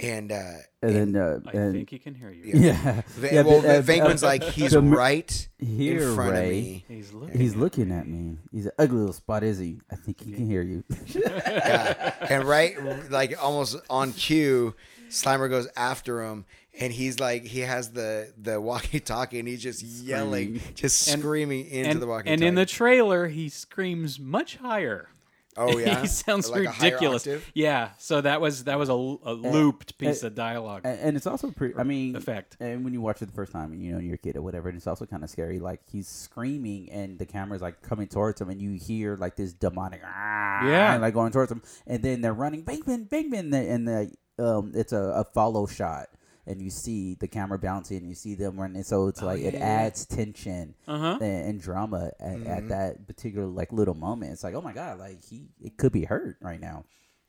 and uh, And, then, uh, I and, think he can hear you. yeah, Va- yeah. well, but, uh, Venkman's uh, like, he's Bill Mur- right Here, in front Ray. of me. He's looking. He's looking at me. He's an ugly little spot, is he? I think he can hear you. and right like almost on cue slimer goes after him and he's like he has the the walkie talkie and he's just yelling just And- screaming into and, the walkie talkie and in the trailer, he screams much higher. oh yeah he sounds Like a higher ridiculous. octave? Yeah. So that was that was a, a looped piece of dialogue. and, and it's also pretty. I mean, effect. And when you watch it the first time, and you know you're a kid or whatever, and it's also kind of scary. Like he's screaming, and the camera's like coming towards him, and you hear like this demonic, "Ah," Yeah. and, like going towards him, and then they're running, Bigman, Bigman, and the um, it's a, a follow shot. And you see the camera bouncing, and you see them running. So it's like it adds tension Oh, Uh-huh. Mm-hmm. and, and drama at, at that particular like little moment. It's like, oh my god, like he it could be hurt right now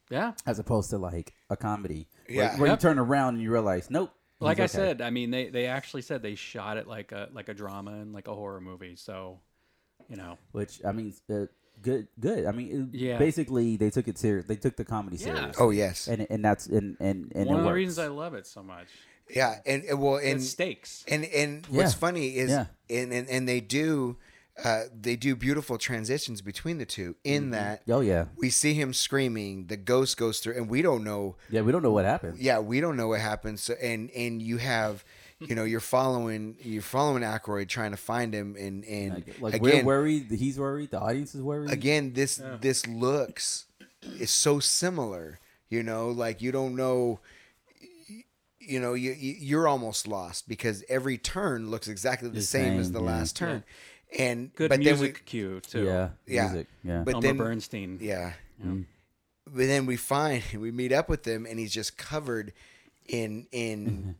yeah. as opposed to like a comedy. where- Yeah. where, Yep. you turn around and you realize, nope. he's Like I okay. said, I mean they, they actually said they shot it like a like a drama and like a horror movie. So, you know. which I mean, uh, good, good. I mean, it- Yeah. Basically, they took it serious. They took the comedy Yeah. serious. oh yes and and that's and and and One it of the works. reasons I love it so much. yeah and, and well and it's stakes. And and what's Yeah. funny is Yeah. and, and and they do uh, they do beautiful transitions between the two in Mm-hmm. that oh yeah, we see him screaming, the ghost goes through, and we don't know yeah. We don't know what happened. yeah, we don't know what happens. So, and and you have, you know, you're following you're following Aykroyd trying to find him, and and Like again, we're worried. He's worried. The audience is worried. again, this this looks is so similar. You know, like you don't know. You know, you you- you're almost lost because every turn looks exactly the, same, as same, the yeah. last turn, and Good but music cue too. yeah, Yeah. Music. Yeah. But Elmer then- Bernstein. then we yeah. But then we find we meet up with him, and he's just covered in in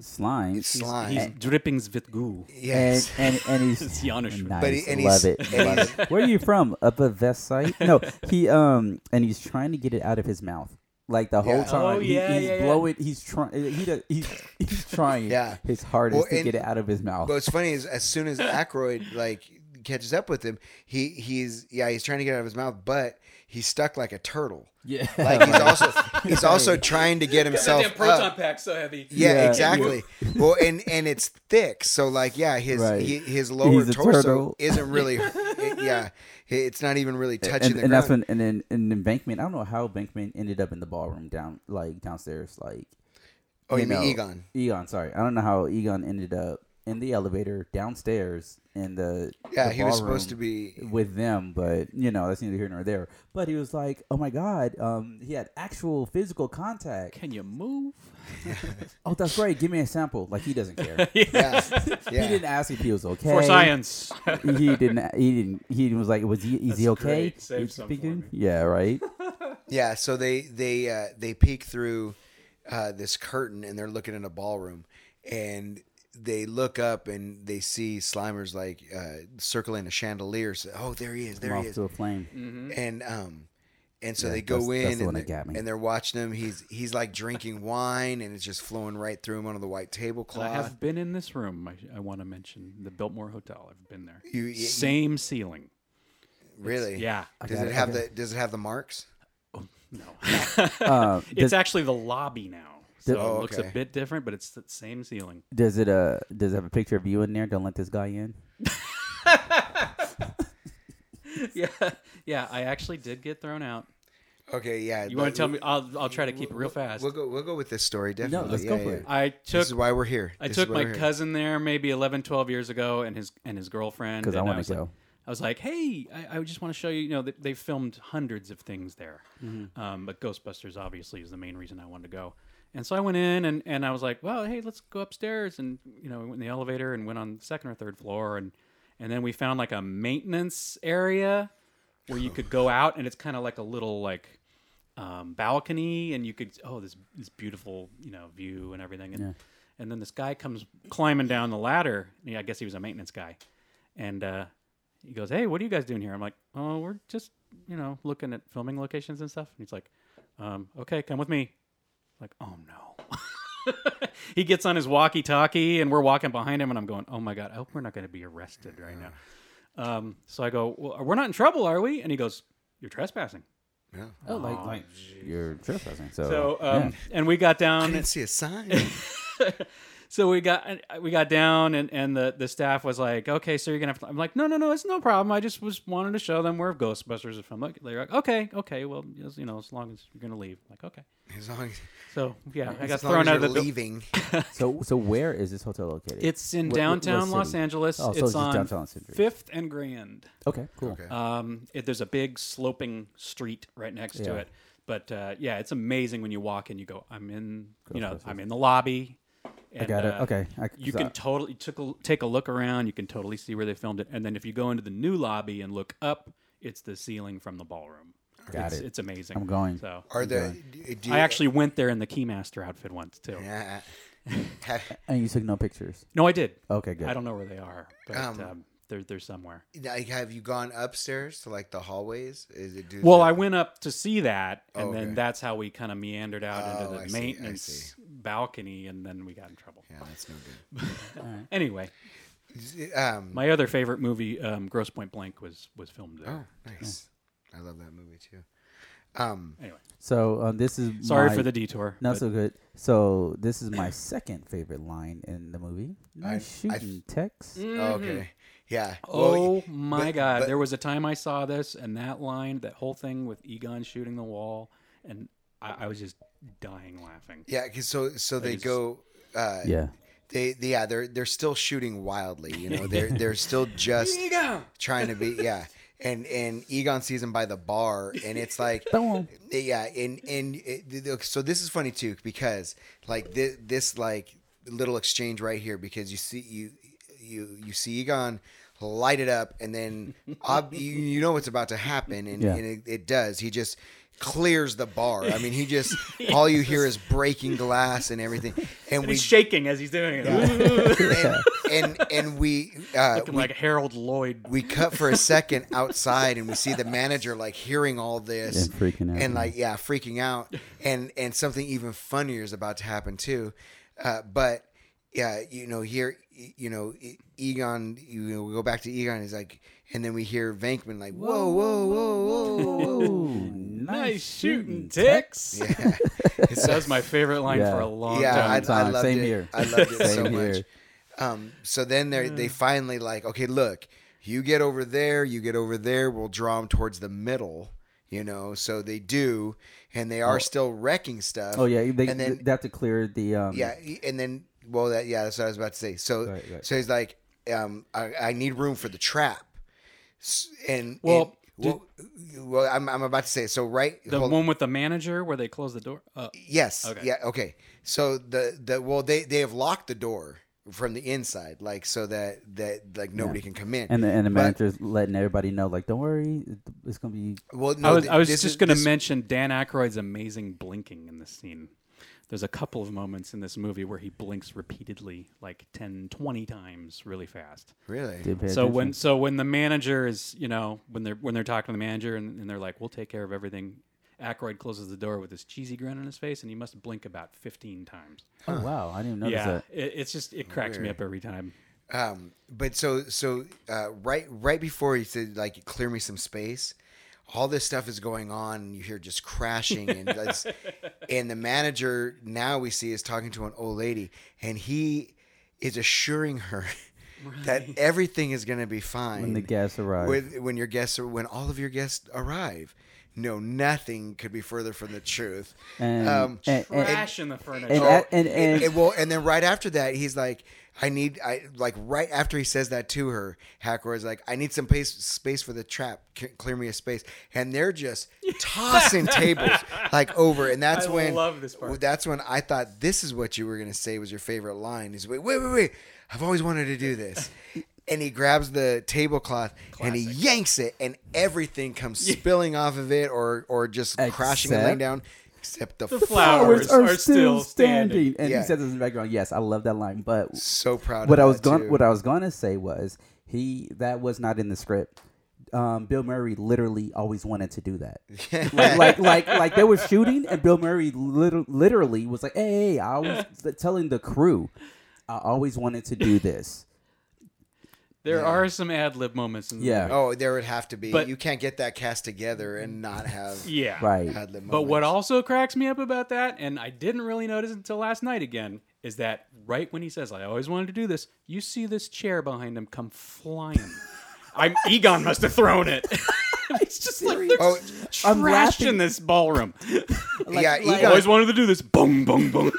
Slime. slime. He's drippings with goo. yes, And, and, and he's It's Janusz. nice. But he- and love he's- it. and Love he's- it. Where are you from? Up a vest site? No, he um, and he's trying to get it out of his mouth. Like the whole Yeah. time, Oh, He- yeah, he's yeah, yeah. blowing. He's trying. He does, he's he's trying Yeah. his hardest Well, to and- get it out of his mouth. But what's funny is as soon as Aykroyd like catches up with him, he he's yeah he's trying to get it out of his mouth, but he's stuck like a turtle. yeah, Like he's also he's also trying to get himself up. pack's so heavy. Yeah, Yeah. exactly. well, and and it's thick, so like yeah, his Right. he, his lower He's a torso turtle. isn't really it- yeah, it's not even really touching and, the and ground. that's when and then and then Bankman. I don't know how Bankman ended up in the ballroom down like downstairs. Like oh, you mean know, Egon? Egon, sorry, I don't know how Egon ended up in the elevator downstairs in the Yeah, the he was ballroom supposed to be with them, but you know that's neither here nor there. But he was like, oh my god, um, he had actual physical contact. Can you move? Oh, that's right. Give me a sample. Like he doesn't care. yeah, He yeah. didn't ask if he was okay For science. He didn't. He didn't. He was like, "Was he? Is he That's okay?" great. Save He's some for me. Yeah, right. Yeah, so they they uh, they peek through uh, this curtain and they're looking in a ballroom, and they look up and they see Slimer's like uh, circling a chandelier. So, oh, there he is! There Off he is! to a flame. Mm. Mm-hmm. And um, and so Yeah, they go that's- in that's the and, one they, that got me. and they're watching him. He's he's like drinking wine and it's just flowing right through him onto the white I tablecloth. have been in this room. I, I want to mention the Biltmore Hotel. I've been there. You- you- Same ceiling. really? Yeah. Does got it it, have okay. the Does it have the marks? No. Uh, it's does, actually the lobby now. So Oh, it looks okay. a bit different, but it's the same ceiling. does it? Uh, does it have a picture of you in there? Don't let this guy in. yeah. Yeah. I actually did get thrown out. Okay, yeah. You want but to tell we- me? I'll, I'll try to keep it real fast. We'll go. We'll go with this story. Definitely. let's Yeah, go yeah, for yeah. it. I took This is why we're here. I This is took why my we're here. cousin there maybe 11, 12 years ago, and his and his girlfriend. 'Cause I and wanna was like- go. I was like, "Hey, I, I just want to show you. You know, they, they filmed hundreds of things there, Mm-hmm. um, but Ghostbusters obviously is the main reason I wanted to go." And so I went in, and, and I was like, "Well, hey, let's go upstairs." And you know, we went in the elevator and went on the second or third floor, and and then we found like a maintenance area where you could go out, and it's kind of like a little like um, balcony, and you could oh this this beautiful you know view and everything. And, and then this guy comes climbing down the ladder. Yeah, I guess he was a maintenance guy, and uh, he goes, "Hey, what are you guys doing here?" I'm like, "Oh, we're just you know looking at filming locations and stuff." And he's like, um, "Okay, come with me." I'm like, oh no. he gets on his walkie-talkie, and we're walking behind him, and I'm going, "Oh my god, I hope we're not going to be arrested right now." Um, so I go, well, "We're not in trouble, are we?" And he goes, "You're trespassing." Um, Yeah. Oh, like like you're trespassing. So, So, um, and we got I down. didn't see a sign. so we got uh, we got down, and, and the, the staff was like, "Okay, so you're gonna have to." I'm like, "No, no, no, it's no problem. I just was wanted to show them where Ghostbusters is from." Like, they're like, "Okay, okay, well, yes, you know, as long as you're gonna leave, I'm like, okay." As long as, So yeah, I got as, long thrown as out of you're the buil- leaving. yeah. so so where is this hotel located? It's in What- what- downtown what Los city? Angeles. Oh, so it's, it's just on downtown Los Angeles. Fifth and Grand. Okay, cool. Okay. Um, it, there's a big sloping street right next to Yeah. it. But uh, yeah, it's amazing when you walk in. You go, I'm in. You know, I'm in the lobby. and, uh, got it. Okay, I- you so- can totally took a, take a look around. You can totally see where they filmed it. And then if you go into the new lobby and look up, it's the ceiling from the ballroom. Got it's, it. It's amazing. I'm going. So Are there? d- Do you, I actually went there in the Keymaster outfit once too. Yeah. Have- And you took no pictures. No, I did. Okay, Oh, good. I don't know where they are, but Um, um, they're they're somewhere. like, have you gone upstairs to like the hallways? Is it? Do Well, I went up to see that, and Oh, then okay. that's how we kind of meandered out Oh, into the I see, I maintenance see. balcony, and then we got in trouble. Yeah, that's no Anyway, good. Um, my other favorite movie, um, Gross Point Blank, was was filmed there. oh, nice. I love that movie too. Um, Anyway, So um, this is sorry my- for the detour. Not but so good. So this is my second favorite line in the movie. Nice I- shooting, Tex. Mm. Okay. Yeah. Mm-hmm. oh Well, my but- God! but- there was a time I saw this, and that line, that whole thing with Egon shooting the wall, and I, I was just dying laughing. yeah. 'cause so so they just- go. Uh, Yeah. They, they yeah they're they're still shooting wildly. You know they're they're still just Egon. trying to be yeah. And and Egon sees him by the bar, and it's like Boom. yeah and and it, th- th- so this is funny too because like this, this like little exchange right here because you see you you you see egon light it up and then ob- you, you know what's about to happen and, Yeah. and it, it does he just clears the bar. I mean, he just all you hear is breaking glass and everything, and, And we he's shaking as he's doing it. and, and and we uh, Looking like Harold Lloyd. we cut for a second outside and we see the manager like hearing all this And freaking out, and yeah. like yeah freaking out and and something even funnier is about to happen too uh, but yeah you know here y- you know E- egon you know we go back to egon he's like and then we hear Venkman like whoa whoa whoa whoa, whoa. Ooh, nice shooting ticks. yeah It's- That was my favorite line Yeah. for a long yeah I, I time. Time. loved Same it here. I loved it so Same much here. um, so then they they finally like, okay, look, you get over there, you get over there, we'll draw them towards the middle, you know. So they do, and they are still wrecking stuff. Oh yeah, they, and then they have to clear the um, yeah, he- and then well, that yeah, that's what I was about to say. So Right, right. so he's like, um, I, I need room for the trap, S- and Well, and- well, well, I'm I'm about to say it. so right. The hold- one with the manager where they close the door. Uh, Yes. Okay. Yeah. Okay. So the the well they they have locked the door from the inside, like so that that like nobody can come in. and the and the But- manager's letting everybody know like, don't worry, it's gonna be well, I Oh, was, th- I was this just is- going to this- mention Dan Aykroyd's amazing blinking in this scene. There's a couple of moments in this movie where he blinks repeatedly, like 10, 20 times, really fast. really. didn't pay So attention. when so when the manager is you know when they're when they're talking to the manager and, and they're like we'll take care of everything, Aykroyd closes the door with this cheesy grin on his face and he must blink about fifteen times. oh wow, I didn't even notice yeah, that. it, it's just it cracks me up every time. Um, but so so uh, right right before he said like clear me some space, all this stuff is going on. And you hear just crashing and that's, and the manager now we see is talking to an old lady and he is assuring her that everything is going to be fine When the guests arrive. With, when your guests are, when all of your guests arrive. No, nothing could be further from the truth. And, um, and, and- Trash in the furniture. and- Oh, and- and- well, and then right after that, he's like, "I need," I like right after he says that to her, Hackroyd's like, "I need some space, space for the trap. C- clear me a space." And they're just tossing tables like over, and that's I when love this part. That's when I thought this is what you were gonna say was your favorite line. Is wait, wait, wait, wait! I've always wanted to do this. And he grabs the tablecloth and he yanks it, and everything comes spilling off of it, or or just crashing and laying Except- down, except the, flowers. flowers. Flowers are are, still still standing. standing, and Yeah. he says this in the background. Yes, I love that line. But So proud. what of I was that, going too. what I was gonna say was he that was not in the script. Um, Bill Murray literally always wanted to do that. like, like, like, like they were shooting, and Bill Murray lit- literally was like, "Hey, I was telling the crew, I always wanted to do this." there are some ad lib moments. In the Yeah. movie. Oh, there would have to be. But- you can't get that cast together and not have yeah, Right? had the moment. But what also cracks me up about that, and I didn't really notice until last night again, is that right when he says, I always wanted to do this, you see this chair behind him come flying. I'm Egon must have thrown it. it's just like there's Oh, I'm trash in laughing. this ballroom. yeah, like- I Egon. always wanted to do this. Boom, boom, boom.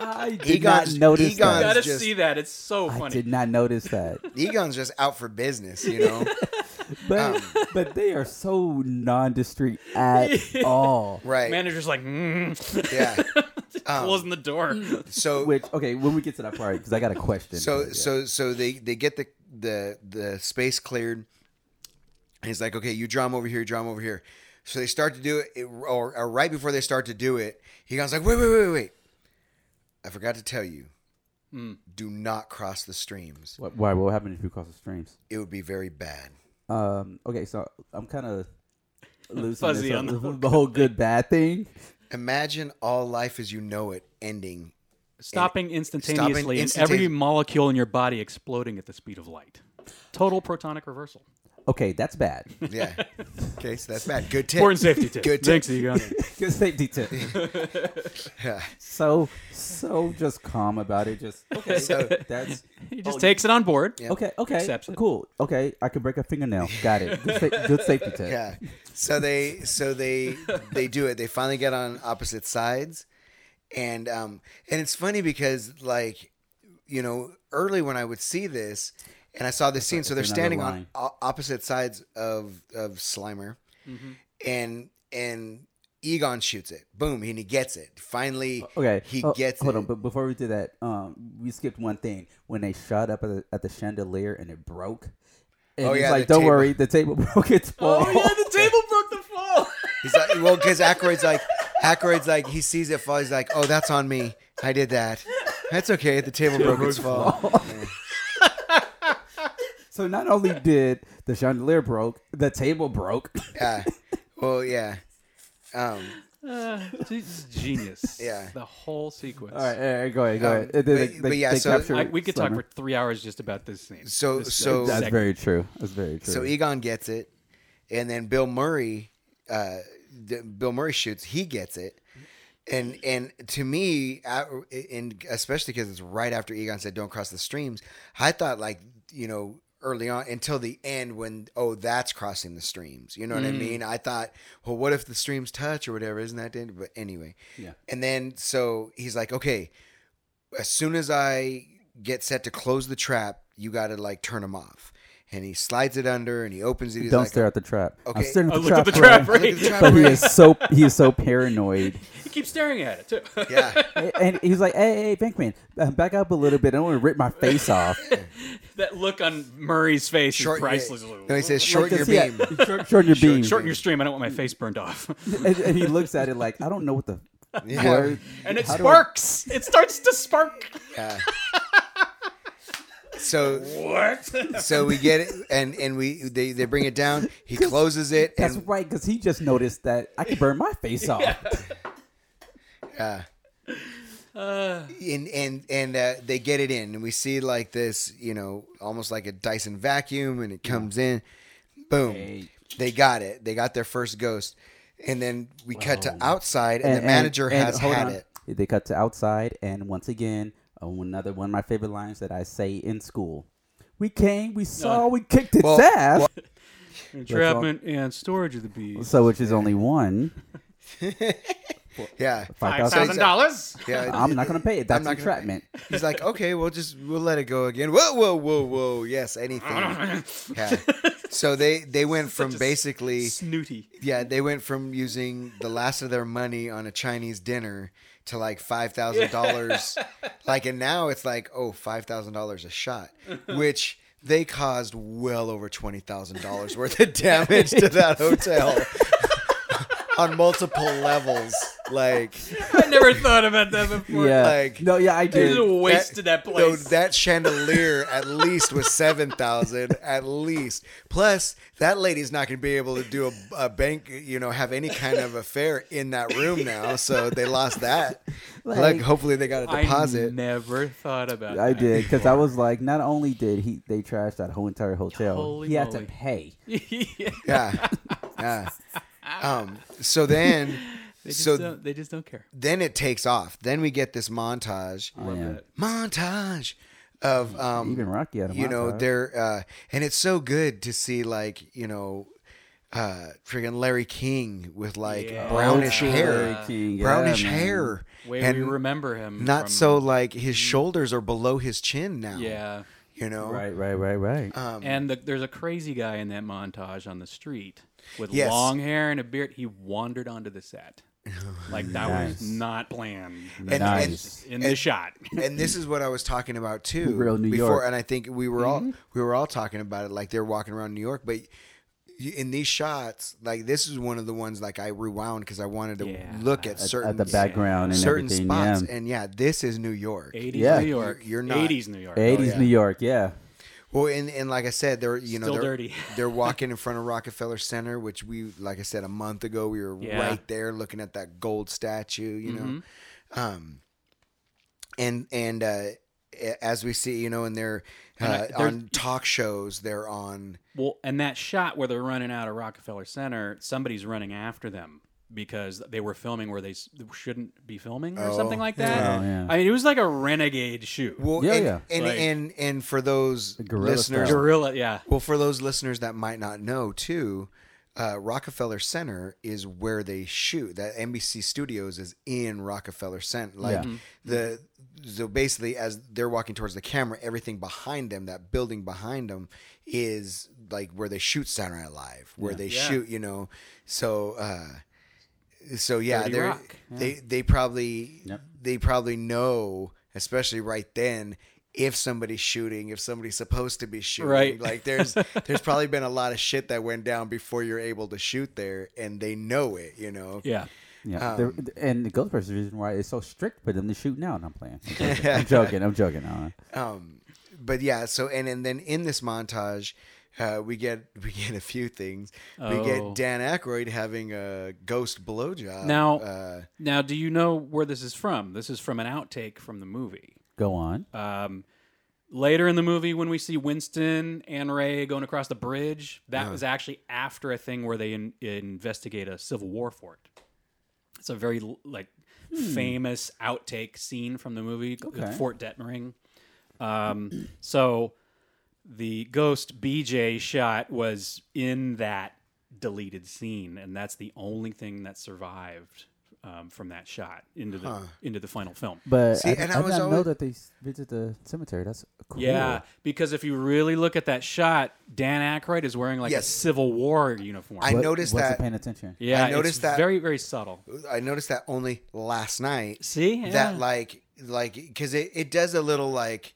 I did Egon's- not notice Egon's- that. Gotta just- see that. It's so I funny. did not notice that. Egon's just out for business, you know. But Um, but they are so nondescript at all. right? Manager's like, mm, Yeah. closing the door. So Which okay, when we get to that part, because I got a question. so Yeah. so so they they get the the the space cleared. And he's like, okay, you draw him over here, you draw him over here. So they start to do it, it- or, or right before they start to do it, Egon's like, wait, wait, wait, wait. I forgot to tell you. Hmm. Do not cross the streams. What- why? What happened if you cross the streams? It would be very bad. Um. Okay. So I'm kind of losing Fuzzy this, on the whole the whole good bad thing. Imagine all life as you know it ending. Stopping instantaneously and every instantaneous- molecule in your body exploding at the speed of light. Total protonic reversal. Okay, that's bad. Yeah. okay, so that's bad. Good tip. Important safety tip. Good tip. Thanks, Egon. Good safety tip. so so just calm about it. Just okay. So- that's He just takes it on board. okay. Okay. Accepts it. Cool. Okay. I could break a fingernail. Got it. Good, sa- good safety tip. Yeah. So they so they they do it. They finally get on opposite sides, and um and it's funny because like you know early when I would see this and I saw this scene, so they're another standing on line. o- opposite sides of of Slimer, and and Egon shoots it. Boom, and he gets it. Finally, Okay. he oh, gets Hold it. on, but before we do that, um, we skipped one thing when they shot up at the, at the chandelier and it broke. And Oh, it's yeah, like, the don't table. Oh, worry, Oh, the table broke its fall. the table broke the fall. He's like, well, because Aykroyd's like, Aykroyd's like, he sees it fall. He's like, oh, that's on me. I did that. That's okay. The table broke its fall. So not only did the chandelier broke, the table broke. Yeah. Well, yeah. Um, Uh, it's genius. Yeah. The whole sequence. All right, all right, go ahead, go Um, ahead. Uh, they- but- they- but yeah, they so- captured I, we could talk Summer. for three hours just about this scene. So- This- so- this That's segment. very true. That's very true. so Egon gets it, and then Bill Murray, uh, d- Bill Murray shoots. He gets it, and and to me, I, and especially because it's right after Egon said, "Don't cross the streams." I thought like you know early on until the end when oh that's crossing the streams. You know what I mean? I thought, well, what if the streams touch or whatever? Isn't that dangerous? But anyway, Yeah. And then so he's like, okay, as soon as I get set to close the trap, you got to like turn him off. And he slides it under and he opens it. He's Don't like, stare at the trap. Okay. I'm staring at I the looked Oh, at trap. the trap Look right. at the trap But he right. is so he is so paranoid, He keeps staring at it too. Yeah. and he's like, "Hey, hey, Bankman, uh, back up a little bit. I don't want to rip my face off." that look on Murray's face Short, is priceless. no, he says, short your Because, yeah, beam. short- shorten your beam. Shorten your stream. I don't want my face burned off. and, and he looks at it like, "I don't know what the Yeah. word." And it How do I- sparks. It starts to spark. Yeah. So what? So we get it, and and we they, they bring it down. He closes it, That's and right, because he just noticed that I could burn my face off. Uh, and and and uh, they get it in, and we see like this, you know, almost like a Dyson vacuum, and it comes in, boom, they got it, they got their first ghost, and then we cut to outside, and, the manager and has hold had on. it. They cut to outside, and once again, uh, another one of my favorite lines that I say in school. We came, we saw, we kicked its Well- ass. Entrapment and storage of the bees. so which is only one. Yeah, Five 5,000. thousand dollars. yeah. I'm not gonna pay it. That's not gonna- entrapment. He's like, okay, we'll just we'll let it go again. Whoa, whoa, whoa, whoa. Yes, anything. Yeah. So they they went from a basically Snooty. yeah they went from using the last of their money on a Chinese dinner to like five thousand dollars, like and now it's like oh five thousand dollars a shot, which they caused well over twenty thousand dollars worth of damage to that hotel on multiple levels. Like I never thought about that before. Yeah. like- no, yeah, I They just did. wasted that, No, place. that chandelier at least was seven thousand, at least. Plus, that lady's not going to be able to do a, a bank, you know, have any kind of affair in that room now. So they lost that. Like, Like- hopefully, they got a I deposit. never thought about. I that. did because I was like, not only did he they trashed that whole entire hotel, Holy he had moly. to pay. yeah, yeah, yeah. Um, so then, they just so don't, they just don't care. then it takes off. Then we get this montage, Oh, yeah. montage of um, Even Rocky had a you know montage. they're uh and it's so good to see like you know uh friggin larry king with like Yeah. brownish Oh, hair Larry King, yeah, brownish man. hair Way we and remember him. not from- so like his shoulders are below his chin now Yeah, you know Right, right, right, right. Uh, um, and the, there's a crazy guy in that montage on the street with Yes. long hair and a beard. He wandered onto the set. Like that Nice. was not planned. and, Nice. In the shot. and, and this is what i was talking about too Real New before York. Mm-hmm. and i think we were all we were all talking about it like they're walking around new york but y- in these shots like this is one of the ones like i rewound because i wanted to Yeah. look at At- certain at the background and certain everything. spots. yeah. And yeah, this is New York. 80s Yeah. New York. You're- you're not- 80s New York. Oh, 80s Oh, yeah. New York, yeah. Well, and, and like I said, they're you know Still they're, dirty. they're walking in front of Rockefeller Center, which we like I said a month ago we were Yeah. right there looking at that gold statue, you know, Mm-hmm. um, and and uh, a- as we see, you know, and they're uh, And I- there's- on talk shows, they're on Well, and that shot where they're running out of Rockefeller Center, somebody's running after them because they were filming where they s- shouldn't be filming or something like that. Oh, yeah. I mean, it was like a renegade shoot. well, Yeah, and, yeah. and, Like- and and for those guerrilla listeners, style. Gorilla, yeah. Well, for those listeners that might not know, too, uh, Rockefeller Center is where they shoot. That NBC Studios is in Rockefeller Center. Like Mm-hmm. Yeah. the so basically, as they're walking towards the camera, everything behind them, that building behind them, is like where they shoot Saturday Night Live, where they Yeah. shoot. You know, so. Uh, so yeah, Dirty they Rock. they they probably Yep. they probably know, especially right then. if somebody's shooting, if somebody's supposed to be shooting. Right. Like there's there's probably been a lot of shit that went down before you're able to shoot there, and they know it. You know. Yeah. Um, Yeah, there- and the Ghostbusters is the reason why it's so strict for them to shoot now. And I'm playing. I'm joking. I'm joking. I'm joking. uh, Um, but yeah, so and, and then in this montage, uh, we get we get a few things. We Oh. get Dan Aykroyd having a ghost blowjob. Now- uh, Now, do you know where this is from? This is from an outtake from the movie. Go on. Um, later in the movie, when we see Winston and Ray going across the bridge, that was actually after a thing where they in, investigate a Civil War fort. It's a very like famous outtake scene from the movie uh, Okay. Fort Detmering. Um, so the ghost BJ shot was in that deleted scene, and that's the only thing that survived um, from that shot into the into the final film. But See, I, and I, I was did not know always- that they s- visit the cemetery. That's cool. Yeah, because if you really look at that shot, Dan Aykroyd is wearing like Yes. a Civil War uniform. I But noticed wasn't that- Paying attention. yeah, I noticed it's that- very very subtle. I noticed that only last night. See Yeah. that like like because it, it does a little like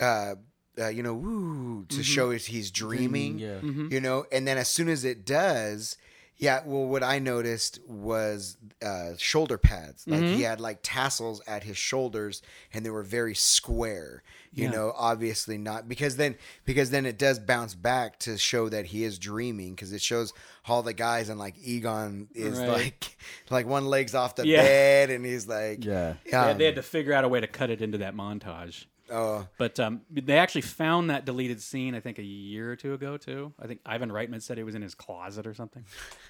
uh, uh you know woo Mm-hmm. to show if he's dreaming yeah. you know and then as soon as it does yeah well what i noticed was uh shoulder pads like Mm-hmm. he had like tassels at his shoulders and they were very square you Yeah. know obviously not because then because then it does bounce back to show that he is dreaming because it shows all the guys and like egon is Right. like like one leg's off the Yeah. bed and he's like Yeah. They- yeah. they had to figure out a way to cut it into that montage. oh, But um, they actually found that deleted scene, I think, a year or two ago, too. I think Ivan Reitman said it was in his closet or something.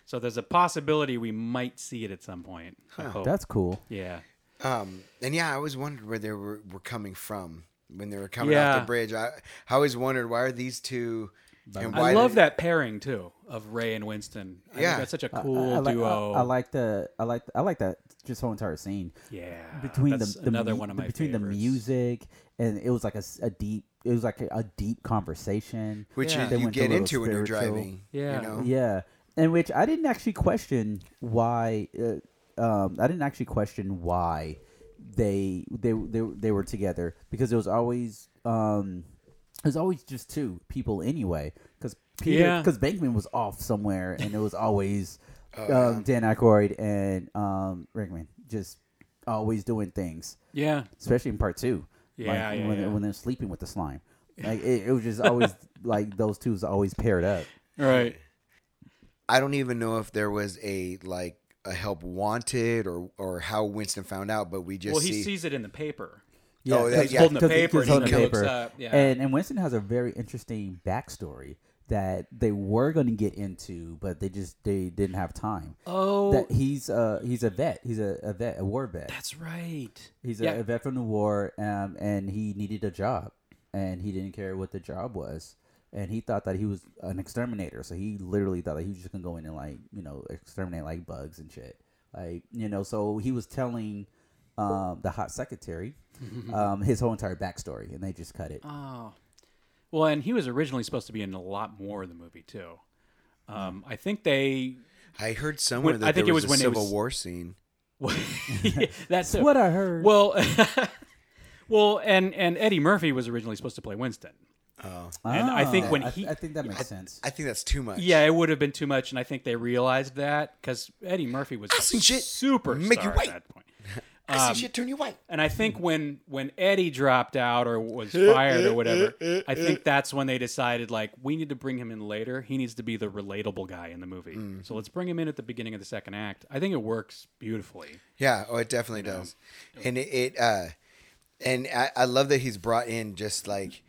So there's a possibility we might see it at some point. I hope. That's cool. yeah. um, and yeah, I always wondered where they were, were coming from when they were coming off Yeah. the bridge. I, I always wondered why are these two? And why I love did- that pairing, too, of Ray and Winston. I Yeah. think that's such a I- I- cool I, like, duo. I, I like the. I like. I like that. Just whole entire scene. yeah. between that's the, the another mu- one of the- my between favorites. the music and it was like a, s- a deep it was like a, a deep conversation Which Yeah. you- They you went a get little into when you're spiritual. driving. Yeah. You know? yeah and which i didn't actually question why uh, um, i didn't actually question why they they they, they were together because it was always um it was always just two people anyway because Yeah. because bankman was off somewhere and it was always um, dan Aykroyd and um Rickman just always doing things Yeah. especially in part two. Yeah, like, yeah, when, yeah. when they're sleeping with the slime, like it, it was just always like those two's always paired up. Right. I don't even know if there was a like a help wanted or or how Winston found out, but we just Well, he see. sees it in the paper. Oh, that- because- yeah. Holding the 'cause he- paper, 'cause and holding he the looks paper. up, yeah. and and Winston has a very interesting backstory that they were going to get into, but they just they didn't have time. Oh, That he's uh he's a vet, he's a, a vet, a war vet. that's right. He's a, yeah. a vet from the war, um, and he needed a job, and he didn't care what the job was, and he thought that he was an exterminator. So he literally thought that he was just gonna go in and like you know exterminate like bugs and shit, like you know. So he was telling um, the hot secretary um, his whole entire backstory, and they just cut it. Oh, well, and he was originally supposed to be in a lot more of the movie too. Um, I think they. I heard somewhere When- that I think there it was, was when a it Civil was- War scene. that's what I heard. Well, well, and and Eddie Murphy was originally supposed to play Winston. and I think Ah, when I- he- I, think that makes sense. I think that's too much. Yeah, it would have been too much, and I think they realized that because Eddie Murphy was seen shit super make you at white. that point. I Um, see shit turn you white. And I think when when Eddie dropped out or was Eh, fired or whatever, I think that's when they decided like we need to bring him in later. He needs to be the relatable guy in the movie. Mm-hmm. So let's bring him in at the beginning of the second act. I think it works beautifully. Yeah, oh, it definitely does, and it, it uh, and I, I love that he's brought in just like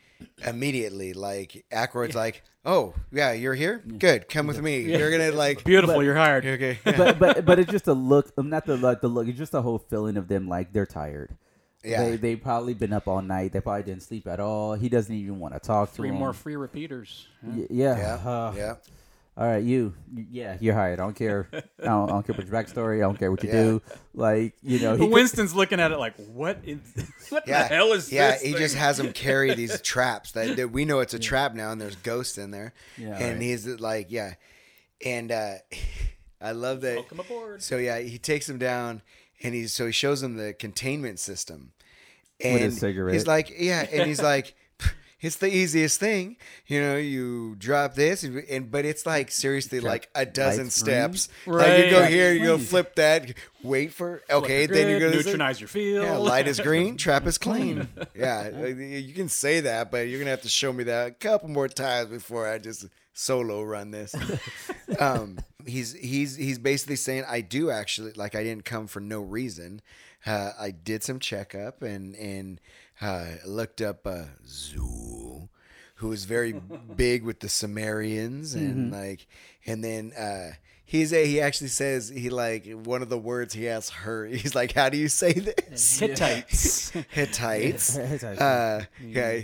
immediately, like Ackroyd's like, oh yeah, you're here, good, come with me, you're gonna like, Beautiful, you're hired. okay, but but but it's just the look. um, Not the like the look. It's just the whole feeling of them like they're tired. Yeah. They they probably been up all night. They probably didn't sleep at all. He doesn't even want to talk to Three him. more free repeaters. Y- yeah. yeah, Uh-huh. uh, yeah, All right, you. Y- Yeah, you're hired. I don't care. I, don't, I don't care about your backstory. I don't care what you Yeah. do. Like you know, he But Winston's looking at it like, what is what yeah, the hell is yeah. this? He just thing? has him carry these traps that, that we know it's a trap now, and there's ghosts in there, Yeah. and he's like, yeah, and uh, I love that. Welcome aboard. So yeah, he takes him down, and he's so he shows him the containment system, and a cigarette. he's like, yeah, and he's like, "Pff, it's the easiest thing, you know. You drop this, and but it's like seriously, like a dozen lights steps. Like you Right. go here, you go Please. flip that, wait for okay, then you go to this- neutronize your field. Yeah, light is green, trap is clean. yeah, like, you can say that, but you're gonna have to show me that a couple more times before I just solo run this. um, he's he's he's basically saying I do actually like I didn't come for no reason. Uh, I did some checkup and and uh, looked up uh, Zool, who was very big with the Sumerians and like and then. Uh, He's a, he actually says he like one of the words he asks her. He's like, "How do you say this?" Hittites. Hittites. Hittites. Uh, yeah,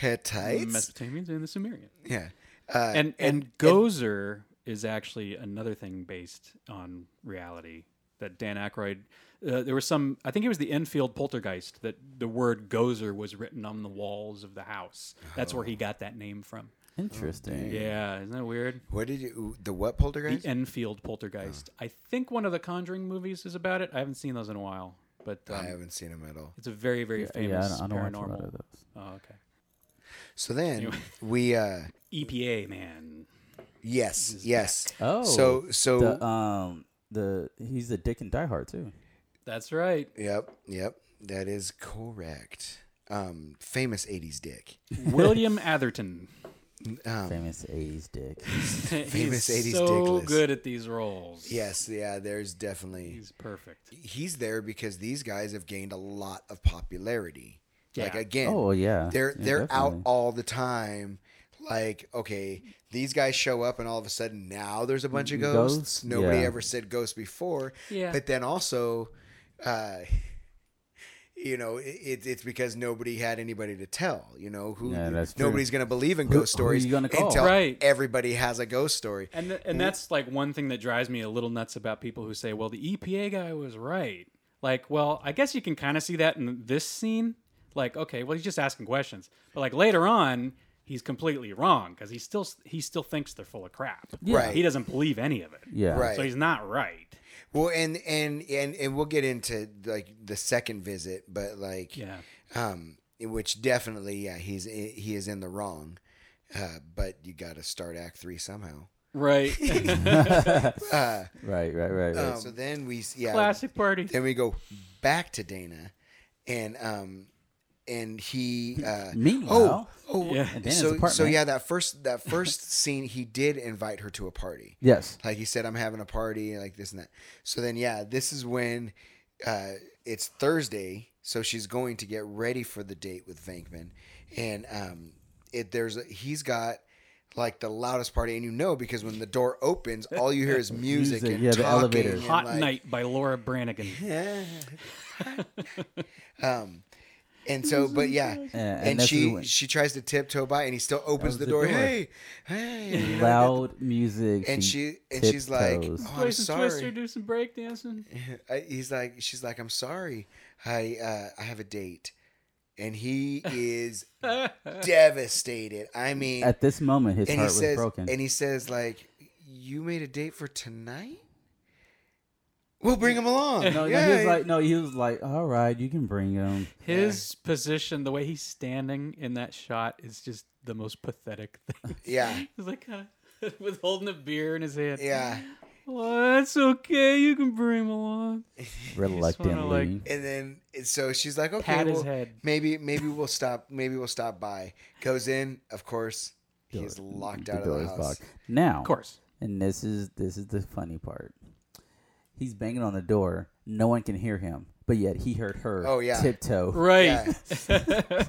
Hittites. Mesopotamians and the Sumerians. Yeah. Uh, And and, Gozer is actually another thing based on reality that Dan Aykroyd. Uh, there was some. I think it was the Enfield poltergeist that the word Gozer was written on the walls of the house. That's where he got that name from. Hmm. Interesting. Yeah, isn't that weird? what did you? The what poltergeist? The Enfield poltergeist. I think one of the Conjuring movies is about it. I haven't seen those in a while, but um, I haven't seen him at all. it's a very very Yeah, I famous don't, I don't watch a lot paranormal. of those. Oh, okay. So then we. uh EPA man. Yes. Yes. Oh, So so. the um the he's a dick and diehard too. That's right. yep. Yep. That is correct. Um, famous '80s dick. Um, William Atherton. Famous A's dick. Famous 80s He's so dickless. good at these roles. Yes. Yeah. There's definitely. He's perfect. He's there because these guys have gained a lot of popularity. Like Yeah. again. Oh yeah, they're Yeah, they're out definitely. all the time. Like, okay, these guys show up, and all of a sudden now there's a bunch of ghosts. Mm, Ghosts? Nobody Yeah. ever said ghosts before. Yeah. But then also, uh, you know, it, it's because nobody had anybody to tell. You know, who Yeah, that's true. nobody's going to believe in Who- ghost who are stories you gonna call? until Right. everybody has a ghost story. And th- and that's like one thing that drives me a little nuts about people who say, "Well, the EPA guy was right." Like, well, I guess you can kind of see that in this scene. Like, okay, well, he's just asking questions, but like later on, he's completely wrong because he still he still thinks they're full of crap. Right. He doesn't believe any of it. yeah. Right. So he's not right. Well, and and and and we'll get into like the second visit, but like Yeah. um, which definitely, yeah, he's he is in the wrong. Uh, but you got to start Act Three somehow. Right. Right, right, right, right. Um, so then we, yeah, Classic party. then we go back to Dana, and um, and he. Uh, Meanwhile, oh, oh, Yeah. At Dana's so so apartment. yeah, that first that first scene, he did invite her to a party. yes, Like he said, I'm having a party, and like this and that. So then, yeah, this is when uh, it's Thursday, so she's going to get ready for the date with Vankman, and um, it there's a, he's got like the loudest party, and you know because when the door opens, all you hear is music, Music, and yeah, the talking elevator. and, Hot like, Oh, Night by Laura Branigan. um, and so, but yeah, and, and that's she the- she tries to tiptoe by, and he still opens Opens the the door. door. Hey, hey, you know, loud music. and she and she's like, tiptoes. oh, I'm Play some Twister, sorry. do some breakdancing. I, he's like, she's like, I'm sorry. I uh, I have a date, and he is devastated. I mean, at this moment, his and he heart was says, broken. and he says, like, you made a date for tonight. We'll bring him along. no, no, yeah, he was like, no, he was like, all right, you can bring him. His position, the way he's standing in that shot, is just the most pathetic thing. yeah, he's like kind of with holding a beer in his hand. yeah. well, that's okay. You can bring him along. Reluctantly, like- And then and so she's like, okay, Pat his well, head. maybe maybe we'll stop. Maybe we'll stop by. Goes in, of course. He is locked out the door of is the house. locked. Now, Of course. and this is this is the funny part. He's banging on the door. No one can hear him, but yet he heard her. Oh, yeah. tiptoe. Right.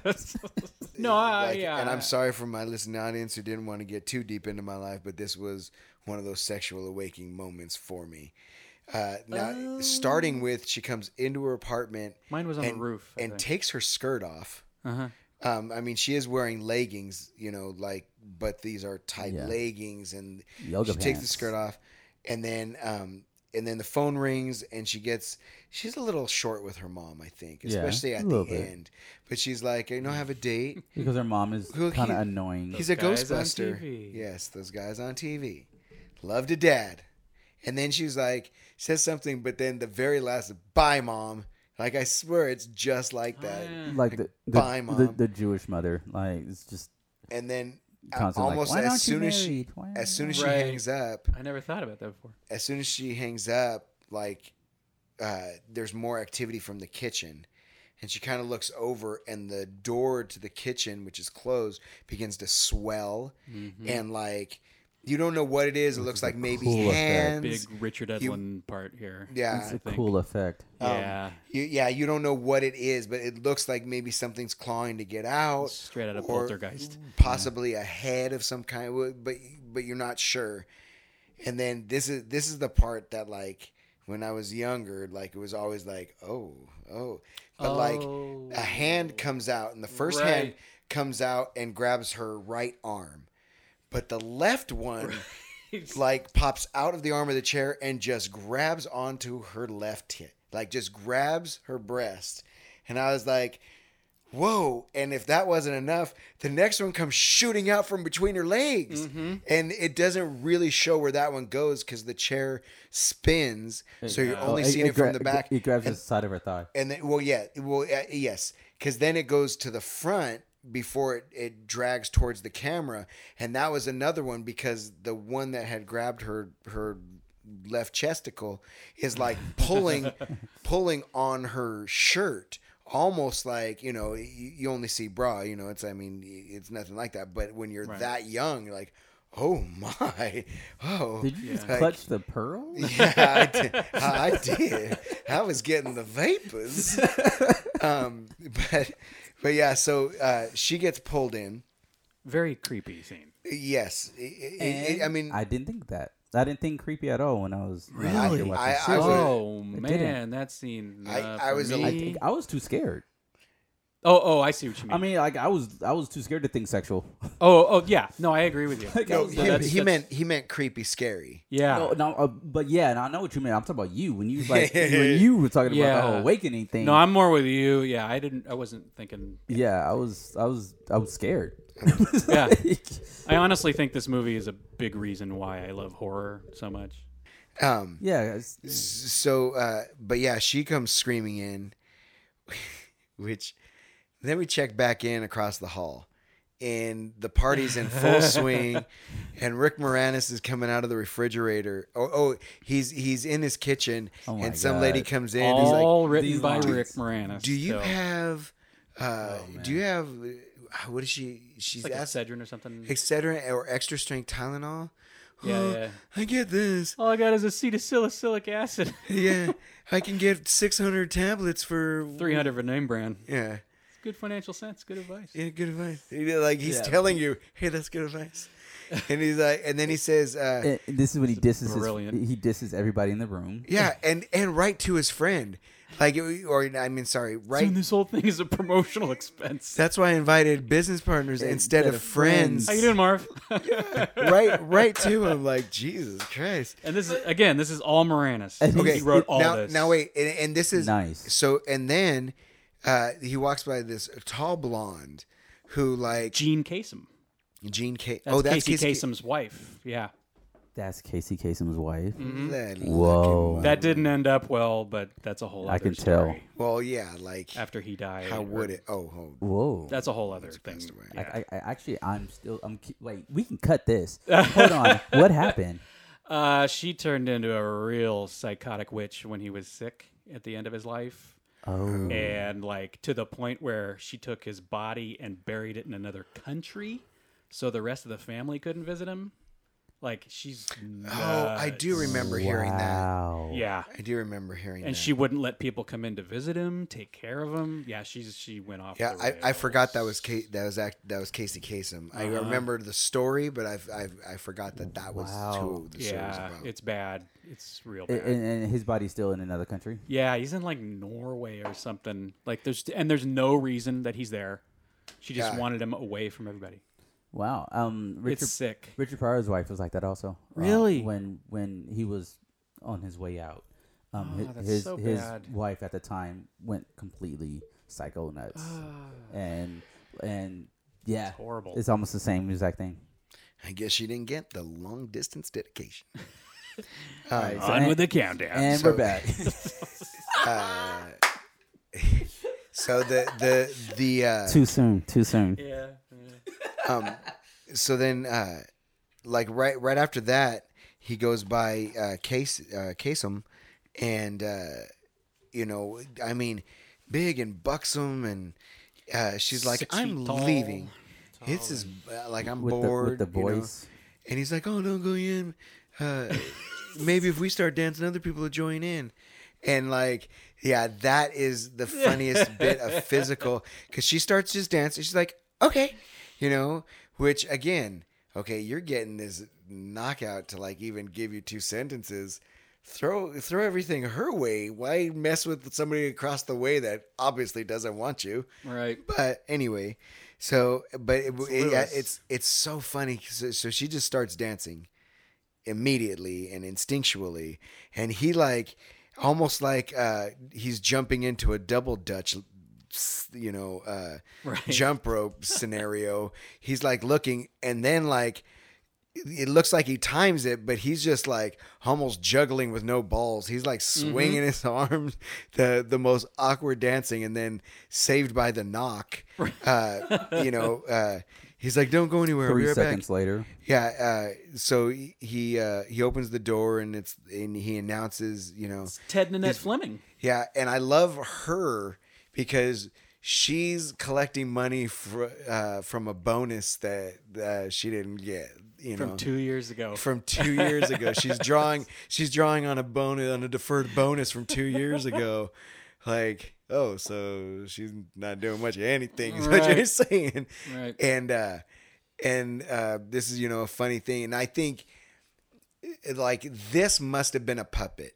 no, I, Like, yeah. And I'm sorry for my listening audience who didn't want to get too deep into my life, but this was one of those sexual awakening moments for me. Uh, now, Oh. starting with she comes into her apartment Mine was on and, the roof. I and think. takes her skirt off. Uh-huh. Um, I mean, she is wearing leggings, you know, like, but these are tight Yeah. leggings, and Yoga she takes the pants. skirt off, and then, um, and then the phone rings, and she gets, she's a little short with her mom, I think, Yeah, especially a at the little bit. end. But she's like, you know, I have a date. Because her mom is Who- kind of he- annoying. He's a guys on Ghostbuster. TV. Yes, those guys on TV. Love to dad. And then she's like, says something, but then the very last, bye, mom. Like I swear, it's just like Oh, that. Like the the, Bye, the Mom. the Jewish mother, like it's just And then uh, Constantly like, almost "Why as aren't you soon as she, married? Why as soon as she Right. hangs up, I never thought about that before. as soon as she hangs up, like uh, there's more activity from the kitchen. And she kind of looks over, and the door to the kitchen, which is closed, begins to swell. Mm-hmm. And like, you don't know what it is. It looks like maybe cool effect. hands. Big Richard Edlin part here. Yeah. um, I It's it's a think. cool effect. Yeah. You, yeah, you don't know what it is, but it looks like maybe something's clawing to get out. Straight out of or Poltergeist. Possibly a head of some kind, w- but but you're not sure. And then this is this is the part that like when I was younger, like it was always like oh oh, but Oh. like a hand comes out, and the first Right. hand comes out and grabs her right arm, but the left one. Like pops out of the arm of the chair and just grabs onto her left hip, like just grabs her breast, and I was like, whoa and if that wasn't enough the next one comes shooting out from between her legs and it doesn't really show where that one goes because the chair spins so you're only Oh, it- seeing it it, from gra- the back It grabs and, the side of her thigh. and then well yeah well uh, yes because then it goes to the front before it, it drags towards the camera and that was another one because the one that had grabbed her her left chesticle is like pulling pulling on her shirt almost like you know you, you only see bra you know it's i mean it's nothing like that but when you're that young you're like oh my oh Did you just Like- clutch the pearl? yeah, I did. I did. I was getting the vapors. Um, but but yeah, so uh, she gets pulled in. Very creepy scene. Yes, I- I- I- I mean, I didn't think that. I didn't think creepy at all when I was when I was Really? watching I- this. I was- oh man, didn't. that scene. I- uh, I for was a- me- I, think- I was too scared. oh, oh, I see what you mean. I mean, like I was I was too scared to think sexual. oh, oh, yeah. No, I agree with you. Like, I no, was he, like- that's- he that's- meant he meant creepy, scary. Yeah. no, No, no, uh, but yeah, and I know what you mean. I'm talking about you when you like Yeah, yeah, yeah. when you were talking about Yeah. the whole awakening thing. I'm more with you. Yeah, I didn't. I wasn't thinking. yeah, I was I was I was scared. Yeah. Like, I honestly think this movie is a big reason why I love horror so much. Um, yeah, it's- so uh, but yeah, she comes screaming in, which then we check back in across the hall. And the party's in full swing, and Rick Moranis is coming out of the refrigerator. Oh, oh he's he's in his kitchen, my and some lady God. comes in. and he's like, Oh All written these by lines. Rick Moranis. Do you so- have? Uh, do you have? uh, What is she? She's Oh, like asked, Excedrin or something? Excedrin or extra strength Tylenol. Yeah, yeah. I get this. All I got is acetylsalicylic acid. Yeah, I can get six hundred tablets for 300 for name brand. Yeah, It's good financial sense. Good advice. yeah, good advice. You know, Like he's telling you, hey, that's good advice. And he's like, and then he says, uh, and this is when he disses brilliant. his, he disses everybody in the room. yeah, and and right to his friend, like, it- or I mean, sorry, right. Soon this whole thing is a promotional expense. That's why I invited business partners instead of of friends. friends. How you doing, Marv? right, right to him. Like Jesus Christ. and this is again, this is all Moranis. Okay, he wrote all now, this. Now wait, and, and this is Nice. So and then uh, he walks by this tall blonde who like Gene Kasem. Gene K. That's oh, that's Casey, Casey Kasem's wife. Yeah, That's Casey Kasem's wife. Kasem. That Whoa. looking- Mm-hmm. that didn't end up well, but that's a whole. I other can tell. story. Well, yeah, like After he died, how or- would it? Oh, oh. Whoa. That's a whole other thing. I, I, I actually I'm still I'm ke- wait we can cut this. Hold on, what happened? Uh, she turned into a real psychotic witch when he was sick at the end of his life. Oh, and like to the point where she took his body and buried it in another country so the rest of the family couldn't visit him like she's Oh, I nuts. do remember hearing that. wow. yeah I do remember hearing and that. she wouldn't let people come in to visit him take care of him yeah she's she went off yeah, the Uh-huh. I, I rails. forgot that was Kate, that was act, that was Casey Kasem. I remembered the story, but I've, I've I forgot that that was who the show was yeah about. it's bad it's real A- bad And, and his body's still in another country. yeah he's in like norway or something like there's and there's no reason that he's there she just Yeah. wanted him away from everybody Wow. Um, Richard it's sick Richard Pryor's wife was like that also. Uh, Really? when when he was on his way out, um, hi- that's his his, so bad. wife at the time went completely psycho nuts, and and yeah, it's horrible. It's almost the same exact thing. I guess she didn't get the long distance dedication. All right, so- on and, with the countdown and so- we're back. So the the the uh, Too soon. Too soon. Yeah. so then uh, like right right after that he goes by uh, Case uh, Kasem, and uh, you know I mean big and buxom and uh, she's like Six I'm feet tall. leaving. It's is like I'm With the- with bored the you know? voice. and he's like oh don't go in. Uh, maybe if we start dancing, other people will join in. And like, yeah, that is the funniest bit of physical because she starts just dancing. She's like, okay, you know, which again, okay, you're getting this knockout to like even give you two sentences. Throw throw everything her way. Why mess with somebody across the way that obviously doesn't want you? Right. But anyway, so but it, it, yeah, Lewis. it's it's so funny. So, so she just starts dancing immediately and instinctually, and he like almost like uh, he's jumping into a double dutch, you know, uh, jump rope scenario. He's like looking, and then like it looks like he times it, but he's just like almost juggling with no balls. He's like swinging his arms, the the most awkward dancing, and then saved by the knock. Uh, you know, uh, he's like, "Don't go anywhere." Three We're back. seconds later. Yeah. Uh, so he- he uh, he opens the door and it's and he announces, you know, Ted Nanette Fleming. yeah, and I love her because she's collecting money fr- uh, from a bonus that uh, she didn't get. You know, From two years ago. from two years ago. She's drawing. She's drawing on a bonus on a deferred bonus from two years ago. Like, oh, so she's not doing much of anything. Is what you're Right. saying? Right. And uh, and uh, this is you know a funny thing, and I think eh, like this must have been a puppet.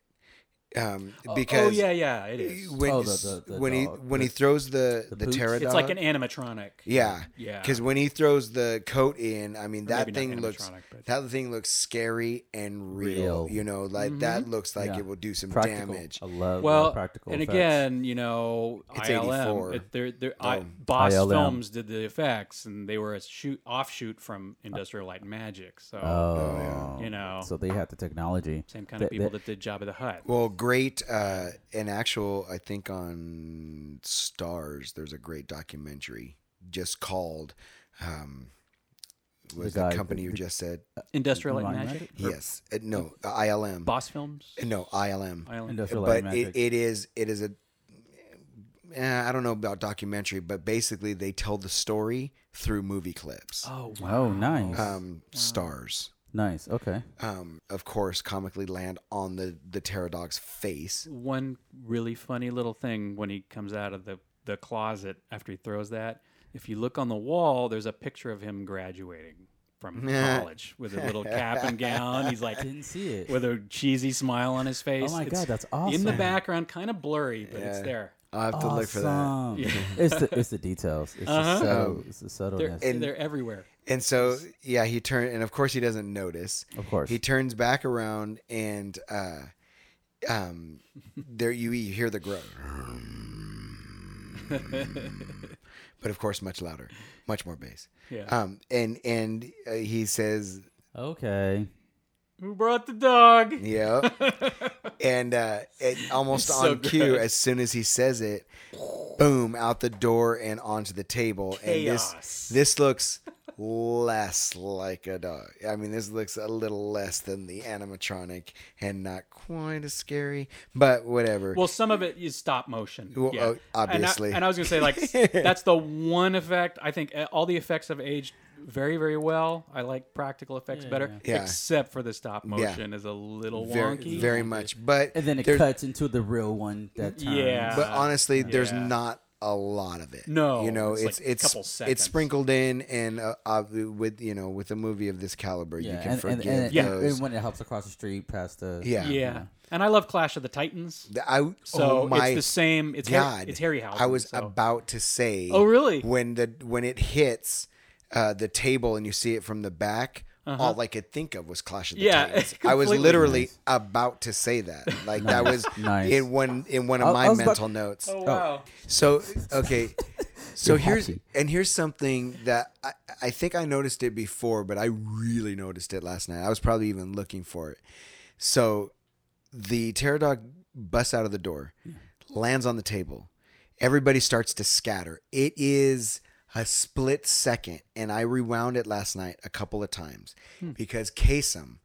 Um, because oh yeah, yeah, it is. when Oh, the- the- the when he dog. when he The- throws the the, boots. pterodon, It's like an animatronic. yeah, Yeah. Because when he throws the coat in, I mean that maybe not thing looks animatronic, but- that thing looks scary and real. Real. You know, like that looks like Yeah. it will do some Practical. damage. I love Well, the uh, practical. and effects. again, you know, It's ILM. 84. It, they're, they're, I, Boss ILM. Films did the effects, and they were a shoot offshoot from Industrial Light and Magic. So Oh, you know, So they had the technology. same kind of people that did Job of the Hut. Well, great. Uh, an actual, I think on Stars, there's a great documentary just called. Um, was the, guy- uh, company you just said? Industrial Light and Light and Magic. Or yes, Uh, no, ILM. Boss Films. No, ILM. ILM. Industrial Light but and it, Magic. it is it is a eh, I don't know about documentary, but basically they tell the story through movie clips. Oh wow. oh, nice, Um, stars, nice. Okay, um, of course, comically land on the the pterodactyl's face. one really funny little thing when he comes out of the, the closet after he throws that. If you look on the wall, there's a picture of him graduating from college with a little cap and gown. He's like didn't see it. with a cheesy smile on his face. Oh my It's God, that's In the awesome. Oh, background, kind of blurry, but it's Yeah. there. I have to look for that. Um, Awesome. it's the it's the details. It's Uh-huh. the subtle, it's the They're, subtleness. they're everywhere. And so, yeah, he turn and of course he doesn't notice. Of course. he turns back around and uh, um, there you, you hear the groan. But of course, much louder, much more bass. Yeah. Um, and and uh, he says, okay. Who brought the dog? Yeah. and uh, it, almost so on cue, good. as soon as he says it, boom, out the door and onto the table. And this Chaos. this looks less like a dog. I mean, this looks a little less than the animatronic and not quite as scary, but whatever. Well, some of it is stop motion. Well, yeah. oh, And I- obviously. And I, was going to say, like, that's the one effect. I think uh, all the effects have aged very, very well. I like practical effects better, Yeah. except for the stop motion is a little very, wonky. very much. But And then it there's- cuts into the real one that turns. Yeah. but honestly, there's Uh, yeah. not a lot of it. No, you know, it's it's like a it's couple it's seconds. sprinkled in, and uh, uh, with you know, with a movie of this caliber, Yeah, you can and, and, forgive and, Yeah. and those. when it helps across the street past the yeah, yeah. And I love Clash of the Titans. The- I, So oh my it's the same. It's god, Harry, it's Harryhausen. I was so. about to say. Oh, really? When the when it hits uh, the table and you see it from the back. All I could think of was Clash of the Uh-huh. Yeah, Titans. I was completely. literally about to say that. Like that was Nice. in one in one of I- my I was about- mental notes. Oh wow! So okay, so here's happy. and here's something that I, I think I noticed it before, but I really noticed it last night. I was probably even looking for it. So the pterodog busts out of the door, lands on the table, everybody starts to scatter. It is a split second, and I rewound it last night a couple of times because Kasem,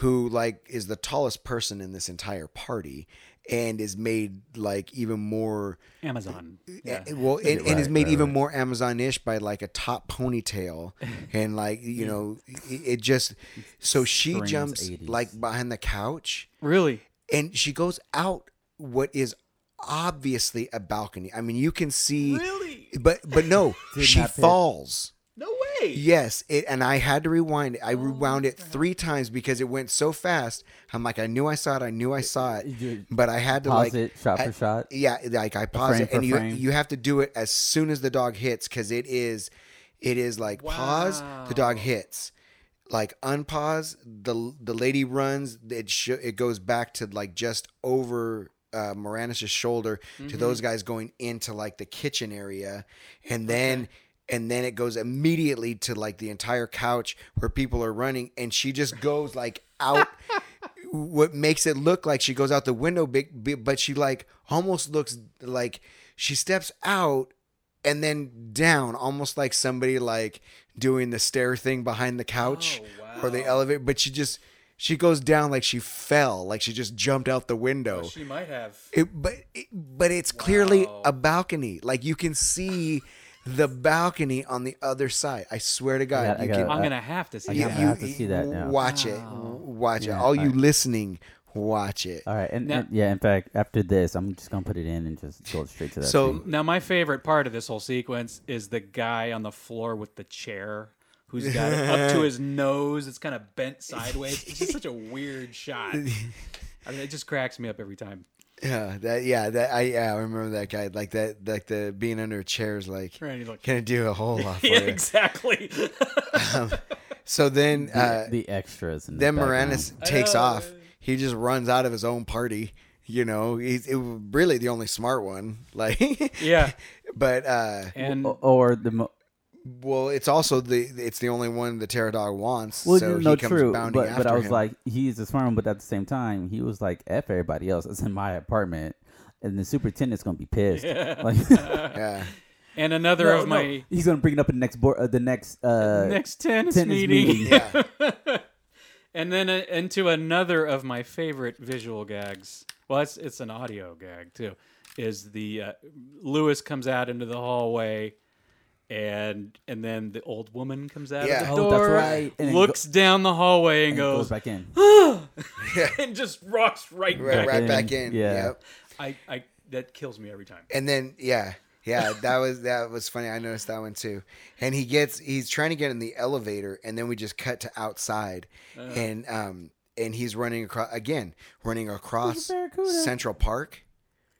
who like is the tallest person in this entire party, and is made like even more Amazon. Yeah. uh, Well, and, and is made even more Amazon-ish by like a top ponytail, and like you know, it, it just. So she Screams jumps 80s. like behind the couch, Really? and she goes out what is obviously a balcony. I mean, you can see, Really? but but no, Did she not fit. falls. No way. Yes, it, and I had to rewind it. I rewound it three times because it went so fast. I'm like, I knew I saw it. I knew I saw it, you but I had to pause like it shot I- for shot? Yeah, like I pause frame it, for and you frame? you have to do it as soon as the dog hits because it is, it is like pause. The dog hits. Like unpause the the lady runs it sh- it goes back to like just over uh, Moranis's shoulder Mm-hmm. to those guys going into like the kitchen area, and then and then it goes immediately to like the entire couch where people are running, and she just goes like out. what makes it look like she goes out the window, big, big, but she like almost looks like she steps out and then down, almost like somebody like doing the stair thing behind the couch or the elevator. But she just she goes down like she fell, like she just jumped out the window. Oh, She might have. It, but it, but it's clearly a balcony. Like you can see the balcony on the other side. I swear to God, got- I you got can it. I'm gonna have to see. Yeah, that. I have to see that now. Watch it, watch it. All you listening, watch it. All right, and, Now- and- yeah. In fact, after this, I'm just gonna put it in and just go straight to that. So Now, my favorite part of this whole sequence is the guy on the floor with the chair who's got it up to his nose. It's kind of bent sideways. It's just such a weird shot. I mean, it just cracks me up every time. yeah, that yeah, that I yeah, I remember that guy. Like that, like the being under a chair is like Right, he's like- gonna do a whole lot for Yeah, you. exactly. So then, the, uh, the extras. In the then background. Moranis takes off. He just runs out of his own party. You know, he's it, was really the only smart one. Like, yeah, but uh, and O- or the mo- Well, it's also the it's the only one the pterodactyl wants, well, so no, he comes true. But bounding after but I was him. like, he's a smart one, but at the same time, he was like, "F everybody else. It's in my apartment." And the superintendent's gonna be pissed. Like, yeah, and another no, of no, my he's gonna bring it up in the next board, uh, the next uh, next tennis, tennis meeting. meeting. yeah, And then uh, into another of my favorite visual gags. Well, it's it's an audio gag too. Is the uh, Lewis comes out into the hallway, and and then the old woman comes out Yeah. of the Oh, door, that's right. And then go- looks down the hallway and and, goes, goes back in. and just rocks right, right, back. right in, back in. yeah. Yep. I, I that kills me every time. and then yeah, yeah, that was that was funny. I noticed that one too. And he gets he's trying to get in the elevator, and then we just cut to outside, Uh. and um and he's running across again, running across Central Park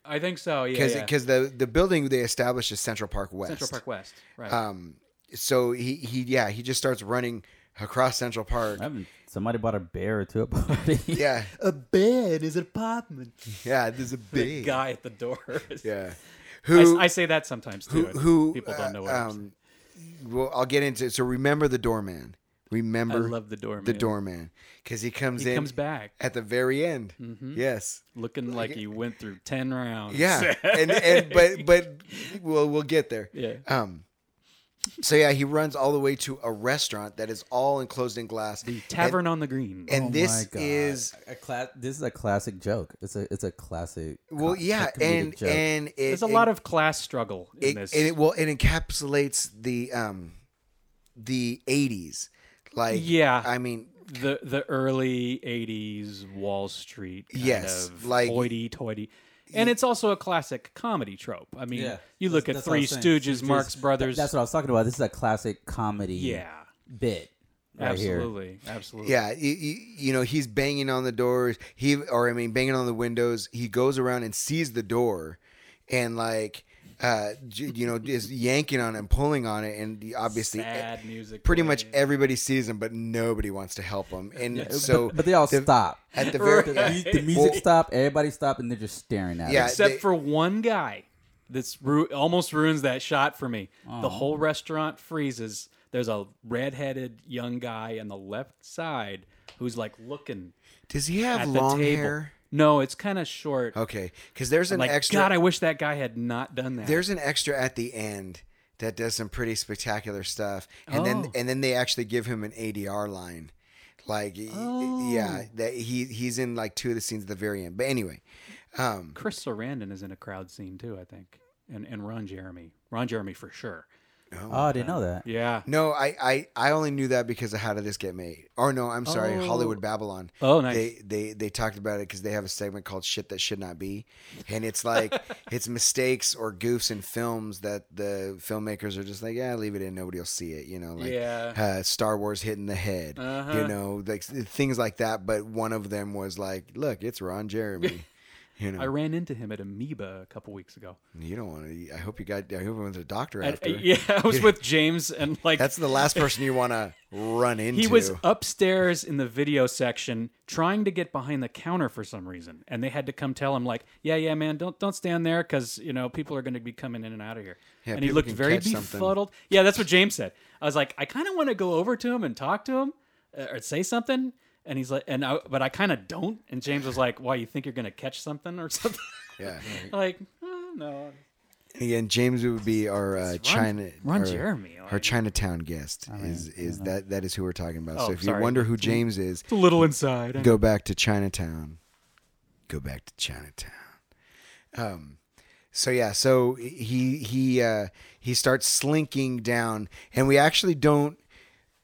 I think so. Yeah, because yeah. the the building they established is Central Park West. Central Park West. Right. Uh, Um, so he he yeah he just starts running across Central Park. I haven't- somebody bought a bear to a party. Yeah, a bed is an apartment. yeah. There's a The big guy at the door. Is, Yeah. I, Who I say that sometimes too. who, and who people don't know what uh, I'm saying. um, well, I'll get into so remember the doorman. I Remember love the doorman. the doorman cuz he comes He in comes back Mm-hmm. at the very end. Yes. looking like he went through ten rounds. Yeah. and and but but we'll we'll get there. Yeah. Um so yeah, he runs all the way to a restaurant that is all enclosed in glass. the tavern on the green. and, and Oh my this God. is a class. This is a classic joke. It's a it's a classic. well, co- yeah, comedic and joke. and it, There's a it- lot of class struggle in it, this. and it well it encapsulates the um the 80s like Yeah. i mean the the early '80s Wall Street, kind Yes, of like- hoity-toity, and it's also a classic comedy trope. I mean, Yeah, you look at That's- that's what I Three was saying. Stooges, Marx Th- Brothers. That's what I was talking about. This is a classic comedy. yeah, Bit. Right Here. absolutely, absolutely. yeah you, you know he's banging on the doors he or i mean banging on the windows he goes around and sees the door and like uh j- you know just yanking on it and pulling on it and the- obviously e, sad eh, music. pretty much playing. everybody sees him but nobody wants to help him and so But they all the- stop. at the very The, yeah. mu- the music stop. Everybody stop, and they're just staring at Yeah. it. except they- for one guy. That's ru- almost ruins that shot for me. The whole restaurant freezes. There's a redheaded young guy on the left side who's like looking does he have at the long table. hair No, it's kind of short. Okay, because there's an like extra. God, I wish that guy had not done that. there's an extra at the end that does some pretty spectacular stuff, and then Oh. and then they actually give him an ADR line, like y- yeah, that he he's in like two of the scenes at the very end. But anyway, Chris Sarandon is in a crowd scene too, I think, and and Ron Jeremy, Ron Jeremy for sure. Oh, I didn't know that. Yeah. no, I I, I only knew that because of How Did This Get Made? Or no, I'm sorry, Oh. Hollywood Babylon. Oh, nice. They they they talked about it because they have a segment called "Shit That Should Not Be," and it's like it's mistakes or goofs in films that the filmmakers are just like, yeah, leave it in, nobody will see it, you know, like Yeah. Uh-huh. uh, Star Wars hitting the head, you know, like th- things like that. But one of them was like, look, it's Ron Jeremy. You know, I ran into him at Amoeba a couple weeks ago. you don't want to. I hope you got. I hope you went to the doctor And- uh, after. yeah, I was with James and like That's the last person you want to run into. he was upstairs in the video section trying to get behind the counter for some reason, and they had to come tell him like, "Yeah, yeah, man, don't don't stand there because you know people are going to be coming in and out of here." Yeah, and he people looked can very catch something. befuddled. Yeah, that's what James said. I was like, I kind of want to go over to him and talk to him uh, or say something, and he's like, and I, but I kind of don't. And James was like, "Why you think you're going to catch something or something?" Yeah. like, oh, no, Again, James would be our uh, China. Ron our, Jeremy, Our Chinatown guest is is that that is who we're talking about. Oh, so if sorry. you wonder who James is, it's a little inside. I go back to Chinatown. Go back to Chinatown. Um. So yeah. So he he uh, he starts slinking down, and we actually don't.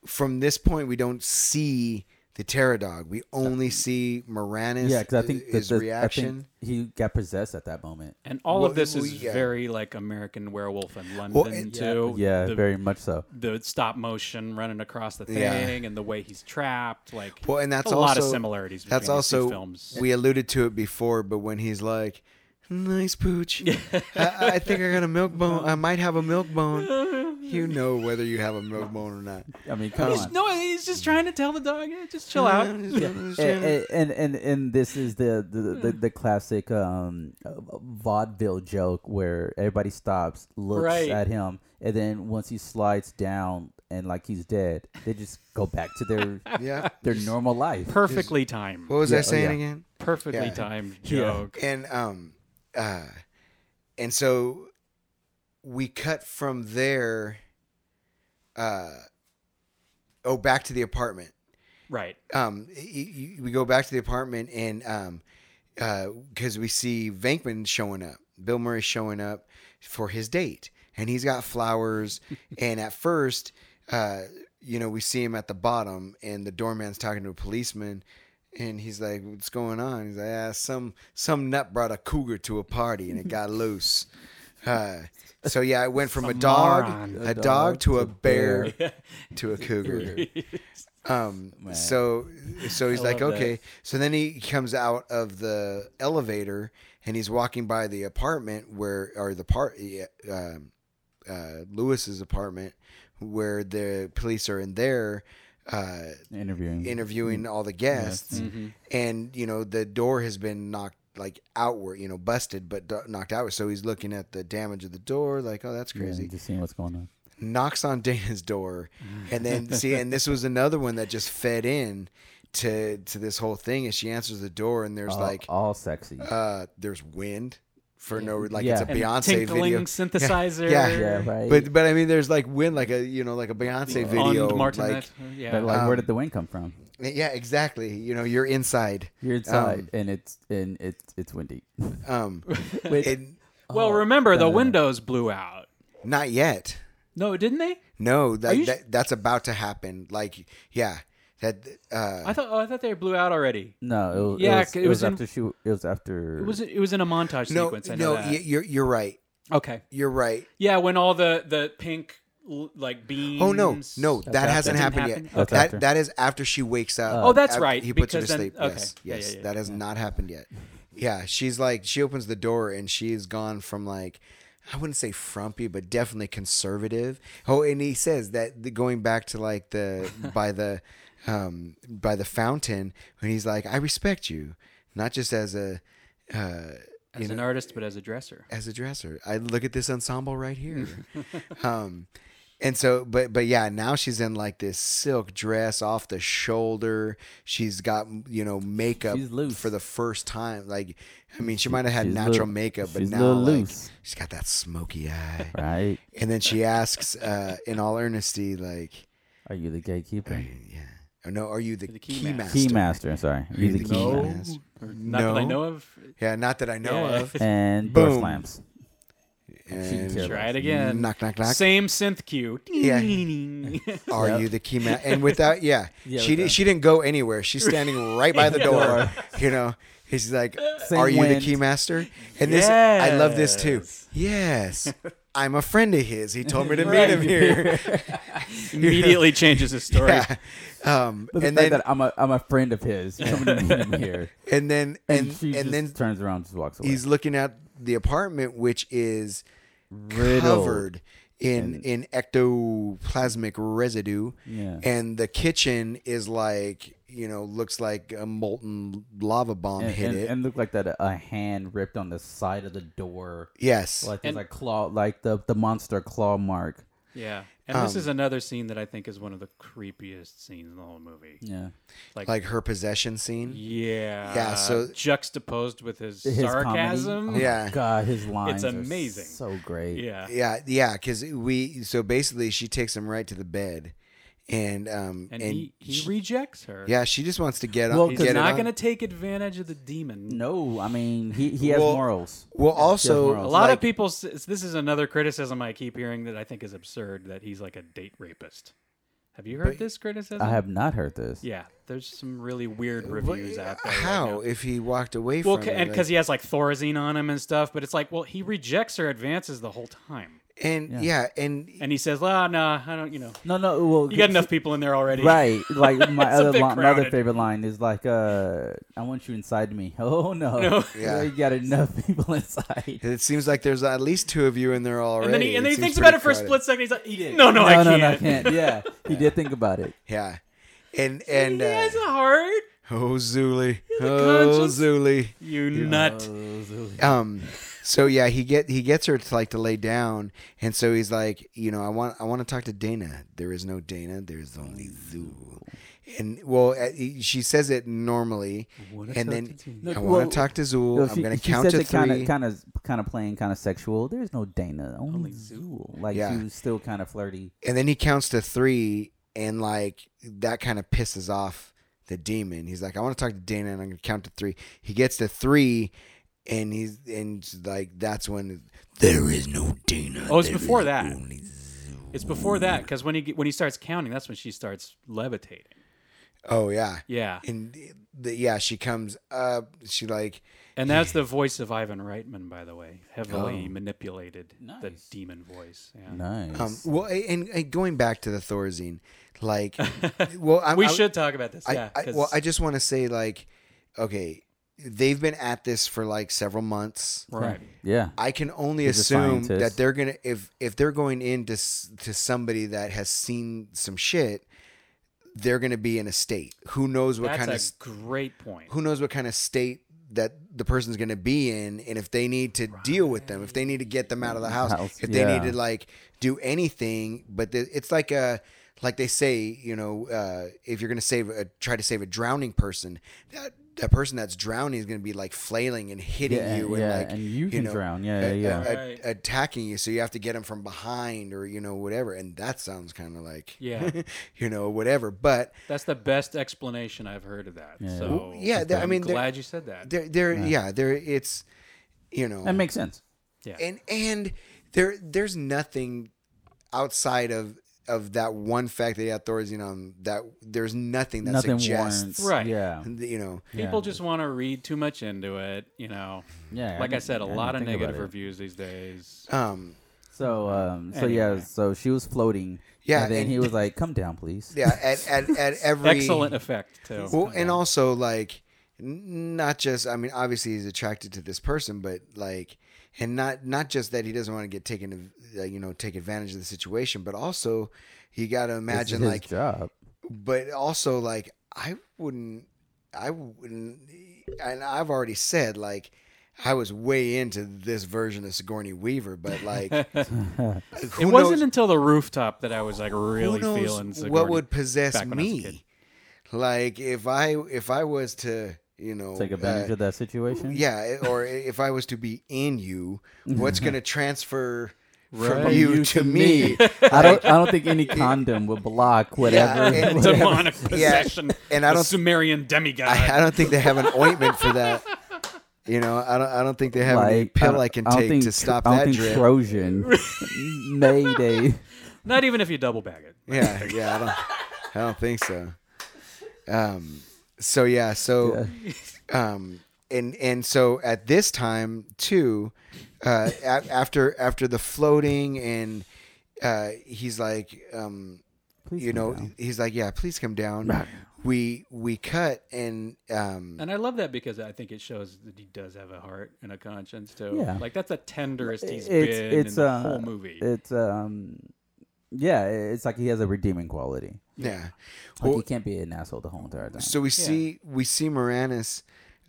From this point, we don't see the pterodog. We only see Moranis. uh, Yeah, because I think his the, the, reaction. I think he got possessed at that moment. And all Well, of this is well, yeah. very like American Werewolf in London and- too. Yeah, Oh, the, very much so. the stop motion running across the thing Yeah. and the way he's trapped. Like, Well, and that's a also, lot of similarities. That's between these two also films. we alluded to it before, but when he's like, "Nice pooch," I, I think I got a milk bone. I might have a milk bone. You know whether you have a milk bone or not. I mean, come He's- on. no, he's just trying to tell the dog, "Eh, just chill out. and, and and and this is the the, the, Hmm. the classic um, uh, vaudeville joke where everybody stops, looks Right. at him, and then once he slides down and like he's dead, they just go back to their Yeah. their normal life. Perfectly timed. What was Yeah, I oh, saying yeah. again? Perfectly Yeah. timed joke. And um, uh, and so we cut from there. Uh, oh, back to the apartment. Right. um, y- y- we go back to the apartment and um, because we see Venkman showing up, Bill Murray showing up for his date, and he's got flowers. and at first, uh, you know, we see him at the bottom, and the doorman's talking to a policeman. And he's like, "What's going on?" He's like, ah, "Some some nut brought a cougar to a party, and it got loose." Uh, so yeah, it went from a dog, moron. a dog to a bear, to a cougar. Um, so, so he's like, love that. okay. So then he comes out of the elevator and he's walking by the apartment where, or the part, uh, uh, Lewis's apartment where the police are in there, uh, Interviewing. interviewing all the guests. Mm. And, you know, the door has been knocked like outward, you know, busted, but do- knocked outward. So he's looking at the damage of the door, like, oh, that's Yeah, crazy just seeing what's going on. knocks on Dana's door, Mm. and then see, and this was another one that just fed in to to this whole thing. And she answers the door, and Uh, there's all, like, all sexy. uh, there's wind for no like Yeah. it's a And Beyonce tinkling video. synthesizer. Yeah. yeah, right. But but I mean, there's like wind, like a you know like a Beyonce video, On Martin. like yeah. But, like, um, where did the wind come from? yeah, exactly. You know, you're inside. You're inside, and it's and it's it's windy. Um, Wait, and well, remember the windows blew out. not yet. No, didn't they? No, that, you s- that that's about to happen. Like yeah, that uh, I thought. Oh, I thought they blew out already. no, it, was- Yeah, it was, 'cause it it was was in- after she. It was after. It was. It was in a montage no sequence. I know no that. y- you're you're right. okay. You're right. Yeah, when all the the pink l- like beams. Oh no, no, that hasn't That didn't happened happen? yet. That's that after. that is after she wakes up. Oh, that's Af- right, He puts her to because then- sleep. okay. Yes, Yeah, yes, yeah, yeah, that has not happened yet. Yeah, she's like she opens the door and she's gone from like I wouldn't say frumpy, but definitely conservative. Oh, and he says that the- going back to like the by the um by the fountain when he's like, I respect you, not just as a uh As an artist, but as a dresser. as a dresser. I look at this ensemble right here. um, And so, but but yeah, now she's in like this silk dress off the shoulder. She's got you know makeup She's loose. for the first time. Like, I mean, she might have had She's natural little- makeup, but she's now little like loose. she's got that smoky eye. right? And then she asks, uh, in all earnesty, like, Are you the gatekeeper? yeah, or no, are you the, The key, key master? Key master, I'm sorry. Are you the the key key No, master? Yes. or not that I No. know of. Yeah, not that I know Yeah. of. And door Boom. slams. And Sure. Try it again. Knock, knock, knock. Same synth cue. Yeah. Are Yep. you the key man? And without, yeah, Yeah, she without- di- she didn't go anywhere. She's standing right by the door. You know, he's like, Same "Are you the wind. key master?" And this, I love this too. Yes, I'm a friend of his. He told me to meet him here. Immediately changes his story. Yeah. Um, But the and fact then, that I'm a I'm a friend of his coming to meet him here, and then, and, and she and just then turns around, and just walks away. he's looking at the apartment, which is Riddled. covered in in ectoplasmic residue, Yeah. and the kitchen is like you know looks like a molten lava bomb and, hit and, it. and looked like that a- a hand ripped on the side of the door, yes, like there's And- a claw, like the the monster claw mark. Yeah. And Um, this is another scene that I think is one of the creepiest scenes in the whole movie. Yeah, like her possession scene. Yeah. Yeah, so- juxtaposed with his, his sarcasm. Comedy. Oh Yeah. God, his lines. are amazing. So great. Yeah. Yeah, yeah, because we so basically she takes him right to the bed, and um And, and, he, he she- rejects her. yeah she just wants to get Well, on. he's get He's it not on. going to take advantage of the demon. No, I mean he he has Well- morals. Well, moral. also A lot like, of people. s- This is another criticism I keep hearing that I think is absurd. That he's like a date rapist. Have you heard this criticism? I have not heard this. Yeah, there's some really weird what- reviews out there. right How now. if he walked away Well, from ca- it, and like- because he has like Thorazine on him and stuff, but it's like, well, he rejects her advances the whole time, and yeah, and and he says, "Ah, nah, I don't, you know, No, no. Well, you got enough people in there already." Right. Like my It's a other li- bit my other crowded. favorite line is like, uh, "I want you inside me." Oh no. No. Yeah. You got enough people inside. It seems like there's at least two of you in there already. And then he, and then he seems thinks about pretty it for a crowded. split second. He's like, "No, no, no, I no, I can't." can't. Yeah, he did think about it. Yeah. And and He uh, has a heart. oh Zuli, a oh conscience. Zuli. You nut. Um, so yeah, he get he gets her to like to lay down, and so he's like, you know, I want I want to talk to Dana. There is no Dana. There is only Zul. And well, uh, he- she says it normally, and then I No, want to well, talk to Zul. No, I'm she- going to she count says to it kind three. of, kind of, kind of playing, kind of sexual. There's no Dana, only, Zool. Like Yeah. she was still kind of flirty. and then he counts to three, and like that kind of pisses off the demon. He's like, I want to talk to Dana, and I'm gonna count to three. He gets to three, and he's and like that's when there is no Dana. Oh, it's there before is that. only Zul." It's before that because when he when he starts counting, that's when she starts levitating. Oh yeah, Yeah, and the, yeah, she comes up. She like and that's the voice of Ivan Reitman, by the way, Oh. heavily manipulated the Nice. demon voice. Yeah. Nice. um well, a- and, and going back to the Thorazine, like well, I, we I- should talk about this. I, yeah, I, 'cause- well, I just want to say like, okay, they've been at this for like several months. right. yeah. I can only He's a assume scientist. that they're gonna if if they're going into s- to somebody that has seen some shit, they're gonna be in a state. Who knows what That's kind a of s- great point. who knows what kind of state that the person's going to be in and if they need to deal with them if they need to get them out of the house, House, if they need yeah. to like do anything but the, it's like a like they say you know uh, if you're going to save a try to save a drowning person that that person that's drowning is going to be like flailing and hitting Yeah, you and yeah, like and you can drown. Yeah, a- yeah, yeah. a- a- Right. attacking you so you have to get them from behind or you know whatever and that sounds kind of like Yeah. you know whatever but That's the best explanation I've heard of that. Yeah. So yeah, there- I I'm mean, there- glad you said that. there there yeah there it's you know That makes sense. and and there there's nothing outside of of that one fact that he had Thorazine on that there's nothing that Nothing suggests warrants. Right. Yeah. you know People just want to read too much into it, you know. Yeah. Like I, didn't- said, a didn't lot of think about negative it. reviews these days. um So, um, so Anyway. yeah. So she was floating. Yeah, And then and- he was like, "Come down, please." yeah at at, at every Excellent effect too. well, and also like n- not just I mean obviously he's attracted to this person but like and not not just that he doesn't want to get taken uh, you know take advantage of the situation but also you got to This is imagine his like job. but also like I wouldn't, I wouldn't, and I've already said like I was way into this version of Sigourney Weaver, but like, It wasn't until the rooftop that I was like really who knows feeling Sigourney. what would possess back when I was a kid. me. Like if I if I was to you know Take advantage uh, of that situation. yeah, or if I was to be in you, what's gonna transfer from Right. you, to me? I don't. I don't think any condom would block whatever. Yeah, and- whatever- demonic possession, and I the don't- Sumerian demigod. I, I don't think they have an ointment for that. You know, I don't. I don't think they have any like pill don't- I, can don't take think to stop Tro- that I don't drip. think Trojan made a. Not even if you double bag it. yeah, yeah. I don't. I don't think so. Um. So yeah. So, um. And and so at this time too, uh, a- after after the floating and uh, he's like, um, Please you come know, down. he's like, yeah, please come down. We we cut and um. And I love that because I think it shows that he does have a heart and a conscience too. Yeah. Like that's the tenderest he's it's been it's in the uh, whole movie. It's um, yeah. It's like he has a redeeming quality. Yeah. Like Well, he can't be an asshole the whole entire time. So we see we see Moranis.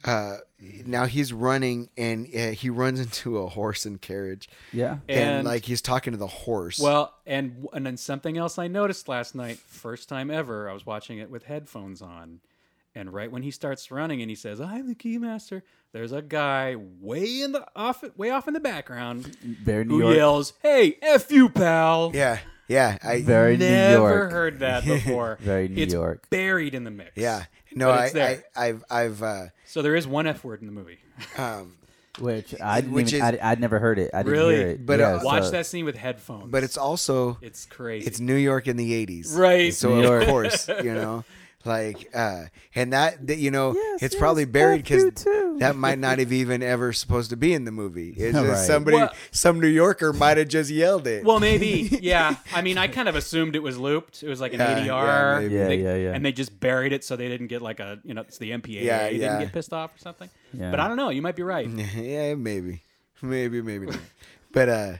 Uh, now he's running and uh, he runs into a horse and carriage. yeah. and, And- like he's talking to the horse. Well, and and then something else I noticed last night, first time ever, I was watching it with headphones on, and right when he starts running and he says, "I'm the keymaster," there's a guy way in the off, way off in the background Very New who York. yells, "Hey, f you, pal!" yeah, yeah, I Very Never New York. heard that before. Very New it's York. Buried in the mix. yeah. No, But I, it's there. I I've I've uh, So there is one f word in the movie. um, Which I didn't Which even, is- I, I'd never heard it. I didn't Really? hear it. But, yeah, uh, Watch so- that scene with headphones. but it's also it's, it's crazy. New York in the eighties, Right. So New of York. course, you know, like uh, and that, that you know, Yes, it's yes, probably buried F you because too. that might not have even ever supposed to be in the movie. It's just Right. somebody, Well- some New Yorker might have just yelled it. Well, maybe. Yeah. I mean, I kind of assumed it was looped. It was like an Yeah, yeah, ADR. maybe. Yeah, They- yeah, yeah. And they just buried it so they didn't get like a, you know, it's the MPAA. Yeah, they yeah. didn't get pissed off or something. Yeah. But I don't know. You might be right. yeah, maybe, maybe, maybe not. But uh,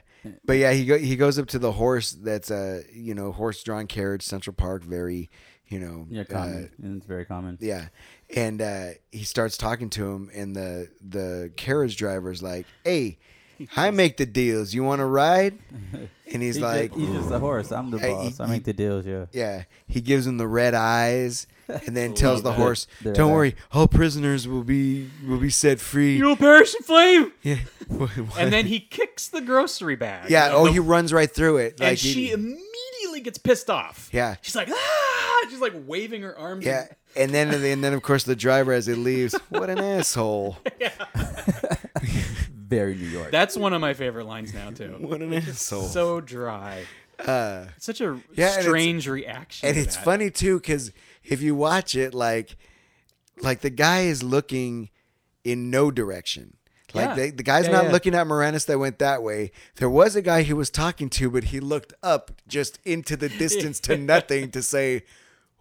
but yeah, he go, he goes up to the horse that's uh, you know horse drawn carriage, Central Park, very you know Yeah, uh, common. And it's very common. yeah, and uh, he starts talking to him, and the the carriage driver's like, "Hey, I make the deals. You want to ride?" And he's He's like, just, he's just a horse. I'm the Hey, boss. I he- make the deals. Yeah. Yeah, he gives him the red eyes, and then tells the horse, They're "Don't like- worry, all prisoners will be will be set free." You'll perish in flame. yeah, And then he kicks the grocery bag. yeah. And Oh, the- he runs right through it. And like he- she immediately gets pissed off. Yeah. She's like, ah. She's like waving her arms. Yeah, and then and then of course the driver as he leaves, what an asshole! Very New York. That's one of my favorite lines now, too. What an asshole! so dry. Uh, It's such a Yeah, and it's- strange reaction. and to it's that. funny too because if you watch it, like, like the guy is looking in no direction. Like Yeah. the, the guy's Yeah, not yeah. looking at Moranis that went that way. There was a guy he was talking to, but he looked up just into the distance to nothing to say,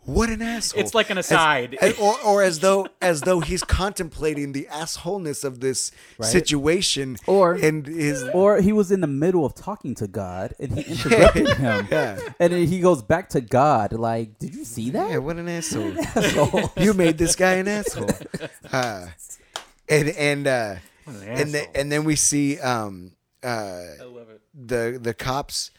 "What an asshole!" It's like an As- aside. and- or, or as though as though he's contemplating the assholeness of this situation, Or- and his Or he was in the middle of talking to God and he interrupted him. And then he goes back to God, like, Did you see Yeah, that? what an asshole! So- you made this guy an asshole. Uh, and and uh, What an and then asshole. and then we see um, uh, I love it. the the cops.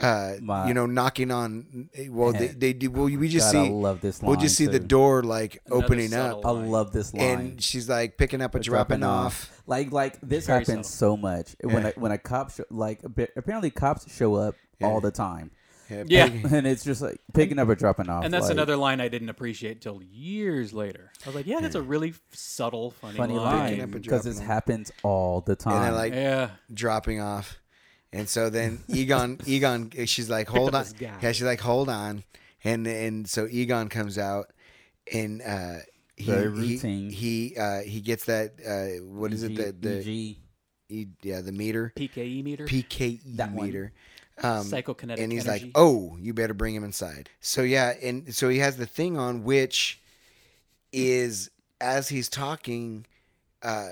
Uh, My- you know, knocking on. Well, they, they do. Well, we just God, I see. love this We'll just see line, the too. door like Another opening subtle up, I love this line. and she's like picking up a dropping off. Like like this Very happens so much when a, when a cop sho- like appa- apparently cops show up all the time, Yeah. and it's just like picking up or dropping off. And that's like, another line I didn't appreciate till years later. I was like, yeah, that's a really subtle, funny, funny line. line up and because this dropping happens all the time. And they're like Yeah. dropping off, and so then Egon, Egon, eh, she's like, hold up on, this guy. yeah, she's like, hold on, and and so Egon comes out, and uh, he, Very he- routine. E He uh, he gets that uh, what is EG, it the E the EG, E- yeah the meter PKE E meter. PKE That one. meter. Um, Psychokinetic and he's energy. like, "Oh, you better bring him inside." So yeah, and so he has the thing on, which is as he's talking, uh,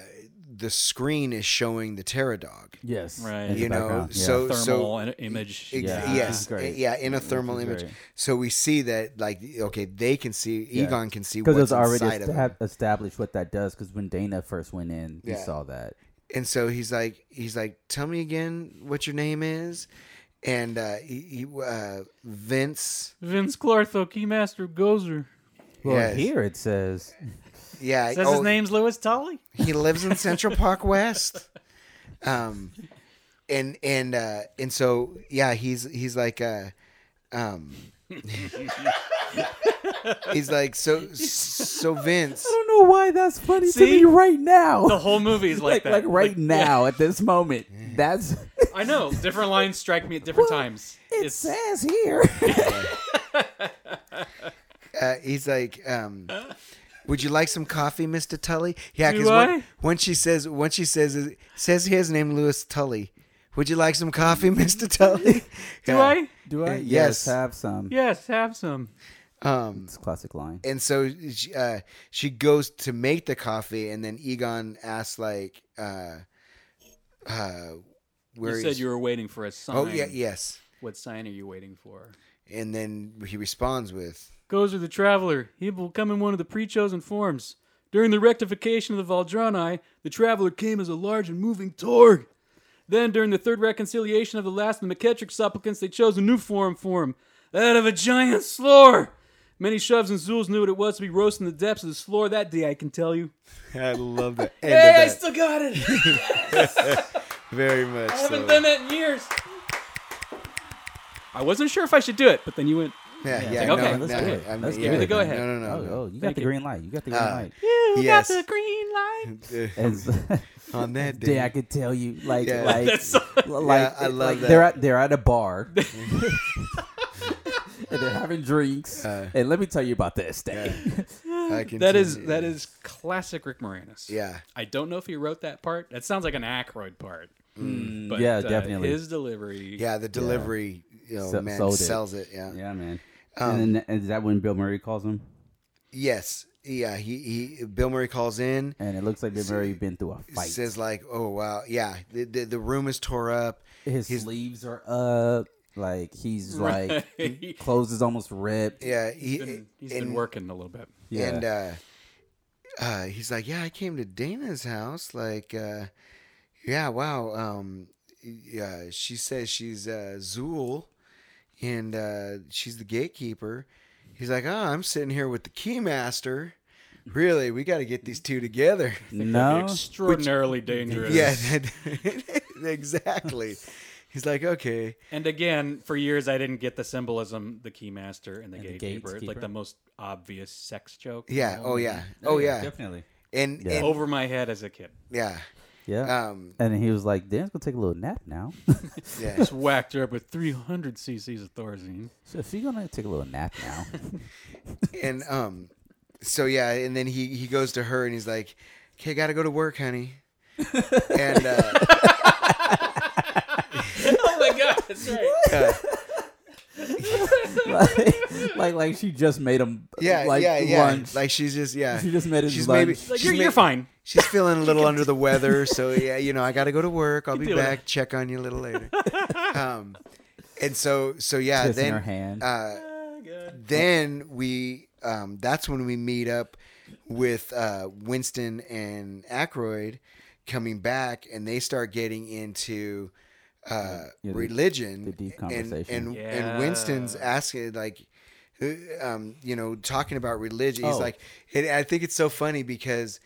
the screen is showing the Terra dog. yes, Right. in the You know, background, yeah. oh, so- Thermal in- image. Ex- Yeah. Yes. Which is great. Yeah, in a thermal Which is image. great. So we see that, like, okay, they can see, Egon can see because what's it's already inside of estab- him. established what that does. Because when Dana first went in, Yeah. he saw that. and so he's like, he's like, tell me again what your name is, and uh, he, he, uh, Vince, Vince Clartho, Keymaster Gozer. Well, Yes. here it says yeah, Says his oh, name's Lewis Tully. He lives in Central Park West. Um, and and uh, and so yeah, he's he's like uh, um, he's like so so Vince. I don't know why that's funny to See? me right now. The whole movie is like, like, that. like right now at this moment. That's I know. Different lines strike me at different times. it It's- says here. Uh, he's like, um, would you like some coffee, Mister Tully? Yeah, Do because when, I? when she says when she says says his name Lewis Tully. Would you like some coffee, Mister Tully? do I? Do I? Uh, yes. Yes, have some. Yes, have some. Um, It's a classic line. and so she, uh, she goes to make the coffee, and then Egon asks like, uh, uh, "Where you said is- you were waiting for a sign. Oh yeah, yes. What sign are you waiting for? And then he responds with, Gozer the Traveler. He will come in one of the pre-chosen forms. During the rectification of the Valdrani, the Traveler came as a large and moving Torg. Then, during the third reconciliation of the last of the McKetrick supplicants, they chose a new form for him, that of a giant slore. Many shoves and zools knew what it was to be roasting the depths of the slore that day, I can tell you. "I love the end Hey, I still got it! I very much." haven't done that in years. I wasn't sure if I should do it, but then you went, Yeah, yeah. like, no, okay, no, let's do it. I'm- Let's yeah, give it a go ahead. No, no, no. Oh, no. oh, you got the you. green light. You got the green Uh, light. You Yes. got the green light. And- On that day, day I could tell you, like, Yeah. like, That's- like, Yeah, I love like, that. They're at they're at a bar, and they're having drinks. Uh, and let me tell you about this day. I can That is tell you. that is classic Rick Moranis. Yeah. I don't know if he wrote that part. That sounds like an Aykroyd part. But, yeah, uh, definitely. His delivery. Yeah, the delivery, you know, So- man sold it. sells it. Yeah. yeah, man. Um, and then is that when Bill Murray calls him? Yes. Yeah. He he. Bill Murray calls in. And it looks like Bill Murray been through a fight. Says like, "Oh wow, yeah, the the, the room is tore up." his, his- sleeves are up. Like he's Right. like clothes is almost ripped. Yeah, he, He's been, he's and, been working a little bit. Yeah. and uh, uh, he's like, "Yeah, I came to Dana's house. Like, uh, yeah, wow. Um, yeah, she says she's uh, Zool, and uh, she's the gatekeeper." He's like, "Oh, I'm sitting here with the keymaster. Really, we got to get these two together." no, Extraordinarily dangerous. Yeah, exactly. He's like, "Okay." And again, for years I didn't get the symbolism, the keymaster and the the gatekeeper. It's like gatekeeper. the most obvious sex joke. Yeah. Oh yeah. Oh yeah. definitely. And Yeah. and- Over my head as a kid. yeah. Yeah. Um. and then he was like, "Dan's gonna take a little nap now. Yeah. Just whacked her up with 300 cc's of Thorazine. so she's gonna take a little nap now." and um so yeah and then he he goes to her and he's like okay gotta go to work honey and uh, oh my god, that's right. uh, like, like, like she just made him. yeah like, yeah yeah Lunch. like she's just yeah She just made his she's lunch. maybe Like, she's, you're, ma- you're fine. she's feeling a little under the weather so yeah you know i gotta go to work i'll be do it. back check on you a little later um and so so yeah Kissing then her hand. uh then we um that's when we meet up with uh Winston and Aykroyd coming back and they start getting into uh yeah, the- religion the deep and conversation. and, and Winston's Yeah. asking like uh, um you know talking about religion he's Oh. like and I think it's so funny because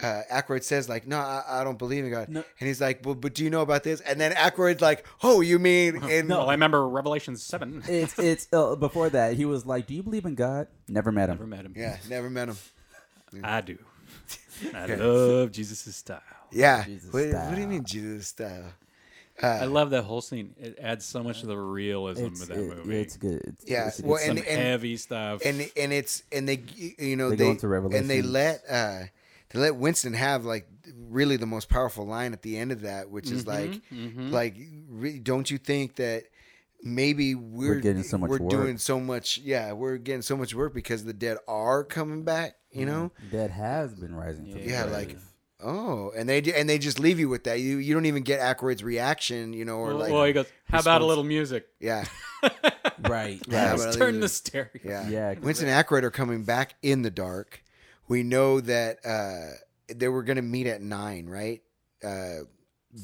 uh, Aykroyd says like, "No, I, I don't believe in God," and he's like, "Well, but do you know about this?" And then Aykroyd's like, "Oh, you mean?" And Well, I remember Revelation 7. it's it's uh, before that he was like, "Do you believe in God?" Never met him. Never met him. yeah, never met him. I do. I love Jesus' style. Yeah. Jesus what, what do you style. mean Jesus style? Uh, I love that whole scene. It adds so much to the realism It's, of that it- movie. it's good. It's, Yeah, it's a good well, scene. Some and- and- heavy stuff. And and it's and they you know They they, go into and they Revelations. let uh they let Winston have like really the most powerful line at the end of that, which Mm-hmm, is Mm-hmm. like like re- don't you think that maybe we're, getting so much we're work. doing so much yeah we're getting so much work because the dead are coming back you Mm-hmm. know that has been rising. from the yeah grave. like oh and they ju- and they just leave you with that you you don't even get Aykroyd's reaction you know or well, like well, he goes, "How about a little music?" yeah right. Yeah, Let's but I turn leave the it- stereo. yeah Yeah, Winston and Aykroyd are coming back in the dark. We know that uh, they were going to meet at nine, right? uh,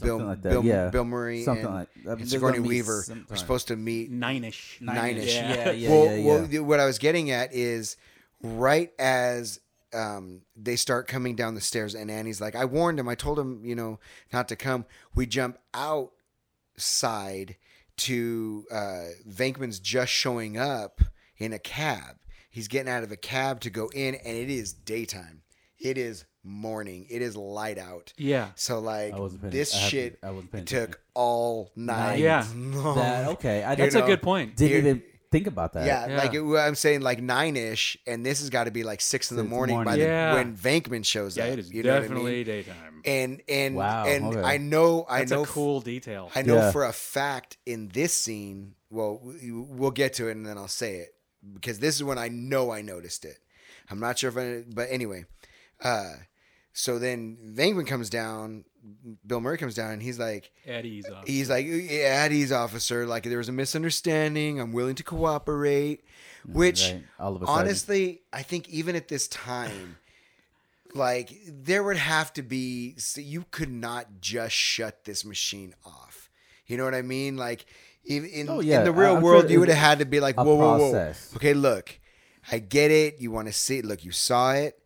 Bill like that, Bill, yeah. Bill Murray Something and, like- I mean, and they're Sigourney gonna meet Weaver are sometime. supposed to meet Nine-ish. nine-ish. Yeah, yeah, yeah. well, yeah, yeah. well, th- what I was getting at is right as um, they start coming down the stairs, and Annie's like, "I warned him. I told him, you know, not to come." We jump outside to uh, Venkman's just showing up in a cab. He's getting out of a cab to go in, and it is daytime. It is morning. It is light out. Yeah. So like I wasn't paying- this I haven't- shit I wasn't paying took attention. all night. Yeah. long. That- okay, I You That's didn't, know, a good point. didn't you- even think about that. Yeah, Yeah. like it, well, I'm saying, like nine ish, and this has got to be like six in the Six morning, by morning. the Yeah. when Vankman shows Yeah, up. it is you know what I mean? definitely daytime. And and Wow, and okay. I know I That's know a cool detail. I know Yeah. for a fact in this scene. Well, we- we'll get to it, and then I'll say it because this is when I know I noticed it. I'm not sure if, I, but anyway. Uh, so then Vankman comes down, Bill Murray comes down, and he's like, Eddie's up. He's like, at ease, officer. Like, there was a misunderstanding. I'm willing to cooperate. Which, right. All of a sudden. honestly, I think even at this time, like, there would have to be, so you could not just shut this machine off. You know what I mean? Like, in, in, Oh, yeah. in the real I'm sure world, it you would was have had to be like, a whoa, whoa, process. whoa. Okay, look, I get it. You want to see it. Look, you saw it.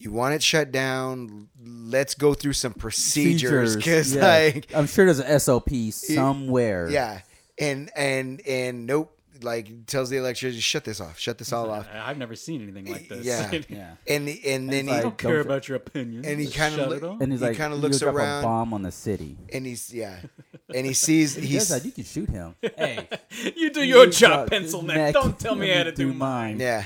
You want it shut down. Let's go through some procedures. Because, yeah. like, I'm sure there's an SOP somewhere. yeah, and and and nope. Like tells the electrician, shut this off, shut this all off. I- I've never seen anything like this. Yeah. yeah. And and then like- he don't care about your opinion. and he Just kinda shut look- it off. And he's He like, kinda "You looks drop around. a bomb on the city. and he's yeah, and he sees He does he's that. You can shoot him. Hey, You do you your drop job, pencil his neck. Don't tell me let how to do mine. yeah.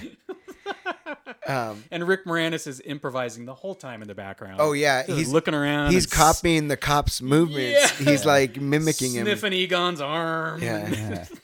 Um. And Rick Moranis is improvising the whole time in the background. Oh yeah, Just he's looking around. He's and copying the cop's movements. Yeah. He's like mimicking him. sniffing Egon's arm. Yeah.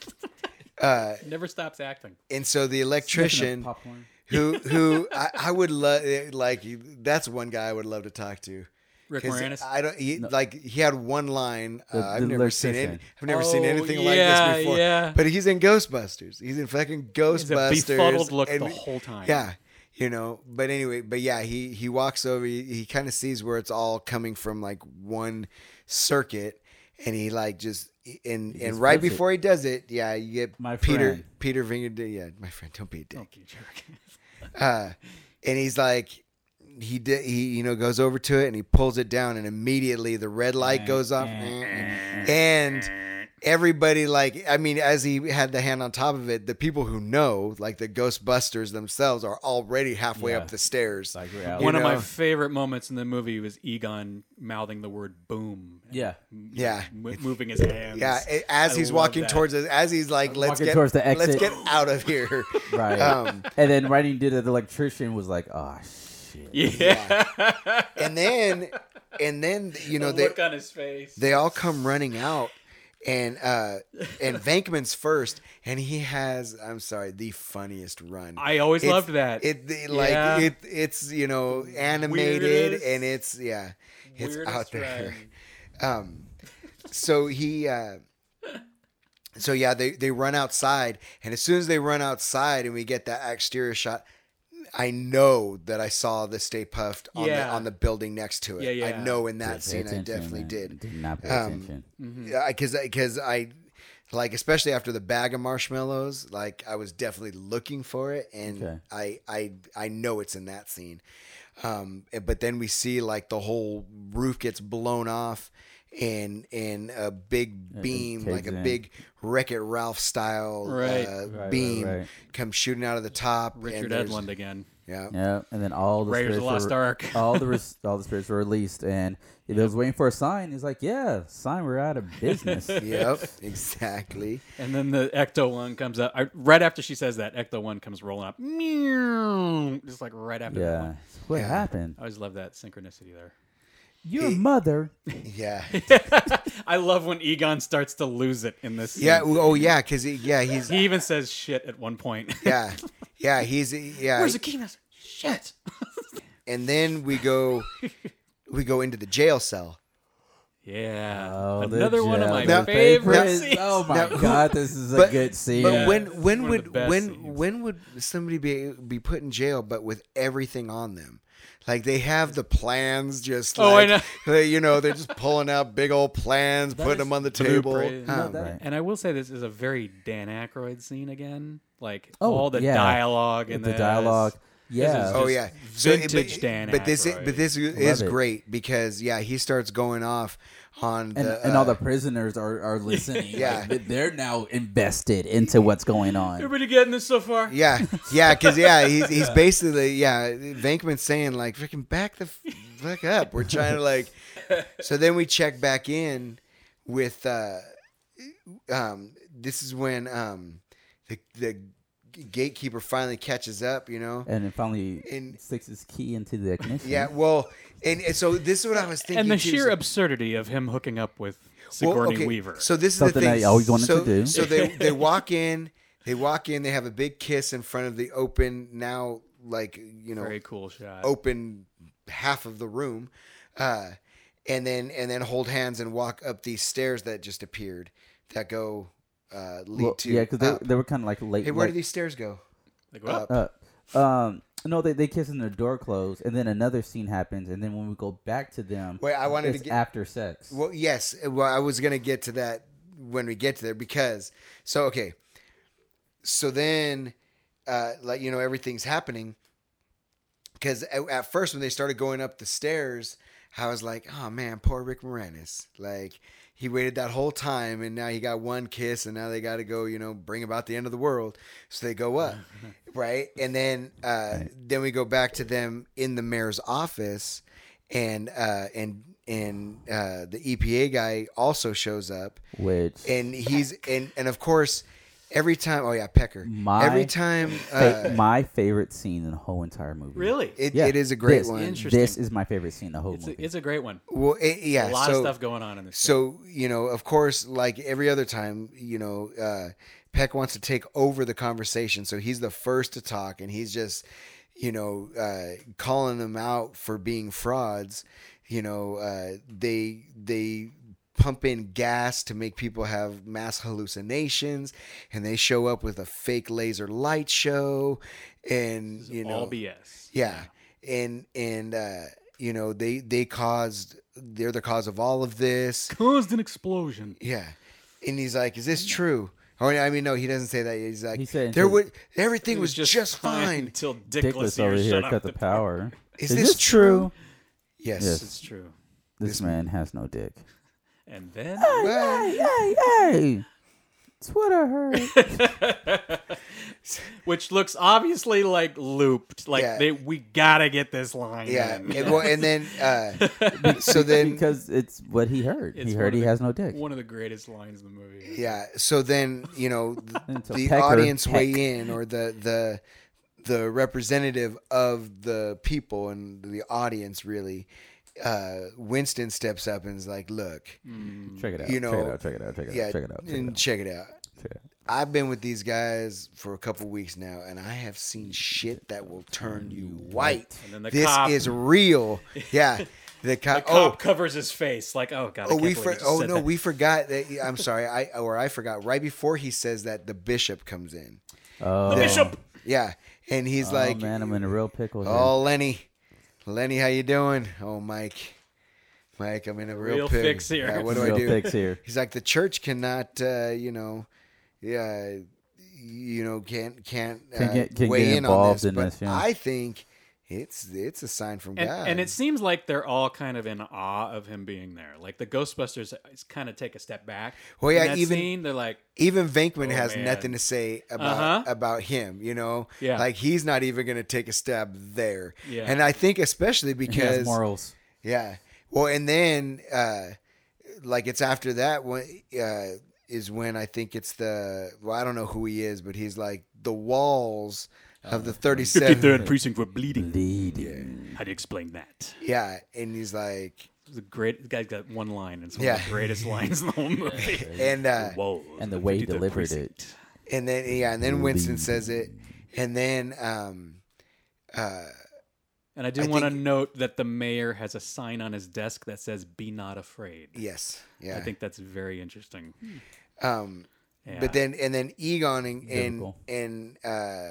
Yeah. Uh, Never stops acting. And so the electrician, Popcorn. who who I, I would love like that's one guy I would love to talk to. Rick 'Cause Moranis. I don't he, like he had one line. Uh, The- I've the never seen it. electrician. I've never seen Oh, anything yeah, like this before. yeah. But he's in Ghostbusters. He's in fucking He's a Ghostbusters. befuddled look and- the whole time. Yeah, you know. But anyway, but yeah, he he walks over. He, he kind of sees where it's all coming from, like one circuit, and he like just and and just right flips it. before he does it, yeah, you get My Peter friend. Peter Vinger. Yeah, my friend, don't be a dick Don't be a jerk. uh, and he's like he did he you know goes over to it and he pulls it down and immediately the red light goes off and everybody like i mean as he had the hand on top of it the people who know like the ghostbusters themselves are already halfway Yeah. up the stairs Like, we're out. You One of my know. favorite moments in the movie was Egon mouthing the word "boom." Yeah. yeah Mo- moving his hands. yeah a- as I he's love walking that. towards us as he's like let's walking get towards the let's exit. get out of here Right. um and then writing did it. The electrician was like, oh, shit. yeah. and then and then you know the they look on his face. they all come running out and uh and Vankman's first and he has I'm sorry the funniest run. I always It's- loved that. It the- like Yeah. it it's you know animated Weirdest- and it's yeah it's Weirdest out there. run. Um so he uh so yeah they they run outside and as soon as they run outside and we get that exterior shot I know that I saw the Stay Puffed on the Yeah. on the building next to it. Yeah, I yeah. know in that Pay scene I attention, definitely man. did Did not pay Um, attention. yeah, because because I like especially after the bag of marshmallows, like I was definitely looking for it, and Okay. I I I know it's in that scene. Um, eh, but then we see like the whole roof gets blown off, and and a big beam, like a caves in. big Wreck It Ralph style Right. uh, right, beam, right. comes shooting out of the top. and Richard there's- Edlund again. Yeah. Yeah, and then all the Raiders spirits of the Lost were, Ark. all the res- all the spirits were released, and it was waiting for a sign. He's like, "Yeah, sign, we're out of business." Yep. Exactly. And then the Ecto one comes up I, right after she says that. Ecto one comes rolling up, meow, just like right after that yeah, one. what happened? I always love that synchronicity there. Your mother. Yeah. I love when Egon starts to lose it in this. Scene. Yeah. Oh, yeah. Because yeah, he's he even says shit at one point. yeah, yeah. He's yeah. Where's the key master? Shit. and then we go we go into the jail cell. Yeah, Oh, the another one of jail- my Now- favorite now- scenes. Oh my Now, who- god, this is a but- good scene. But Yeah. when when One of the would best when scenes. when would somebody be be put in jail but with everything on them? Like they have the plans, just Oh, I like, you know, they're just pulling out big old plans, putting them on the table. Blueprint. Huh. No, that- right. And I will say this is a very Dan Aykroyd scene again. Like Oh, all the yeah. dialogue and the dialogue. Yeah. is oh just yeah, vintage Dan But this, is, Aykroyd. but this is it. great because yeah, he starts going off on the and, and all the uh, prisoners are, are listening. Yeah. yeah, they're now invested into what's going on. Everybody getting this so far? Yeah, yeah, because yeah, he's he's basically yeah, Venkman's saying like, freaking back the fuck up. We're trying to like, so then we check back in with, uh um, this is when um, the the gatekeeper finally catches up, you know. And it finally And- sticks his key into the ignition. Yeah, well, and, and so this is what I was thinking. And the too, sheer so- absurdity of him hooking up with Well, Sigourney Weaver. So this is the Something thing. I always wanted so, to do. So they they walk in, they walk in, they have a big kiss in front of the open now like you know oh, very cool shot. open half of the room, uh, and then and then hold hands and walk up these stairs that just appeared that go uh, lead well, to yeah, because they, up. they were kind of like late. hey, where like- do these stairs go? Like, well, Uh, um, no, they they kiss and their door closed, and then another scene happens, and then when we go back to them, Wait, I wanted to it's get- after sex. Well, yes. uh, Well, I was gonna get to that when we get to there because so okay. So then, uh, like you know, everything's happening. Because at, at first, when they started going up the stairs, I was like, "Oh man, poor Rick Moranis! Like he waited that whole time, and now he got one kiss, and now they got to go, you know, bring about the end of the world." So they go up, right? And then, uh, then we go back to them in the mayor's office, and uh, and and uh, the EPA guy also shows up, which and he's and and of course, every time oh yeah Pecker, My every time fa- uh, my favorite scene in the whole entire movie. really? it, Yeah, it is a great this, one. Interesting. This is my favorite scene in the whole It's a, movie. it's a great one. Well, it, yeah, A lot so, of stuff going on in this. So you know, of course, like every other time, you know, uh, Peck wants to take over the conversation, so he's the first to talk, and he's just, you know, uh, calling them out for being frauds. You know, uh, they they pump in gas to make people have mass hallucinations, and they show up with a fake laser light show, and This is you know, all BS. yeah. And and uh, you know, they they caused they're the cause of all of this. Caused an explosion. Yeah. And he's like, "Is this true?" Or I mean, no, he doesn't say that. He's like, He said "There until- would everything was, just, fine." until Dick, Dickless Lassier over here shut cut up the power. Is this true? Yes. Yes. It's true. This man has no dick. And then Ah. Well, Hey, hey, Twitter her. which looks obviously like looped. Like Yeah. they, we gotta get this line. yeah. in. And, well, and then uh, so then because it's what he heard. It's he one heard of he the- has no dick. One of the greatest lines in the movie. yeah. So then you know th- Until the Pecker- audience Peck. weigh in or the the the representative of the people and the audience really. Uh, Winston steps up and is like, "Look, Mm. Check it out. you check know, it out. Check it out. Check it yeah, out. Check it out. Check it and out. check it out. Check it out. I've been with these guys for a couple weeks now, and I have seen shit that will turn you white. And then the this cop- is real. Yeah, the cop. The cop oh, covers his face like, oh god. I oh, can't we. believe For, I just oh said no, that. we forgot that. I'm sorry. I or I forgot. Right before he says that, the bishop comes in. the bishop. Yeah, and he's Oh like, man, I'm in a real pickle. Here. "Oh, Lenny, Lenny, how you doing? Oh, Mike, Mike, I'm in a real, Real pickle. fix here. Yeah, what do real I do? picks here. He's like the church cannot, uh, you know, yeah, you know, can't can't, uh, Can't get- can't weigh get in on involved this. in but this, yeah. I think it's it's a sign from And, God. and it seems like they're all kind of in awe of him being there. Like the Ghostbusters is kind of take a step back. Well, in yeah, that even- scene, they're like, even Venkman Oh, has man. nothing to say about Uh-huh. about him. You know, Yeah. like he's not even going to take a stab there. Yeah. And I think especially He has because morals. Yeah. Well, and then uh, like it's after that when uh, is when I think it's the well I don't know who he is, but he's like the walls Oh, of the 37. precinct were bleeding. Leading. How do you explain that? Yeah, and he's like The great the guy's got one line. and It's one of Yeah. the greatest lines in the whole movie. and uh, Whoa! And the way he delivered it. and then yeah, and then Winston says it, and then um, uh, And I do I want to think- note that the mayor has a sign on his desk that says "Be not afraid." yes, yeah. I think that's very interesting. um, Yeah. But then and then Egon and and, Biblical. and uh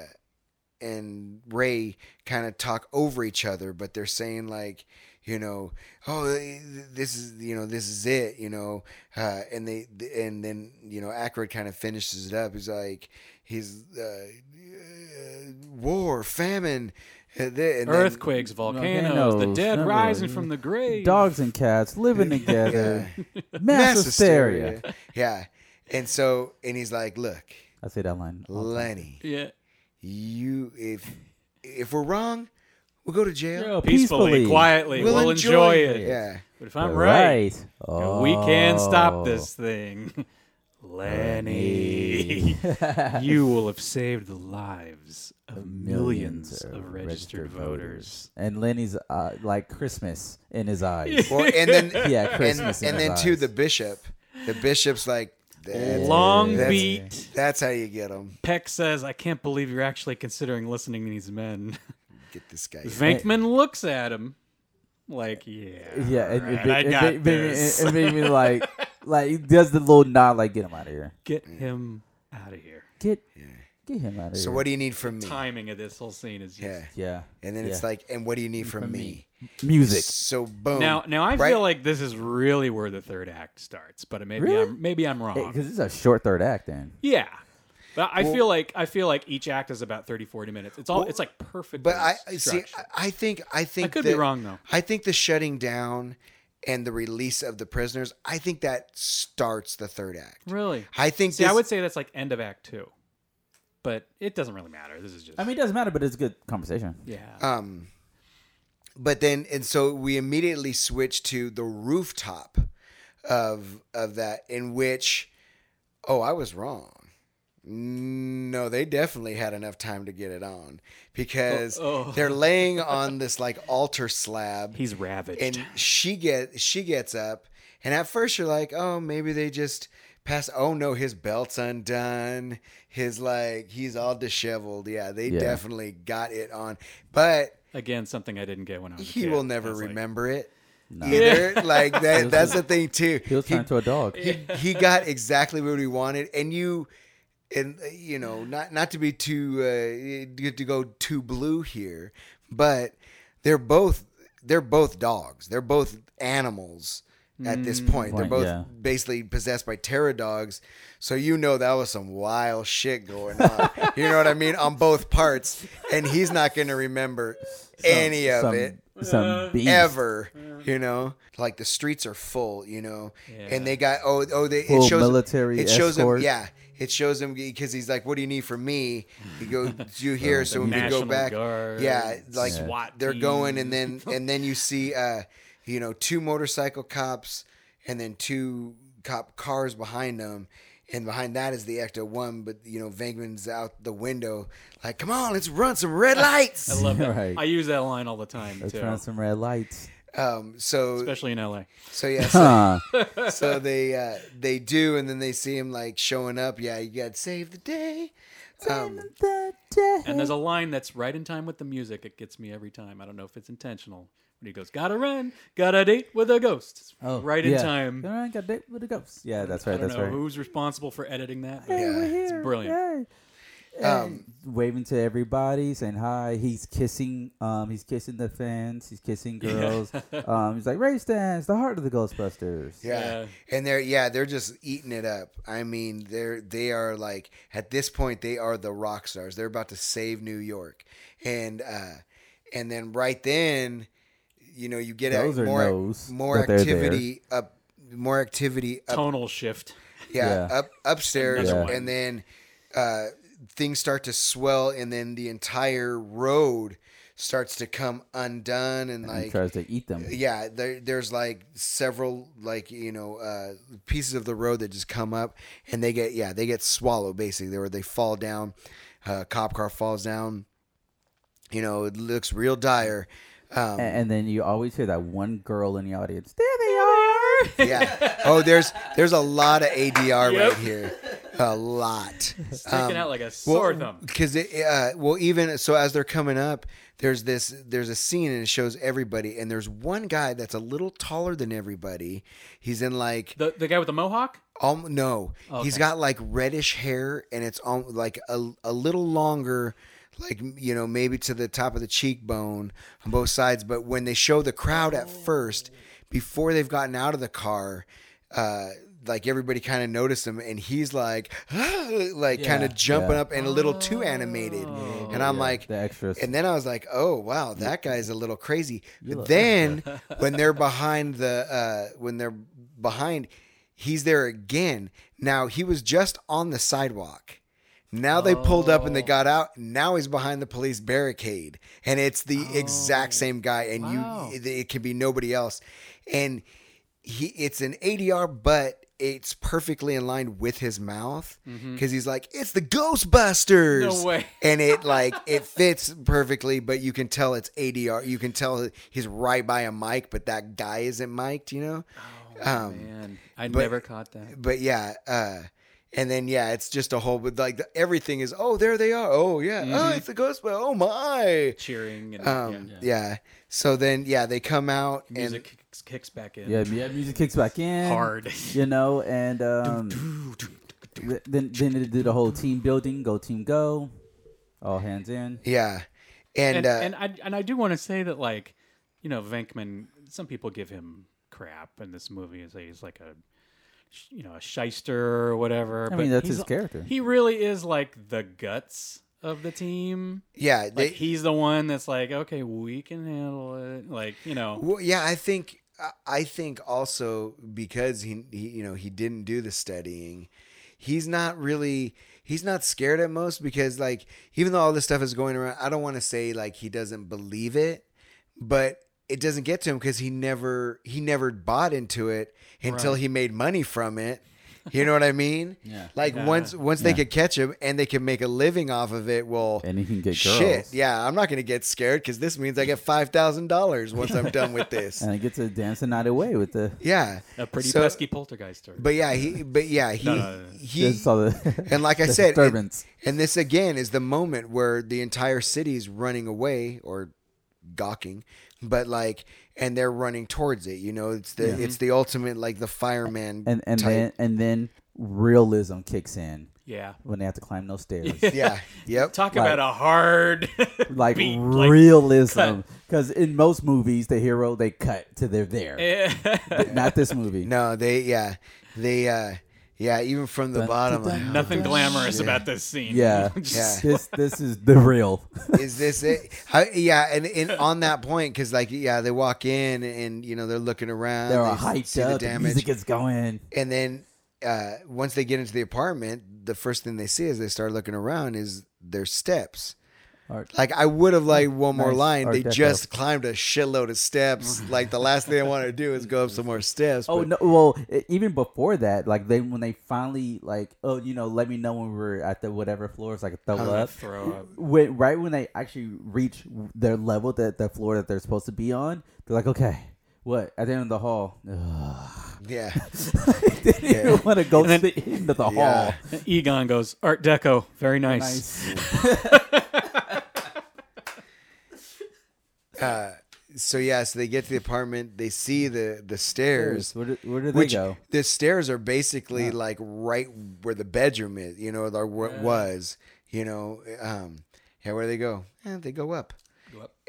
and Ray kind of talk over each other, but they're saying like, you know, oh, this is you know this is it, you know, uh, and they and then you know Ackroyd kind of finishes it up. He's like, he's uh, war, famine, uh, th- and then- Earthquakes, volcanoes, the Volcanoes, dead never- rising from the grave. Dogs and cats living together. Mass, mass hysteria. hysteria. yeah, and so and he's like, look, I say that line. all the time. Lenny, Yeah. you if if we're wrong, we'll go to jail. Girl, Oh, Peacefully, peacefully. quietly, we'll, enjoy, it. Yeah. But if I'm You're right, Oh. Oh. we can stop this thing. Lenny, you will have saved the lives of millions of registered voters. And Lenny's uh, like Christmas in his eyes. Well, and then yeah, and, Christmas. in and his then too eyes. the bishop. The bishop's like that's, Long that's- beat. That's how you get them. Peck says, I can't believe you're actually considering listening to these men. Get this guy. Venkman looks at him like, yeah. yeah, and it, right, it, I it got made- made me- this. it made me like, like he does the little nod, like get him out of here, Get him out of here. get, get him out of here. So what do you need from me? Timing of this whole scene is just. Yeah. Yeah, And then it's yeah. like, and what do you need from, me? music. So boom. Now, now I Right? feel like this is really where the third act starts, but maybe Really? I'm maybe I'm wrong. because it's a short third act. Then Yeah. But I feel like I feel like each act is about 30 40 minutes. It's all it's like perfect. But I I- see. I- I think I think could be that- wrong, though. I think the shutting down and the release of the prisoners. I think that starts the third act. really. I think See, I this- would say that's like end of act 2. But it doesn't really matter. This is just I mean, it doesn't matter, but it's a good conversation. yeah. Um, but then, and so we immediately switch to the rooftop of of that, in which, oh, I was wrong. No, they definitely had enough time to get it on because they're laying on this like altar slab. He's ravaged. and she get she gets up, and at first you're like, oh, maybe they just pass. Oh no, his belt's undone. His like he's all disheveled. Yeah, they Yeah. definitely got it on, but Again, something I didn't get when I was a he kid. will never It's like, remember it either. Like that. that's the thing too. He was turned to a dog. he got exactly what he wanted, and you, and uh, you know, not not to be too uh, to- to go too blue here, but they're both they're both dogs. They're both animals at this point. They're Mm. Right, both yeah. basically possessed by terror dogs. So you know that was some wild shit going on. you know what I mean? On both parts, and he's not going to remember any of some, it Uh, some beast. ever. You know, like the streets are full. You know, and they got oh oh they Full it shows military It shows escort. him yeah. It shows him because he's like, "What do you need from me?" You go, "You here?" so when we go Uh, National back, Guard, yeah, like SWAT they're team. going, and then and then you see, uh, you know, two motorcycle cops, and then two cop cars behind them, and behind that is the Ecto One. But you know, Venkman's out the window, like, "Come on, let's run some red lights." I love that. Right. I use that line all the time Let's too. run some red lights. Uh, um, so Especially in LA. so yeah, so- Huh. so they uh, they do, and then they see him like showing up. Yeah, you got save the day. Um, And there's a line that's right in time with the music. It gets me every time. I don't know if it's intentional. When he goes, "Gotta run, gotta date with a ghost." It's Oh, right in Oh, yeah. time. Alright, got date with the ghost. Yeah, that's I right. don't That's know right. who's responsible for editing that. but yeah. It's brilliant. Um, waving to everybody, saying hi. He's kissing. Um, he's kissing the fans. He's kissing girls. um, he's like race dance, the heart of the Ghostbusters. yeah. Yeah. and they're yeah they're just eating it up. I mean they're they are like at this point they are the rock stars. They're about to save New York, and uh, and then right then, you know you get Those a, are more knows more that they're there. activity up more activity up Tonal shift. yeah, Yeah. up upstairs, Another and then uh, things start to swell, and then the entire road starts to come undone, and he like. tries to eat them. yeah, there, there's like several like you know uh, pieces of the road that just come up, and they get yeah they get swallowed basically. They where they fall down, uh, cop car falls down. You know it looks real dire. Um, A- And then you always hear that one girl in the audience. There they are. yeah. Oh, there's there's a lot of ADR right here, a lot. Sticking out like a sore thumb. Because it, uh, well, even so, as they're coming up, there's this, there's a scene and it shows everybody, and there's one guy that's a little taller than everybody. He's in like, The, the guy with the mohawk? um, no, he's got like reddish hair, and it's on like a, a little longer, like you know maybe to the top of the cheekbone on both sides. But when they show the crowd at first, before they've gotten out of the car, uh, like everybody kind of noticed him, and he's like, like kind Yeah. of jumping Yeah. Oh. up and a little too animated. And I'm Yeah, like, the extras. and then I was like, "Oh wow, that guy's a little crazy." But look- then when they're behind the uh, when they're behind, he's there again. Now he was just on the sidewalk. Now they pulled up and they got out. Now he's behind the police barricade, and it's the exact same guy. And Wow. you, it, it could be nobody else. And he, it's an ADR, but it's perfectly in line with his mouth because he's like, "It's the Ghostbusters." No way. and it like it fits perfectly, but you can tell it's ADR. You can tell he's right by a mic, but that guy isn't mic'd, you know. um, Oh, Man, I but- never caught that. but yeah, uh, and then yeah, it's just a whole but like the, everything is oh there they are oh yeah oh it's the Ghostbusters oh my Cheering and um, Mm-hmm. yeah. yeah. so then yeah they come out music kicks, kicks back in. yeah, mu- yeah, music kicks back in Hard. You know, and um, th- then then they do the whole team building, go team go, all hands in. and yeah and, and uh, and I and I do want to say that like, you know, Venkman. Some people give him crap in this movie and say he's like a, sh- you know, a shyster or whatever. I but mean, that's he's- his character. He really is like the guts of the team. yeah they, Like he's the one that's like, okay, we can handle it. Like you know, Well, yeah, I think I- I think also because he, he you know he didn't do the studying, he's not really he's not scared at most because like even though all this stuff is going around, I don't want to say like he doesn't believe it, but it doesn't get to him because he never he never bought into it until Right. he made money from it. You know what I mean? Yeah. Like Yeah. once once they Yeah. could catch him and they could make a living off of it, well, And he can get girls. Shit, yeah, I'm not gonna get scared because this means I get five thousand dollars once I'm done with this. And he gets to dance the night away with the. Yeah, a pretty So- pesky poltergeist. Or, But yeah, he, but yeah, he, No, no, no, no. he, just all the and like I the said, it- disturbance. and this again is the moment where the entire city is running away or gawking, but like, and they're running towards it. You know, it's the it's the ultimate like the fireman and and type. then and then realism kicks in yeah, when they have to climb those stairs. yeah, yep, talk Like- about a hard Like beat, like- realism, because in most movies the hero they cut to they're Eh. there. But Not this movie. no, they, yeah, they, uh yeah, even from the Dun, bottom, dun, like, oh, dun. Nothing glamorous Yeah. about this scene. Yeah. Yeah. This this is the real. is this it? How, yeah, and, and on that point, because like, yeah, they walk in and you know they're looking around, They're they all see hyped the up. The damage. music is going. and then uh, once they get into the apartment, the first thing they see as they start looking around is their steps. Art- Like I would have liked one more Nice line. Art They Deco. just climbed a shitload of steps. like the last thing I want to do is go up some more steps. Oh but- no! Well, e- even before that, like they when they finally like, oh, you know, let me know when we're at the whatever floor, so I can throw up. Throw up. When, right when they actually reach their level, that the floor that they're supposed to be on, they're like, okay, what? At the end of the hall, Ugh. Yeah, they didn't Yeah. want to go And then- to the end of the Yeah. hall. Egon goes, Art Deco, very nice. Nice. so yeah, so they get to the apartment. They see the the stairs. Where, do- where did they Which go? the stairs are basically like right where the bedroom is, you know, or where it was, you know, um, yeah, where they go, Eh, they go up.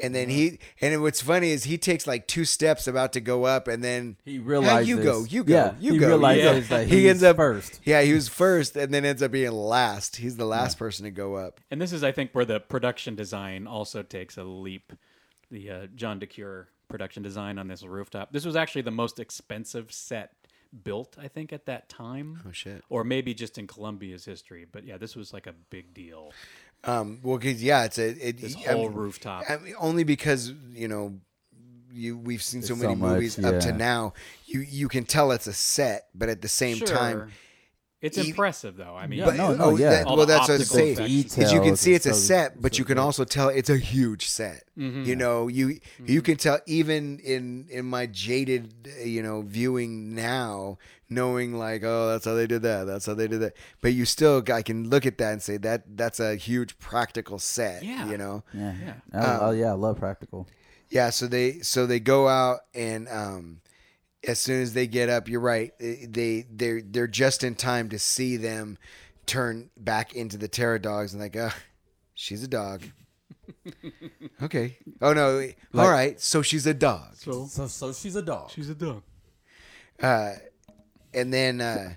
And then he, and what's funny is he takes like two steps about to go up, and then He "Ah, realizes. you go, you go, yeah, you he go. realizes you go." that he's first. Yeah, he was first, and then ends up being last. He's the last person to go up. And this is, I think, where the production design also takes a leap. The uh, John DeCure production design on this rooftop. This was actually the most expensive set built, I think, at that time. Oh shit. Or maybe just in Columbia's history. But yeah, this was like a big deal. Um, well, cause yeah, it's a it, This I whole mean- rooftop. I mean, only because you know you we've seen so There's many so much, movies up to yeah. now. You you can tell it's a set, but at the same time, e- Sure. it's even- impressive though. I mean, Yeah, no, no, oh, yeah. that- All well, the that's what I'm optical saying. effects. Is you can Details, see it's a it's so- set, but so you can good. also tell it's a huge set. Mm-hmm. You know, you you can tell even in in my jaded uh, you know viewing now, knowing like oh that's how they did that, that's how they did that. But you still I can look at that and say that that's a huge practical set. Yeah. you know. Yeah. Um, Oh, oh, yeah, I love practical. Yeah, so they so they go out and um as soon as they get up, you're right. They they they're just in time to see them turn back into the terror dogs and like, uh, She's a dog. okay. Oh no. wait. All right. So she's a dog. So So so she's a dog. she's a dog. Uh, and then uh,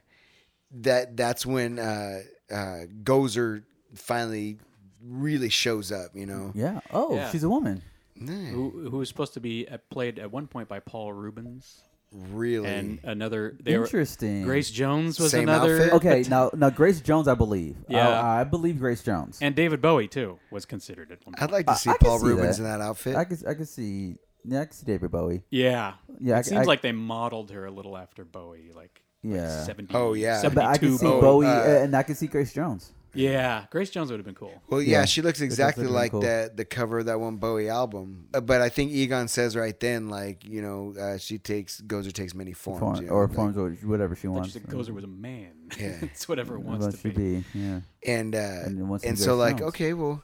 that that's when uh, uh, Gozer finally really shows up. You know. yeah. Oh, Yeah. she's a woman. Nah, Who, who was supposed to be uh, played at one point by Paul Rubens really. and another. They were, Interesting. Grace Jones was Same another. outfit? Okay, now now Grace Jones, I believe. Yeah. I, I believe Grace Jones. And David Bowie too was considered at one point. I'd like to see I can Paul see Rubens that. in that outfit. I could I could see yeah, I could see David Bowie. yeah, Yeah, It I- seems I- like they modeled her a little after Bowie, like Yeah. like 70, Oh, yeah. But I could 72 see Oh, Bowie uh, and I could see Grace Jones. Yeah, Grace Jones would have been cool. Well, yeah, Yeah, she looks exactly looking like cool. that the cover of that one Bowie album. Uh, But I think Egon says right then, like you know, uh, she takes Gozer takes many forms, Form, you know, or like- forms or whatever she But wants. she said Gozer was a man. Yeah. it's whatever it Whatever wants to she be. be. Yeah. and uh, And then and, once you so guys like know. okay, well,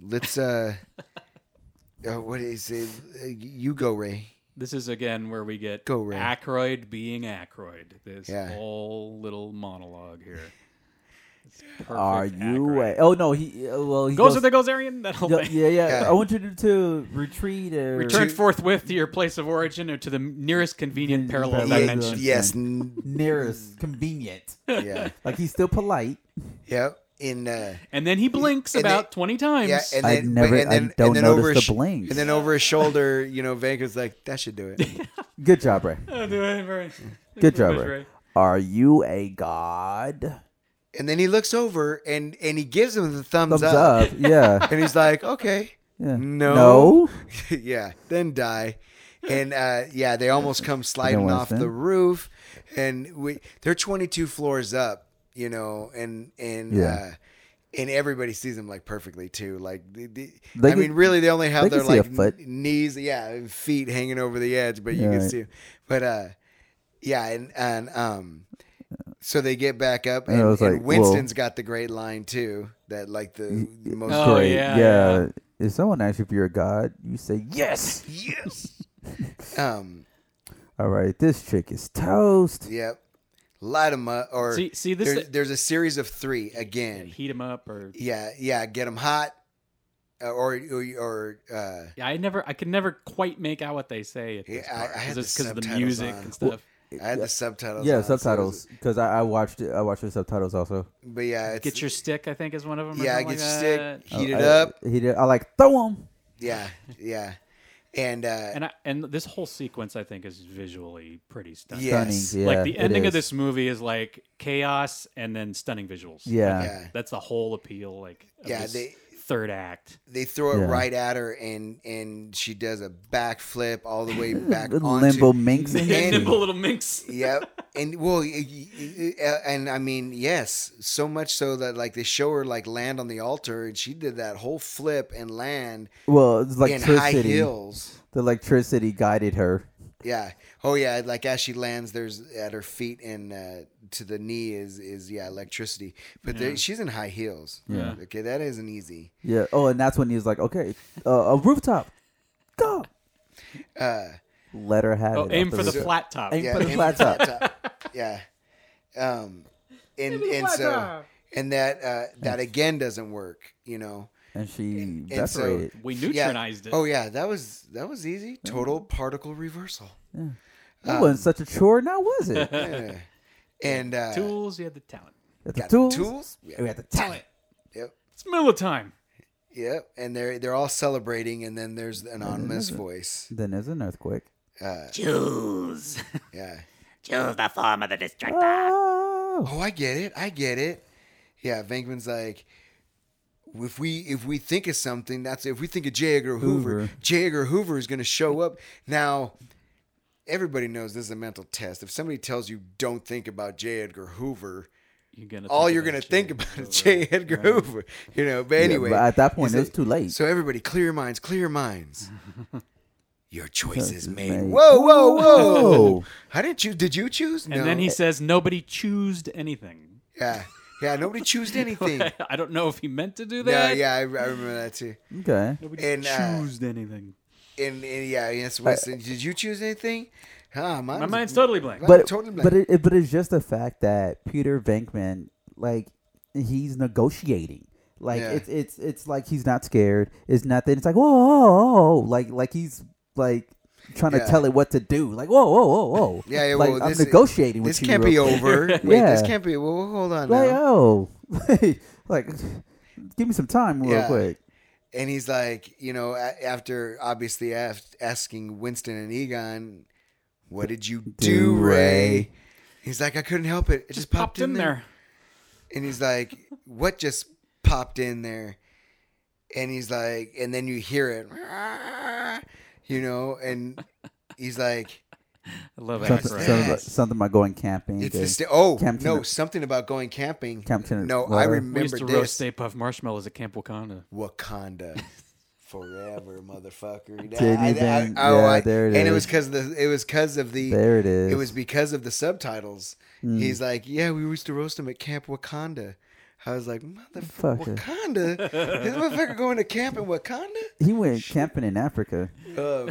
let's uh, uh what is it? Uh, you go, Ray. This is again where we get Go, Ray. Ackroyd being Ackroyd. This Yeah. whole little monologue here. It's perfect Are you? Ackroyd. A, oh no, he. uh, Well, he Goes with the Gozerian. That whole Yeah, thing. yeah, yeah, Yeah. I want you to, to retreat or Return To- forthwith to your place of origin or to the nearest convenient Yeah, parallel parallel dimension. dimension. Yes. n- nearest convenient. yeah. Like he's still polite. Yep. In uh, And then he blinks And then- about 20 times. yeah, and I then, but- never- and I then, don't and then notice over the his sh- blinks. and then over his shoulder, you know, Vanka's like, that should do it. Good job, Ray. Oh, do I ever- Good job, Ray. Ray. Are you a god? And then he looks over and and he gives him the thumbs, Thumbs up. Yeah. and he's like, "Okay, yeah. No. No. yeah, then die." And uh, yeah, they almost come sliding wanna off the sin. roof, and we they're twenty two floors up, you know, and and Yeah. uh, and everybody sees them like perfectly too. Like, the, the, They I could- mean, really, they only have they their could see a like foot. kn- knees, yeah, and feet hanging over the edge, but you Yeah, can right. see, 'em. but uh, yeah, and and um. So they get back up, And I and, was and like, whoa. Winston's got the great line too. That like the most Oh, Great. yeah, yeah. If someone asks you if you're a god, you say yes. Yes. um. All right, this chick is toast. Yep. Light 'em up, or See- see, this- There's, there's a series of three again. Heat him up or Yeah, yeah. Get 'em hot, uh, or or, or uh, Yeah, I never, I could never quite make out what they say. At this Yeah, I- I had the because of the subtitles music on. and stuff. I had the subtitles. Yeah, on, so it was- subtitles. Because I, I watched it. I watched the subtitles also. but yeah, it's, e get your stick, I think, is one of them. yeah. or Get your something like that. stick. Heat I, it up. Heat it. I like throw them. Yeah, yeah. And uh, And I, and this whole sequence, I think, is visually pretty stunning. Yeah. Yes. Stunning. Yeah, like the it ending is. of this movie is like chaos and then stunning visuals. Yeah. Yeah. that's the whole appeal. Like, of Yeah, this they- third act. they throw it Yeah. right at her, and and she does a backflip all the way back Little onto limbo minx in And- Nimble little minx. yep and well y- y- y- and i mean yes so much so that like they show her like land on the altar and she did that whole flip and land Well, it's like in high electricity. heels The electricity guided her. yeah oh yeah like as she lands there's at her feet and uh, to the knee is is yeah electricity but there she's in high heels Yeah. okay that isn't easy Yeah. Oh, and that's when he's like, okay, uh, a rooftop, go. uh Let her have Oh, it. aim off for the roof. flat top. Aim yeah for the and- flat top. yeah um and and so and that uh that again doesn't work you know And she and so- evaporated. We Yeah. neutronized it. Oh yeah, that was that was easy. Total particle reversal. Uh, that wasn't such a chore, now was it? Got Yeah. And uh, Tools, you had the talent. the got tools. tools. Yeah. We had the talent. Yep. It's middle of time. Yep. And they're they're all celebrating, and then there's the anonymous voice. Uh, Then there's an earthquake. Choose. Yeah. Choose the form of the destructor. Oh, Oh, I get it. I get it. Yeah. Venkman's like. If we if we think of something, that's if we think of J. Edgar Hoover, Hoover. J. Edgar Hoover is going to show up. Now, everybody knows this is a mental test. If somebody tells you don't think about J. Edgar Hoover, You're gonna all think you're about going to J. think about is Edgar J. Edgar Hoover, you know. But anyway, but at that point, he's it was like- too late. So everybody, clear your minds, clear your minds. Your choice is made. made. Whoa, whoa, whoa! Whoa. How did you? Did you choose? And then he says, "Nobody choosed anything." yeah, yeah. Nobody choosed anything. I don't know if he meant to do yeah, that. yeah. I, I remember that too. okay. Nobody And, uh, choosed anything. And, and yeah, yes. Winston, did you choose anything? Huh, mine My was- mind's totally blank. Mine But was totally blank. but it, it- but it's just the fact that Peter Venkman, like, he's negotiating. Like Yeah. it's it's it's like he's not scared. It's nothing. It's like whoa, whoa, whoa, whoa. like like he's like trying Yeah. to tell it what to do. Like whoa, whoa, whoa, whoa. Yeah, yeah, like well, I'm this- negotiating with This you. can't real be quick. over. Wait, this Yeah. can't be. Well, hold on. Like now. oh, like give me some time real Yeah. quick. And he's like, you know, a- after obviously af- asking Winston and Egon, "What did you do, Do, Ray?" Ray. He's like, "I couldn't help it. It just, popped, in there. And he's like, "What just popped in there?" And he's like, and then you hear it, you know, and he's like, I love that. Something, right. something, Yes. about, something about going camping. "It's and- the sta- oh Captain- no, something about going camping." Captain no, I Water. remember We used to this. roast Stay Puff marshmallows at Camp Wakanda. Wakanda forever, motherfucker. oh, Didn't even- yeah, there it and it is. was because the it was because of the there it is. Hmm. it was because of the subtitles. He's like, yeah, we used to roast him at Camp Wakanda. I was like, motherfucker, Fucker. Wakanda. this motherfucker going to camp in Wakanda. he went camping in Africa. Um,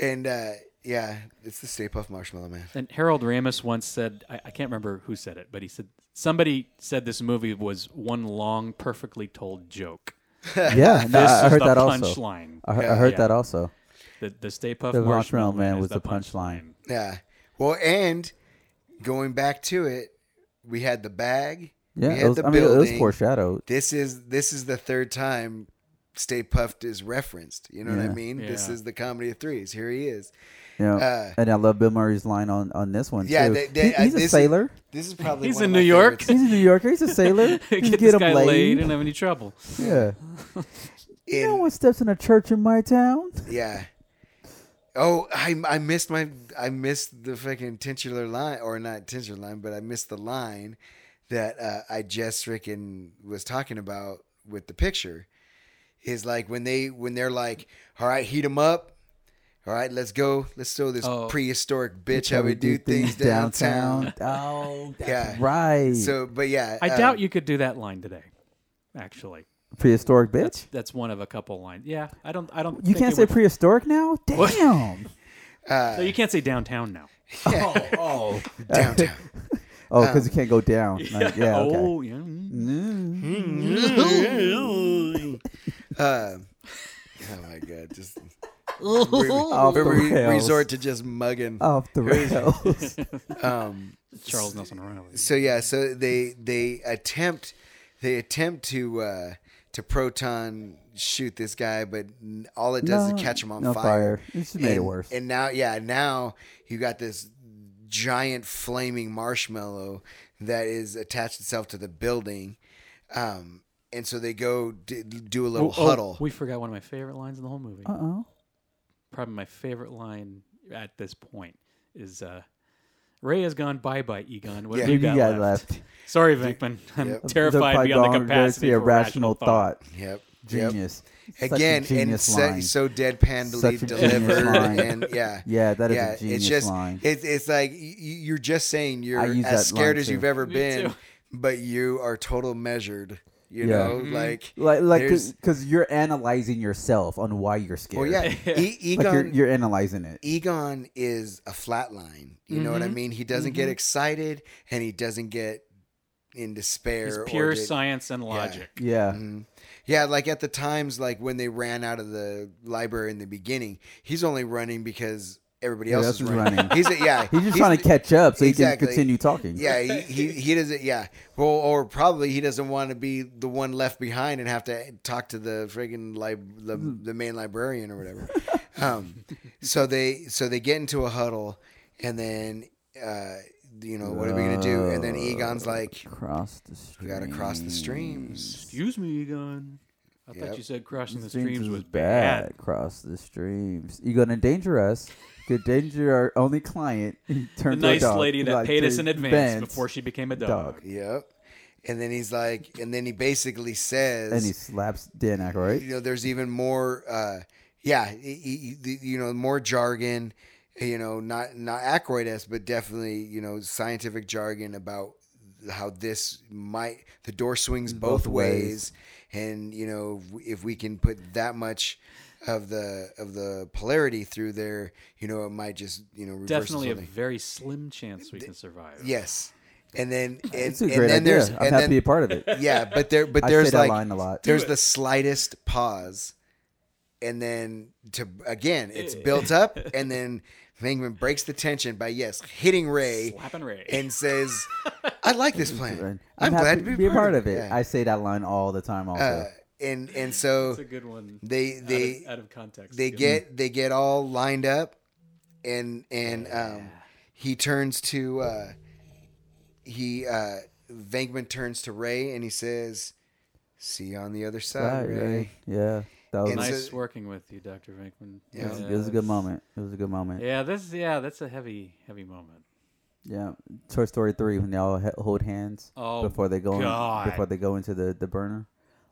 and uh, yeah, it's the Stay Puft Marshmallow Man. And Harold Ramis once said, I, I can't remember who said it, but he said somebody said this movie was one long, perfectly told joke. Yeah, no, This I, I is heard the that also. punchline. I, he- I heard Yeah. that also. The, the Stay Puff The marshmallow, Marshmallow Man is was the the punchline. Yeah. Well, and going back to it, we had the bag. Yeah, we had it was, the I mean, it was building. foreshadowed. this is this is the third time Stay Puffed is referenced. You know what I Yeah. mean? This Yeah. is the comedy of threes. Here he is. You know, Uh, and I love Bill Murray's line on, on this one Yeah, too. they- they- He- uh, this he's a is- sailor. This is probably He's one in of my New York? favorites. He's a New Yorker. He's a sailor. You get, can this him guy laid. laid. and have any trouble. Yeah, In- no one steps in a church in my town. yeah. Oh, I I missed my I missed the fucking titular line or not titular line, but I missed the line that uh, I just freaking was talking about with the picture. Is like when they when they're like, all right, heat them up. All right, let's go. Let's show this Oh. prehistoric bitch how we do things downtown. Oh, that's Yeah. right. So, but yeah, I um, doubt you could do that line today, actually. prehistoric That's bitch. that's one of a couple lines. Yeah, I don't. I don't. You think can't it say would- prehistoric now. What? Damn. So you can't say downtown now. oh, downtown. oh, because you can't go down. Like, yeah. Okay. Oh, yeah. mm. Mm. Uh, oh my god, just we, we- we the rails. Oh. resort to just mugging. Off the rails. Um, Charles Nelson Riley. so yeah, so they they attempt they attempt to uh, to proton shoot this guy, but n- all it does No, is catch him on no fire. fire. It's just made it And- worse. And now, yeah, now you got this giant flaming marshmallow that is attached itself to the building. Um, and so they go d- do a little Oh, oh, huddle. we forgot one of my favorite lines in the whole movie. uh oh. Probably my favorite line at this point is uh, Ray has gone bye bye, Egon. What have Yeah. you got, left? Sorry, Venkman. I'm Yep. terrified They're beyond the probably gonna capacity see a for rational thought. yep. yep. Genius. Such a again and genius so, line. so deadpanly Such a genius delivered line. and yeah yeah, that is yeah a genius it's just line. It's, it's like y- y- you're just saying you're I use as that line scared as too. you've ever Me been too. but you are total measured you Yeah. know Mm-hmm. like like, like, there's- because you're analyzing yourself on why you're well scared. yeah e- like egon you're, you're analyzing it. egon is a flat line you know Mm-hmm. what i mean he doesn't get excited and he doesn't get in despair It's or pure get- science and logic. Yeah, Mhm. Yeah, like at the times, like when they ran out of the library in the beginning, he's only running because everybody else Everybody is else is running. running. He's yeah, he's just trying to catch up so he Exactly. can continue talking. Yeah, he, he he doesn't. Yeah, well, or probably he doesn't want to be the one left behind and have to talk to the friggin' lib- the, Mm. the main librarian or whatever. Um, so they so they get into a huddle, and then uh, you know what are we gonna do? And then Egon's like, Cross the stream. we gotta cross the Oh. streams. Excuse me, Egon. I Yep. thought you said crossing the Streams streams is was bad. Cross the streams. You're gonna endanger us. You endanger our only client. Turn The to a nice dog. lady You that like paid to us in advance, advance. before she became a dog. Dog. Yep. And then he's like, and then he basically says, And he slaps Dan Aykroyd. you know, there's even more, uh, yeah, he- he- he- you know, more jargon, you know, not not Aykroyd esque, but definitely, you know, scientific jargon about how this might the door swings both, Both ways. ways. and you know, if we can put that much of the of the polarity through there, you know, it might just you know reverse Definitely a something. very slim chance we can survive. Yes. And then and, It's a and great then idea. there's I'm and happy to then, be a part of it. yeah, but there but I there's say that like line a lot. there's the slightest pause, and then to again it's Eh. built up, and then Mangman breaks the tension by yes hitting Ray Slapping Ray. and says, "I like this plan. I'm, I'm, happy glad to be, a part of it. Yeah. I say that line all the time. Also, Uh, and and so That's a good one. they they out, of, out of context. they Good get they get all lined up and and um he turns to uh he uh Venkman turns to Ray and he says see you on the other Right, side right. Ray Yeah, that was one. and Nice so- working with you, Doctor Venkman. Yeah. It was- it was a good moment. It was a good moment. Yeah, this yeah, that's a heavy heavy moment. Yeah, Toy Story three when they all he- hold hands Oh, before they go in- God. before they go into the the burner.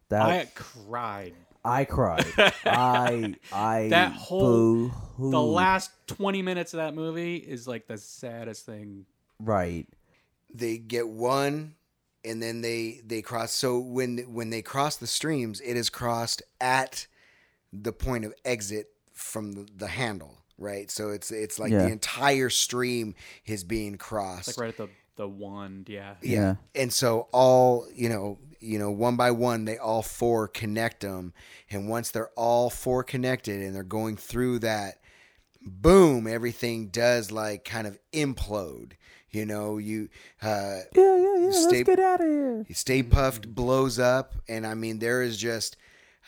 That I cried. I cried. I I That whole- boo-hooed. The last 20 minutes of that movie is like the saddest thing. right. they get one and then they they cross so when when they cross the streams it is crossed at the point of exit from the, the handle right so it's it's like Yeah. the entire stream is being crossed It's like right at the the wand, yeah. yeah. And so all, you know, you know, one by one, they all four connect them. And once they're all four connected and they're going through that, boom, everything does like kind of implode. You know, you uh Yeah, yeah, yeah. Stay- Let's get out of here. Stay Puffed blows up, and I mean there is just,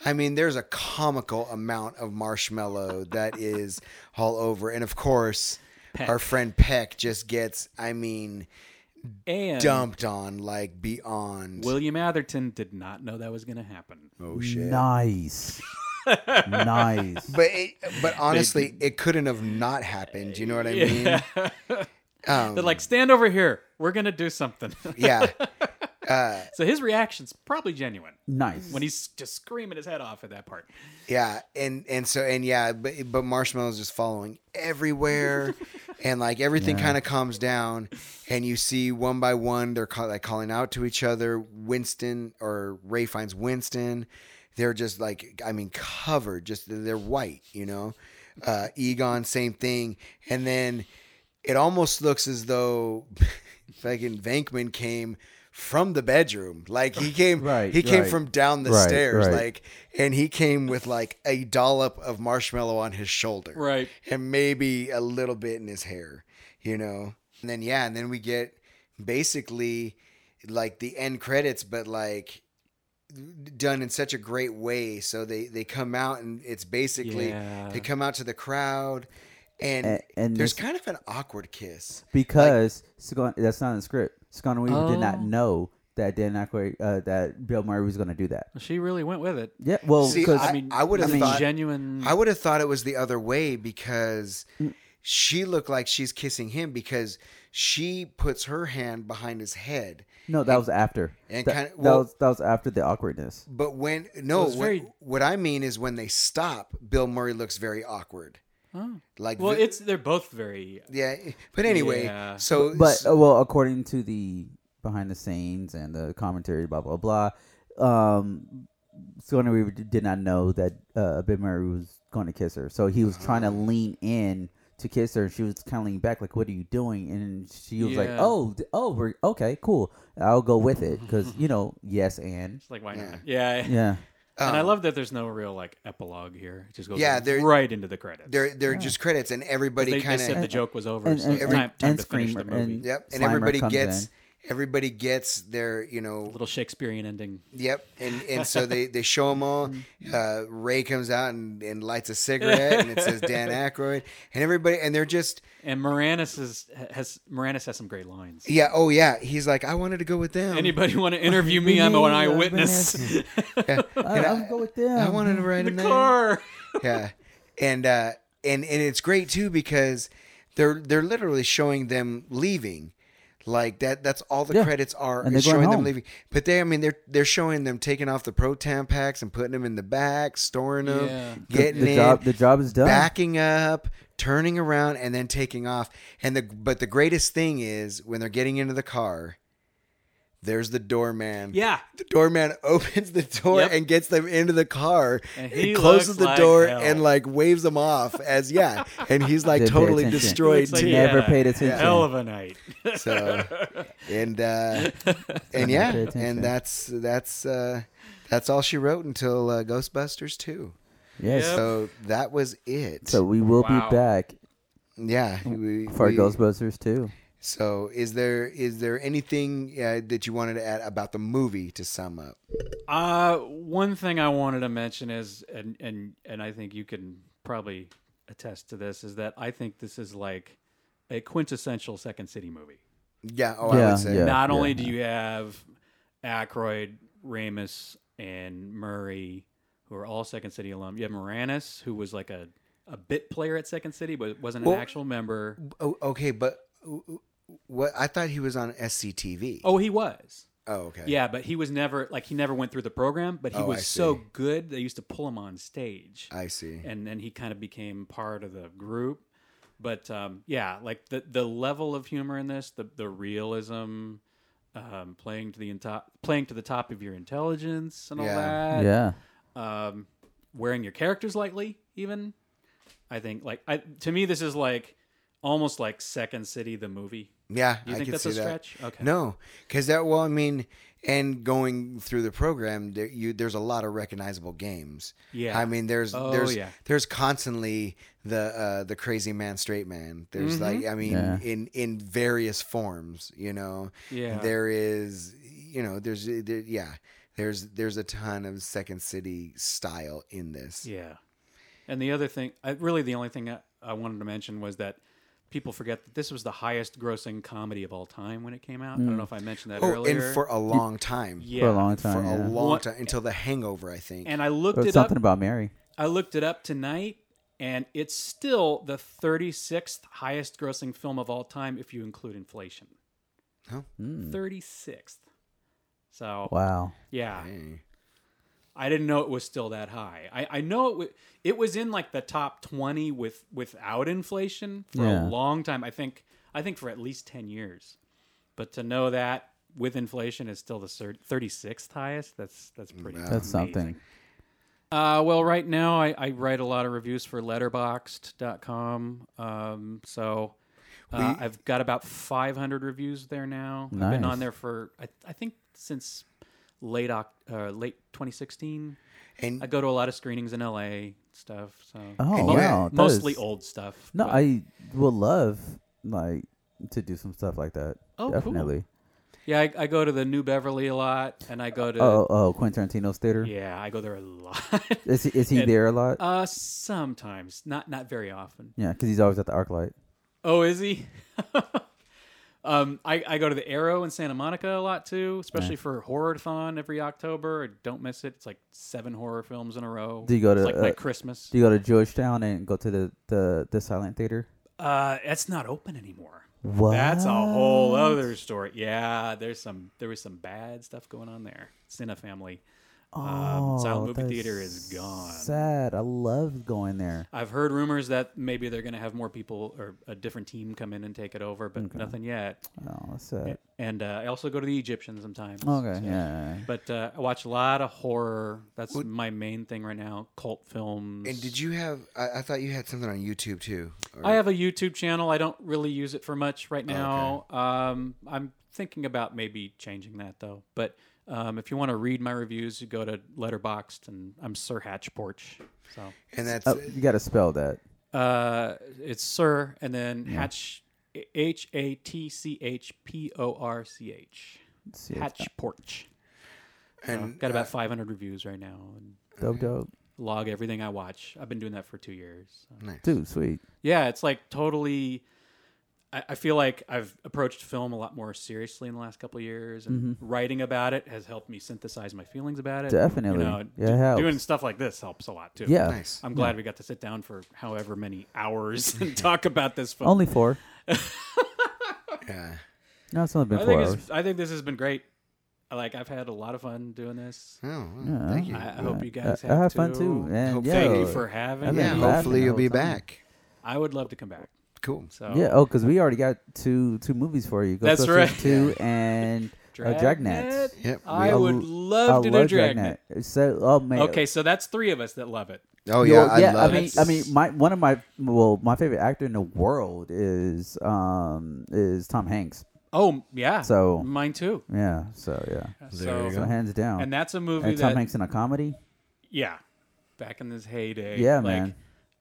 I mean there's a comical amount of marshmallow that is all over, and of course, our friend Peck just gets, I mean, And dumped on like beyond. William Atherton did not know that was going to happen. oh shit! Nice, nice. But it, but honestly, it couldn't have not happened. You know what I mean? Um, They're like, stand over here. We're going to do something. yeah, uh, so his reaction's probably genuine nice. when he's just screaming his head off at that part. yeah, and and so and yeah, but but marshmallows just following everywhere, and like everything kind of calms down, and you see one by one they're call, like calling out to each other. Winston or Ray finds Winston. They're just like I mean covered, just they're white, you know. Uh, Egon, same thing, and then it almost looks as though fucking Venkman came from the bedroom. Like he came Right, he came right. from down the Right, stairs right. like and he came with like a dollop of marshmallow on his shoulder. Right. And maybe a little bit in his hair, you know. And then yeah, and then we get basically like the end credits but like done in such a great way so they they come out and it's basically Yeah. they come out to the crowd and, A- and there's this- kind of an awkward kiss because Sigour- that's not in the script. Sigourney Weaver did Oh. not know that Dan Aykroyd, uh, that Bill Murray was going to do that. She really went with it. Yeah, well, See, because I- I would've it was a thought- genuine. Mm. i would have thought it was the other way because she looked like she's kissing him because she puts her hand behind his head no, that was after. and that, kinda- that well- was that was after the awkwardness. but when no So it's what, very- what i mean is when they stop bill murray looks very awkward Oh. like Well, the- it's they're both very. yeah but anyway Yeah. so But uh, well, according to the behind the scenes and the commentary, blah blah blah, um, Sigourney Weaver d- did not know that uh, Bill Murray was going to kiss her, so he was trying to Uh-huh. lean in to kiss her, and she was kind of leaning back, like, "What are you doing?" And she was like, Yeah. "Oh, d- oh, we're okay, cool. I'll go with it because you know, yes, and It's like why not? Yeah. yeah, and I um, love that there's no real like epilogue here. It just goes Yeah, like, they're- right into the credits. they're they're just credits and They- everybody they, kind said of the joke was over. and- so it's and- time, and time to finish the Screamer, movie. and- yep and Slimer everybody comes gets in. everybody gets their you know little Shakespearean ending. Yep, and and so they they show them all. Mm-hmm. Uh, Ray comes out and, and lights a cigarette, and it says Dan Aykroyd, and everybody, and they're just And Moranis is, has Moranis has some great lines. yeah, oh yeah. He's like, I wanted to go with them. Anybody want to interview me? I'm an Me, eyewitness. Yeah, I, and I- I'll go with them. I wanted to ride the in that. car. Yeah, and uh, and and it's great too because they're they're literally showing them leaving. Like that. That's all the Yeah. credits are And is they're going showing them home. leaving. But they, I mean, they're they're showing them taking off the pro tam packs and putting them in the back, storing them, Yeah. getting the in, job. The job is done. backing up, turning around, and then taking off. And the but the greatest thing is when they're getting into the car, There's the doorman. Yeah. The doorman opens the door Yep. and gets them into the car And and he closes looks the like door hell. and like waves them off as yeah. And he's like Didn't pay totally attention. destroyed Looks like too. he yeah. Never had a paid attention. Hell of a night. So and uh and yeah, Pay attention. and that's that's uh that's all she wrote until uh, Ghostbusters 2. Yes. Yep. So that was it. So we will Wow. be back yeah, we, for we- Ghostbusters too. So is there is there anything uh, that you wanted to add about the movie to sum up? Uh, one thing I wanted to mention is, and and and I think you can probably attest to this, is that I think this is like a quintessential Second City movie. Yeah, oh, I Yeah, would say yeah. Not only do you have Aykroyd, Ramus, and Murray, who are all Second City alum, you have Moranis, who was like a a bit player at Second City, but wasn't an Well- actual member. Oh, okay, but what I thought he was on SCTV. Oh, he was. oh, okay. Yeah, but he was never like he never went through the program, but he Oh, I was so see. good they used to pull him on stage. I see. and then he kind of became part of the group. But um, yeah, like the the level of humor in this, the the realism, um, playing to the into- playing to the top of your intelligence and all Yeah. that, Yeah. um, wearing your characters lightly, even. I think like I to me this is like almost like Second City the movie. Yeah, You I think could that's see a that. stretch? Okay. No, because that. Well, I mean, and going through the program, there, you there's a lot of recognizable games. Yeah. I mean, there's Oh, there's yeah. there's constantly the uh, the crazy man, straight man. There's Mm-hmm. like, I mean, Yeah. in in various forms, you know. Yeah. There is, you know, there's uh, there, yeah, there's there's a ton of Second City style in this. Yeah. And the other thing, I, really the only thing I, I wanted to mention was that people forget that this was the highest grossing comedy of all time when it came out. I don't know if I mentioned that oh, earlier. and for a long time. yeah. For a long For time. a yeah. long What- time until the Hangover, I think. And I looked Or it something up. about Mary. I looked it up tonight and it's still the 36th highest grossing film of all time if you include inflation. Oh. 36th. So, Wow. yeah. Dang. I didn't know it was still that high. I, I know it w- it was in like the top twenty with without inflation for Yeah. a long time. I think I think for at least ten years. But to know that with inflation is still the thirty sixth highest. That's that's pretty. That's amazing. something. Uh, well, right now I, I write a lot of reviews for Letterboxd.com. Um, so uh, We- I've got about 500 reviews there now. I've been Nice. on there for I, I think since late Oc- uh, late 2016. and I go to a lot of screenings in LA stuff. So Oh yeah, wow. that mostly is- old stuff. No, but- I would love like to do some stuff like that. Oh, cool. definitely. yeah, I, I go to the New Beverly a lot, and I go to Oh, oh, Quentin Tarantino's theater. yeah, I go there a lot. Is he, is he And- there a lot? Yeah, 'cause uh, sometimes not not very often. yeah, because he's always at the ArcLight. Oh, is he? um, I, I go to the Arrow in Santa Monica a lot too, especially for Horrorthon every October. I don't miss it. It's like seven horror films in a row. Do you go It's to, like my uh, Christmas? Do you go to Georgetown and go to the the, the silent theater? uh, that's not open anymore. What? That's a whole other story. Yeah, there's some there was some bad stuff going on there. Cine Family. Oh, um, silent movie that's theater is gone. Sad. I love going there. I've heard rumors that maybe they're going to have more people or a different team come in and take it over, but nothing yet. Oh, that's sad. And uh, I also go to the Egyptian sometimes. Okay. so- Yeah. But uh, I watch a lot of horror. That's my main thing right now. Cult films. And did you have? I, I thought you had something on YouTube too. Or- I have a YouTube channel. I don't really use it for much right now. Um, I'm thinking about maybe changing that though. But um, if you want to read my reviews, you go to Letterboxd, and I'm Sir Hatch Porch. So and that's Oh, you got to spell that. uh, it's Sir, and then Hatch, H A T C H P O R C H, Let's see. Hatch Porch. So, and Oh, got about 500 reviews right now, and Dope, dope. log everything I watch. I've been doing that for two years. so. Dude, sweet. Yeah, it's like totally. I, I feel like I've approached film a lot more seriously in the last couple of years, and Mm-hmm. writing about it has helped me synthesize my feelings about it. Definitely. Uh, you know, Yeah, it do- helps. doing stuff like this helps a lot too. Yeah. nice. I'm glad we got to sit down for however many hours and talk about this film. Only four. Yeah. No, it's only been I four think hours. it's, I think this has been great. I- Like I've had a lot of fun doing this. Oh, well, thank you. I, I hope you guys I, Uh, have, I have fun too. And Hope- yeah, Thank you for having I've me. yeah. been Yeah. laughing Hopefully the you'll whole be time. back. I would love to come back. Cool. So uh, oh, Yeah. Oh, because we already got two two movies for you. That's Ghostbusters right. Two and Uh, Dragnet. Yep. I I would l- love I to love do Dragnet. So, oh man. Okay, so that's three of us that love it. Oh yeah, Well, I love I mean, it. I mean, my one of my well, my favorite actor in the world is um is Tom Hanks. Oh yeah. So- mine too. Yeah. So yeah. so, So hands down. and that's a movie and Tom that Hanks in a comedy. yeah, back in his heyday. Yeah, like, man.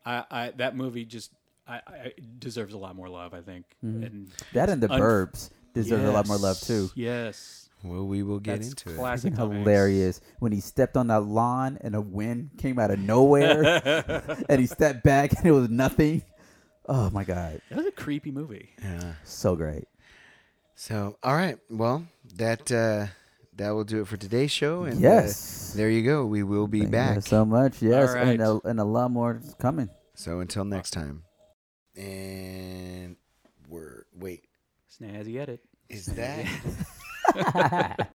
I, I that movie just I, I deserves a lot more love. I think. And That and the Un- Burbs deserve Mm-hmm. a lot more love too. Yes. well, we will get That's into it. classic. Tom Hanks. Hilarious when he stepped on that lawn and a wind came out of nowhere, and he stepped back and it was nothing. Oh my god, That was a creepy movie. so great. So, all right. Well, that uh, that will do it for today's show. And uh, Yes. there you go. We will be Thank you back. guys so much. Yes, right. and a, and a lot more is coming. So until next time. And we're wait, Snazzy edit. is that?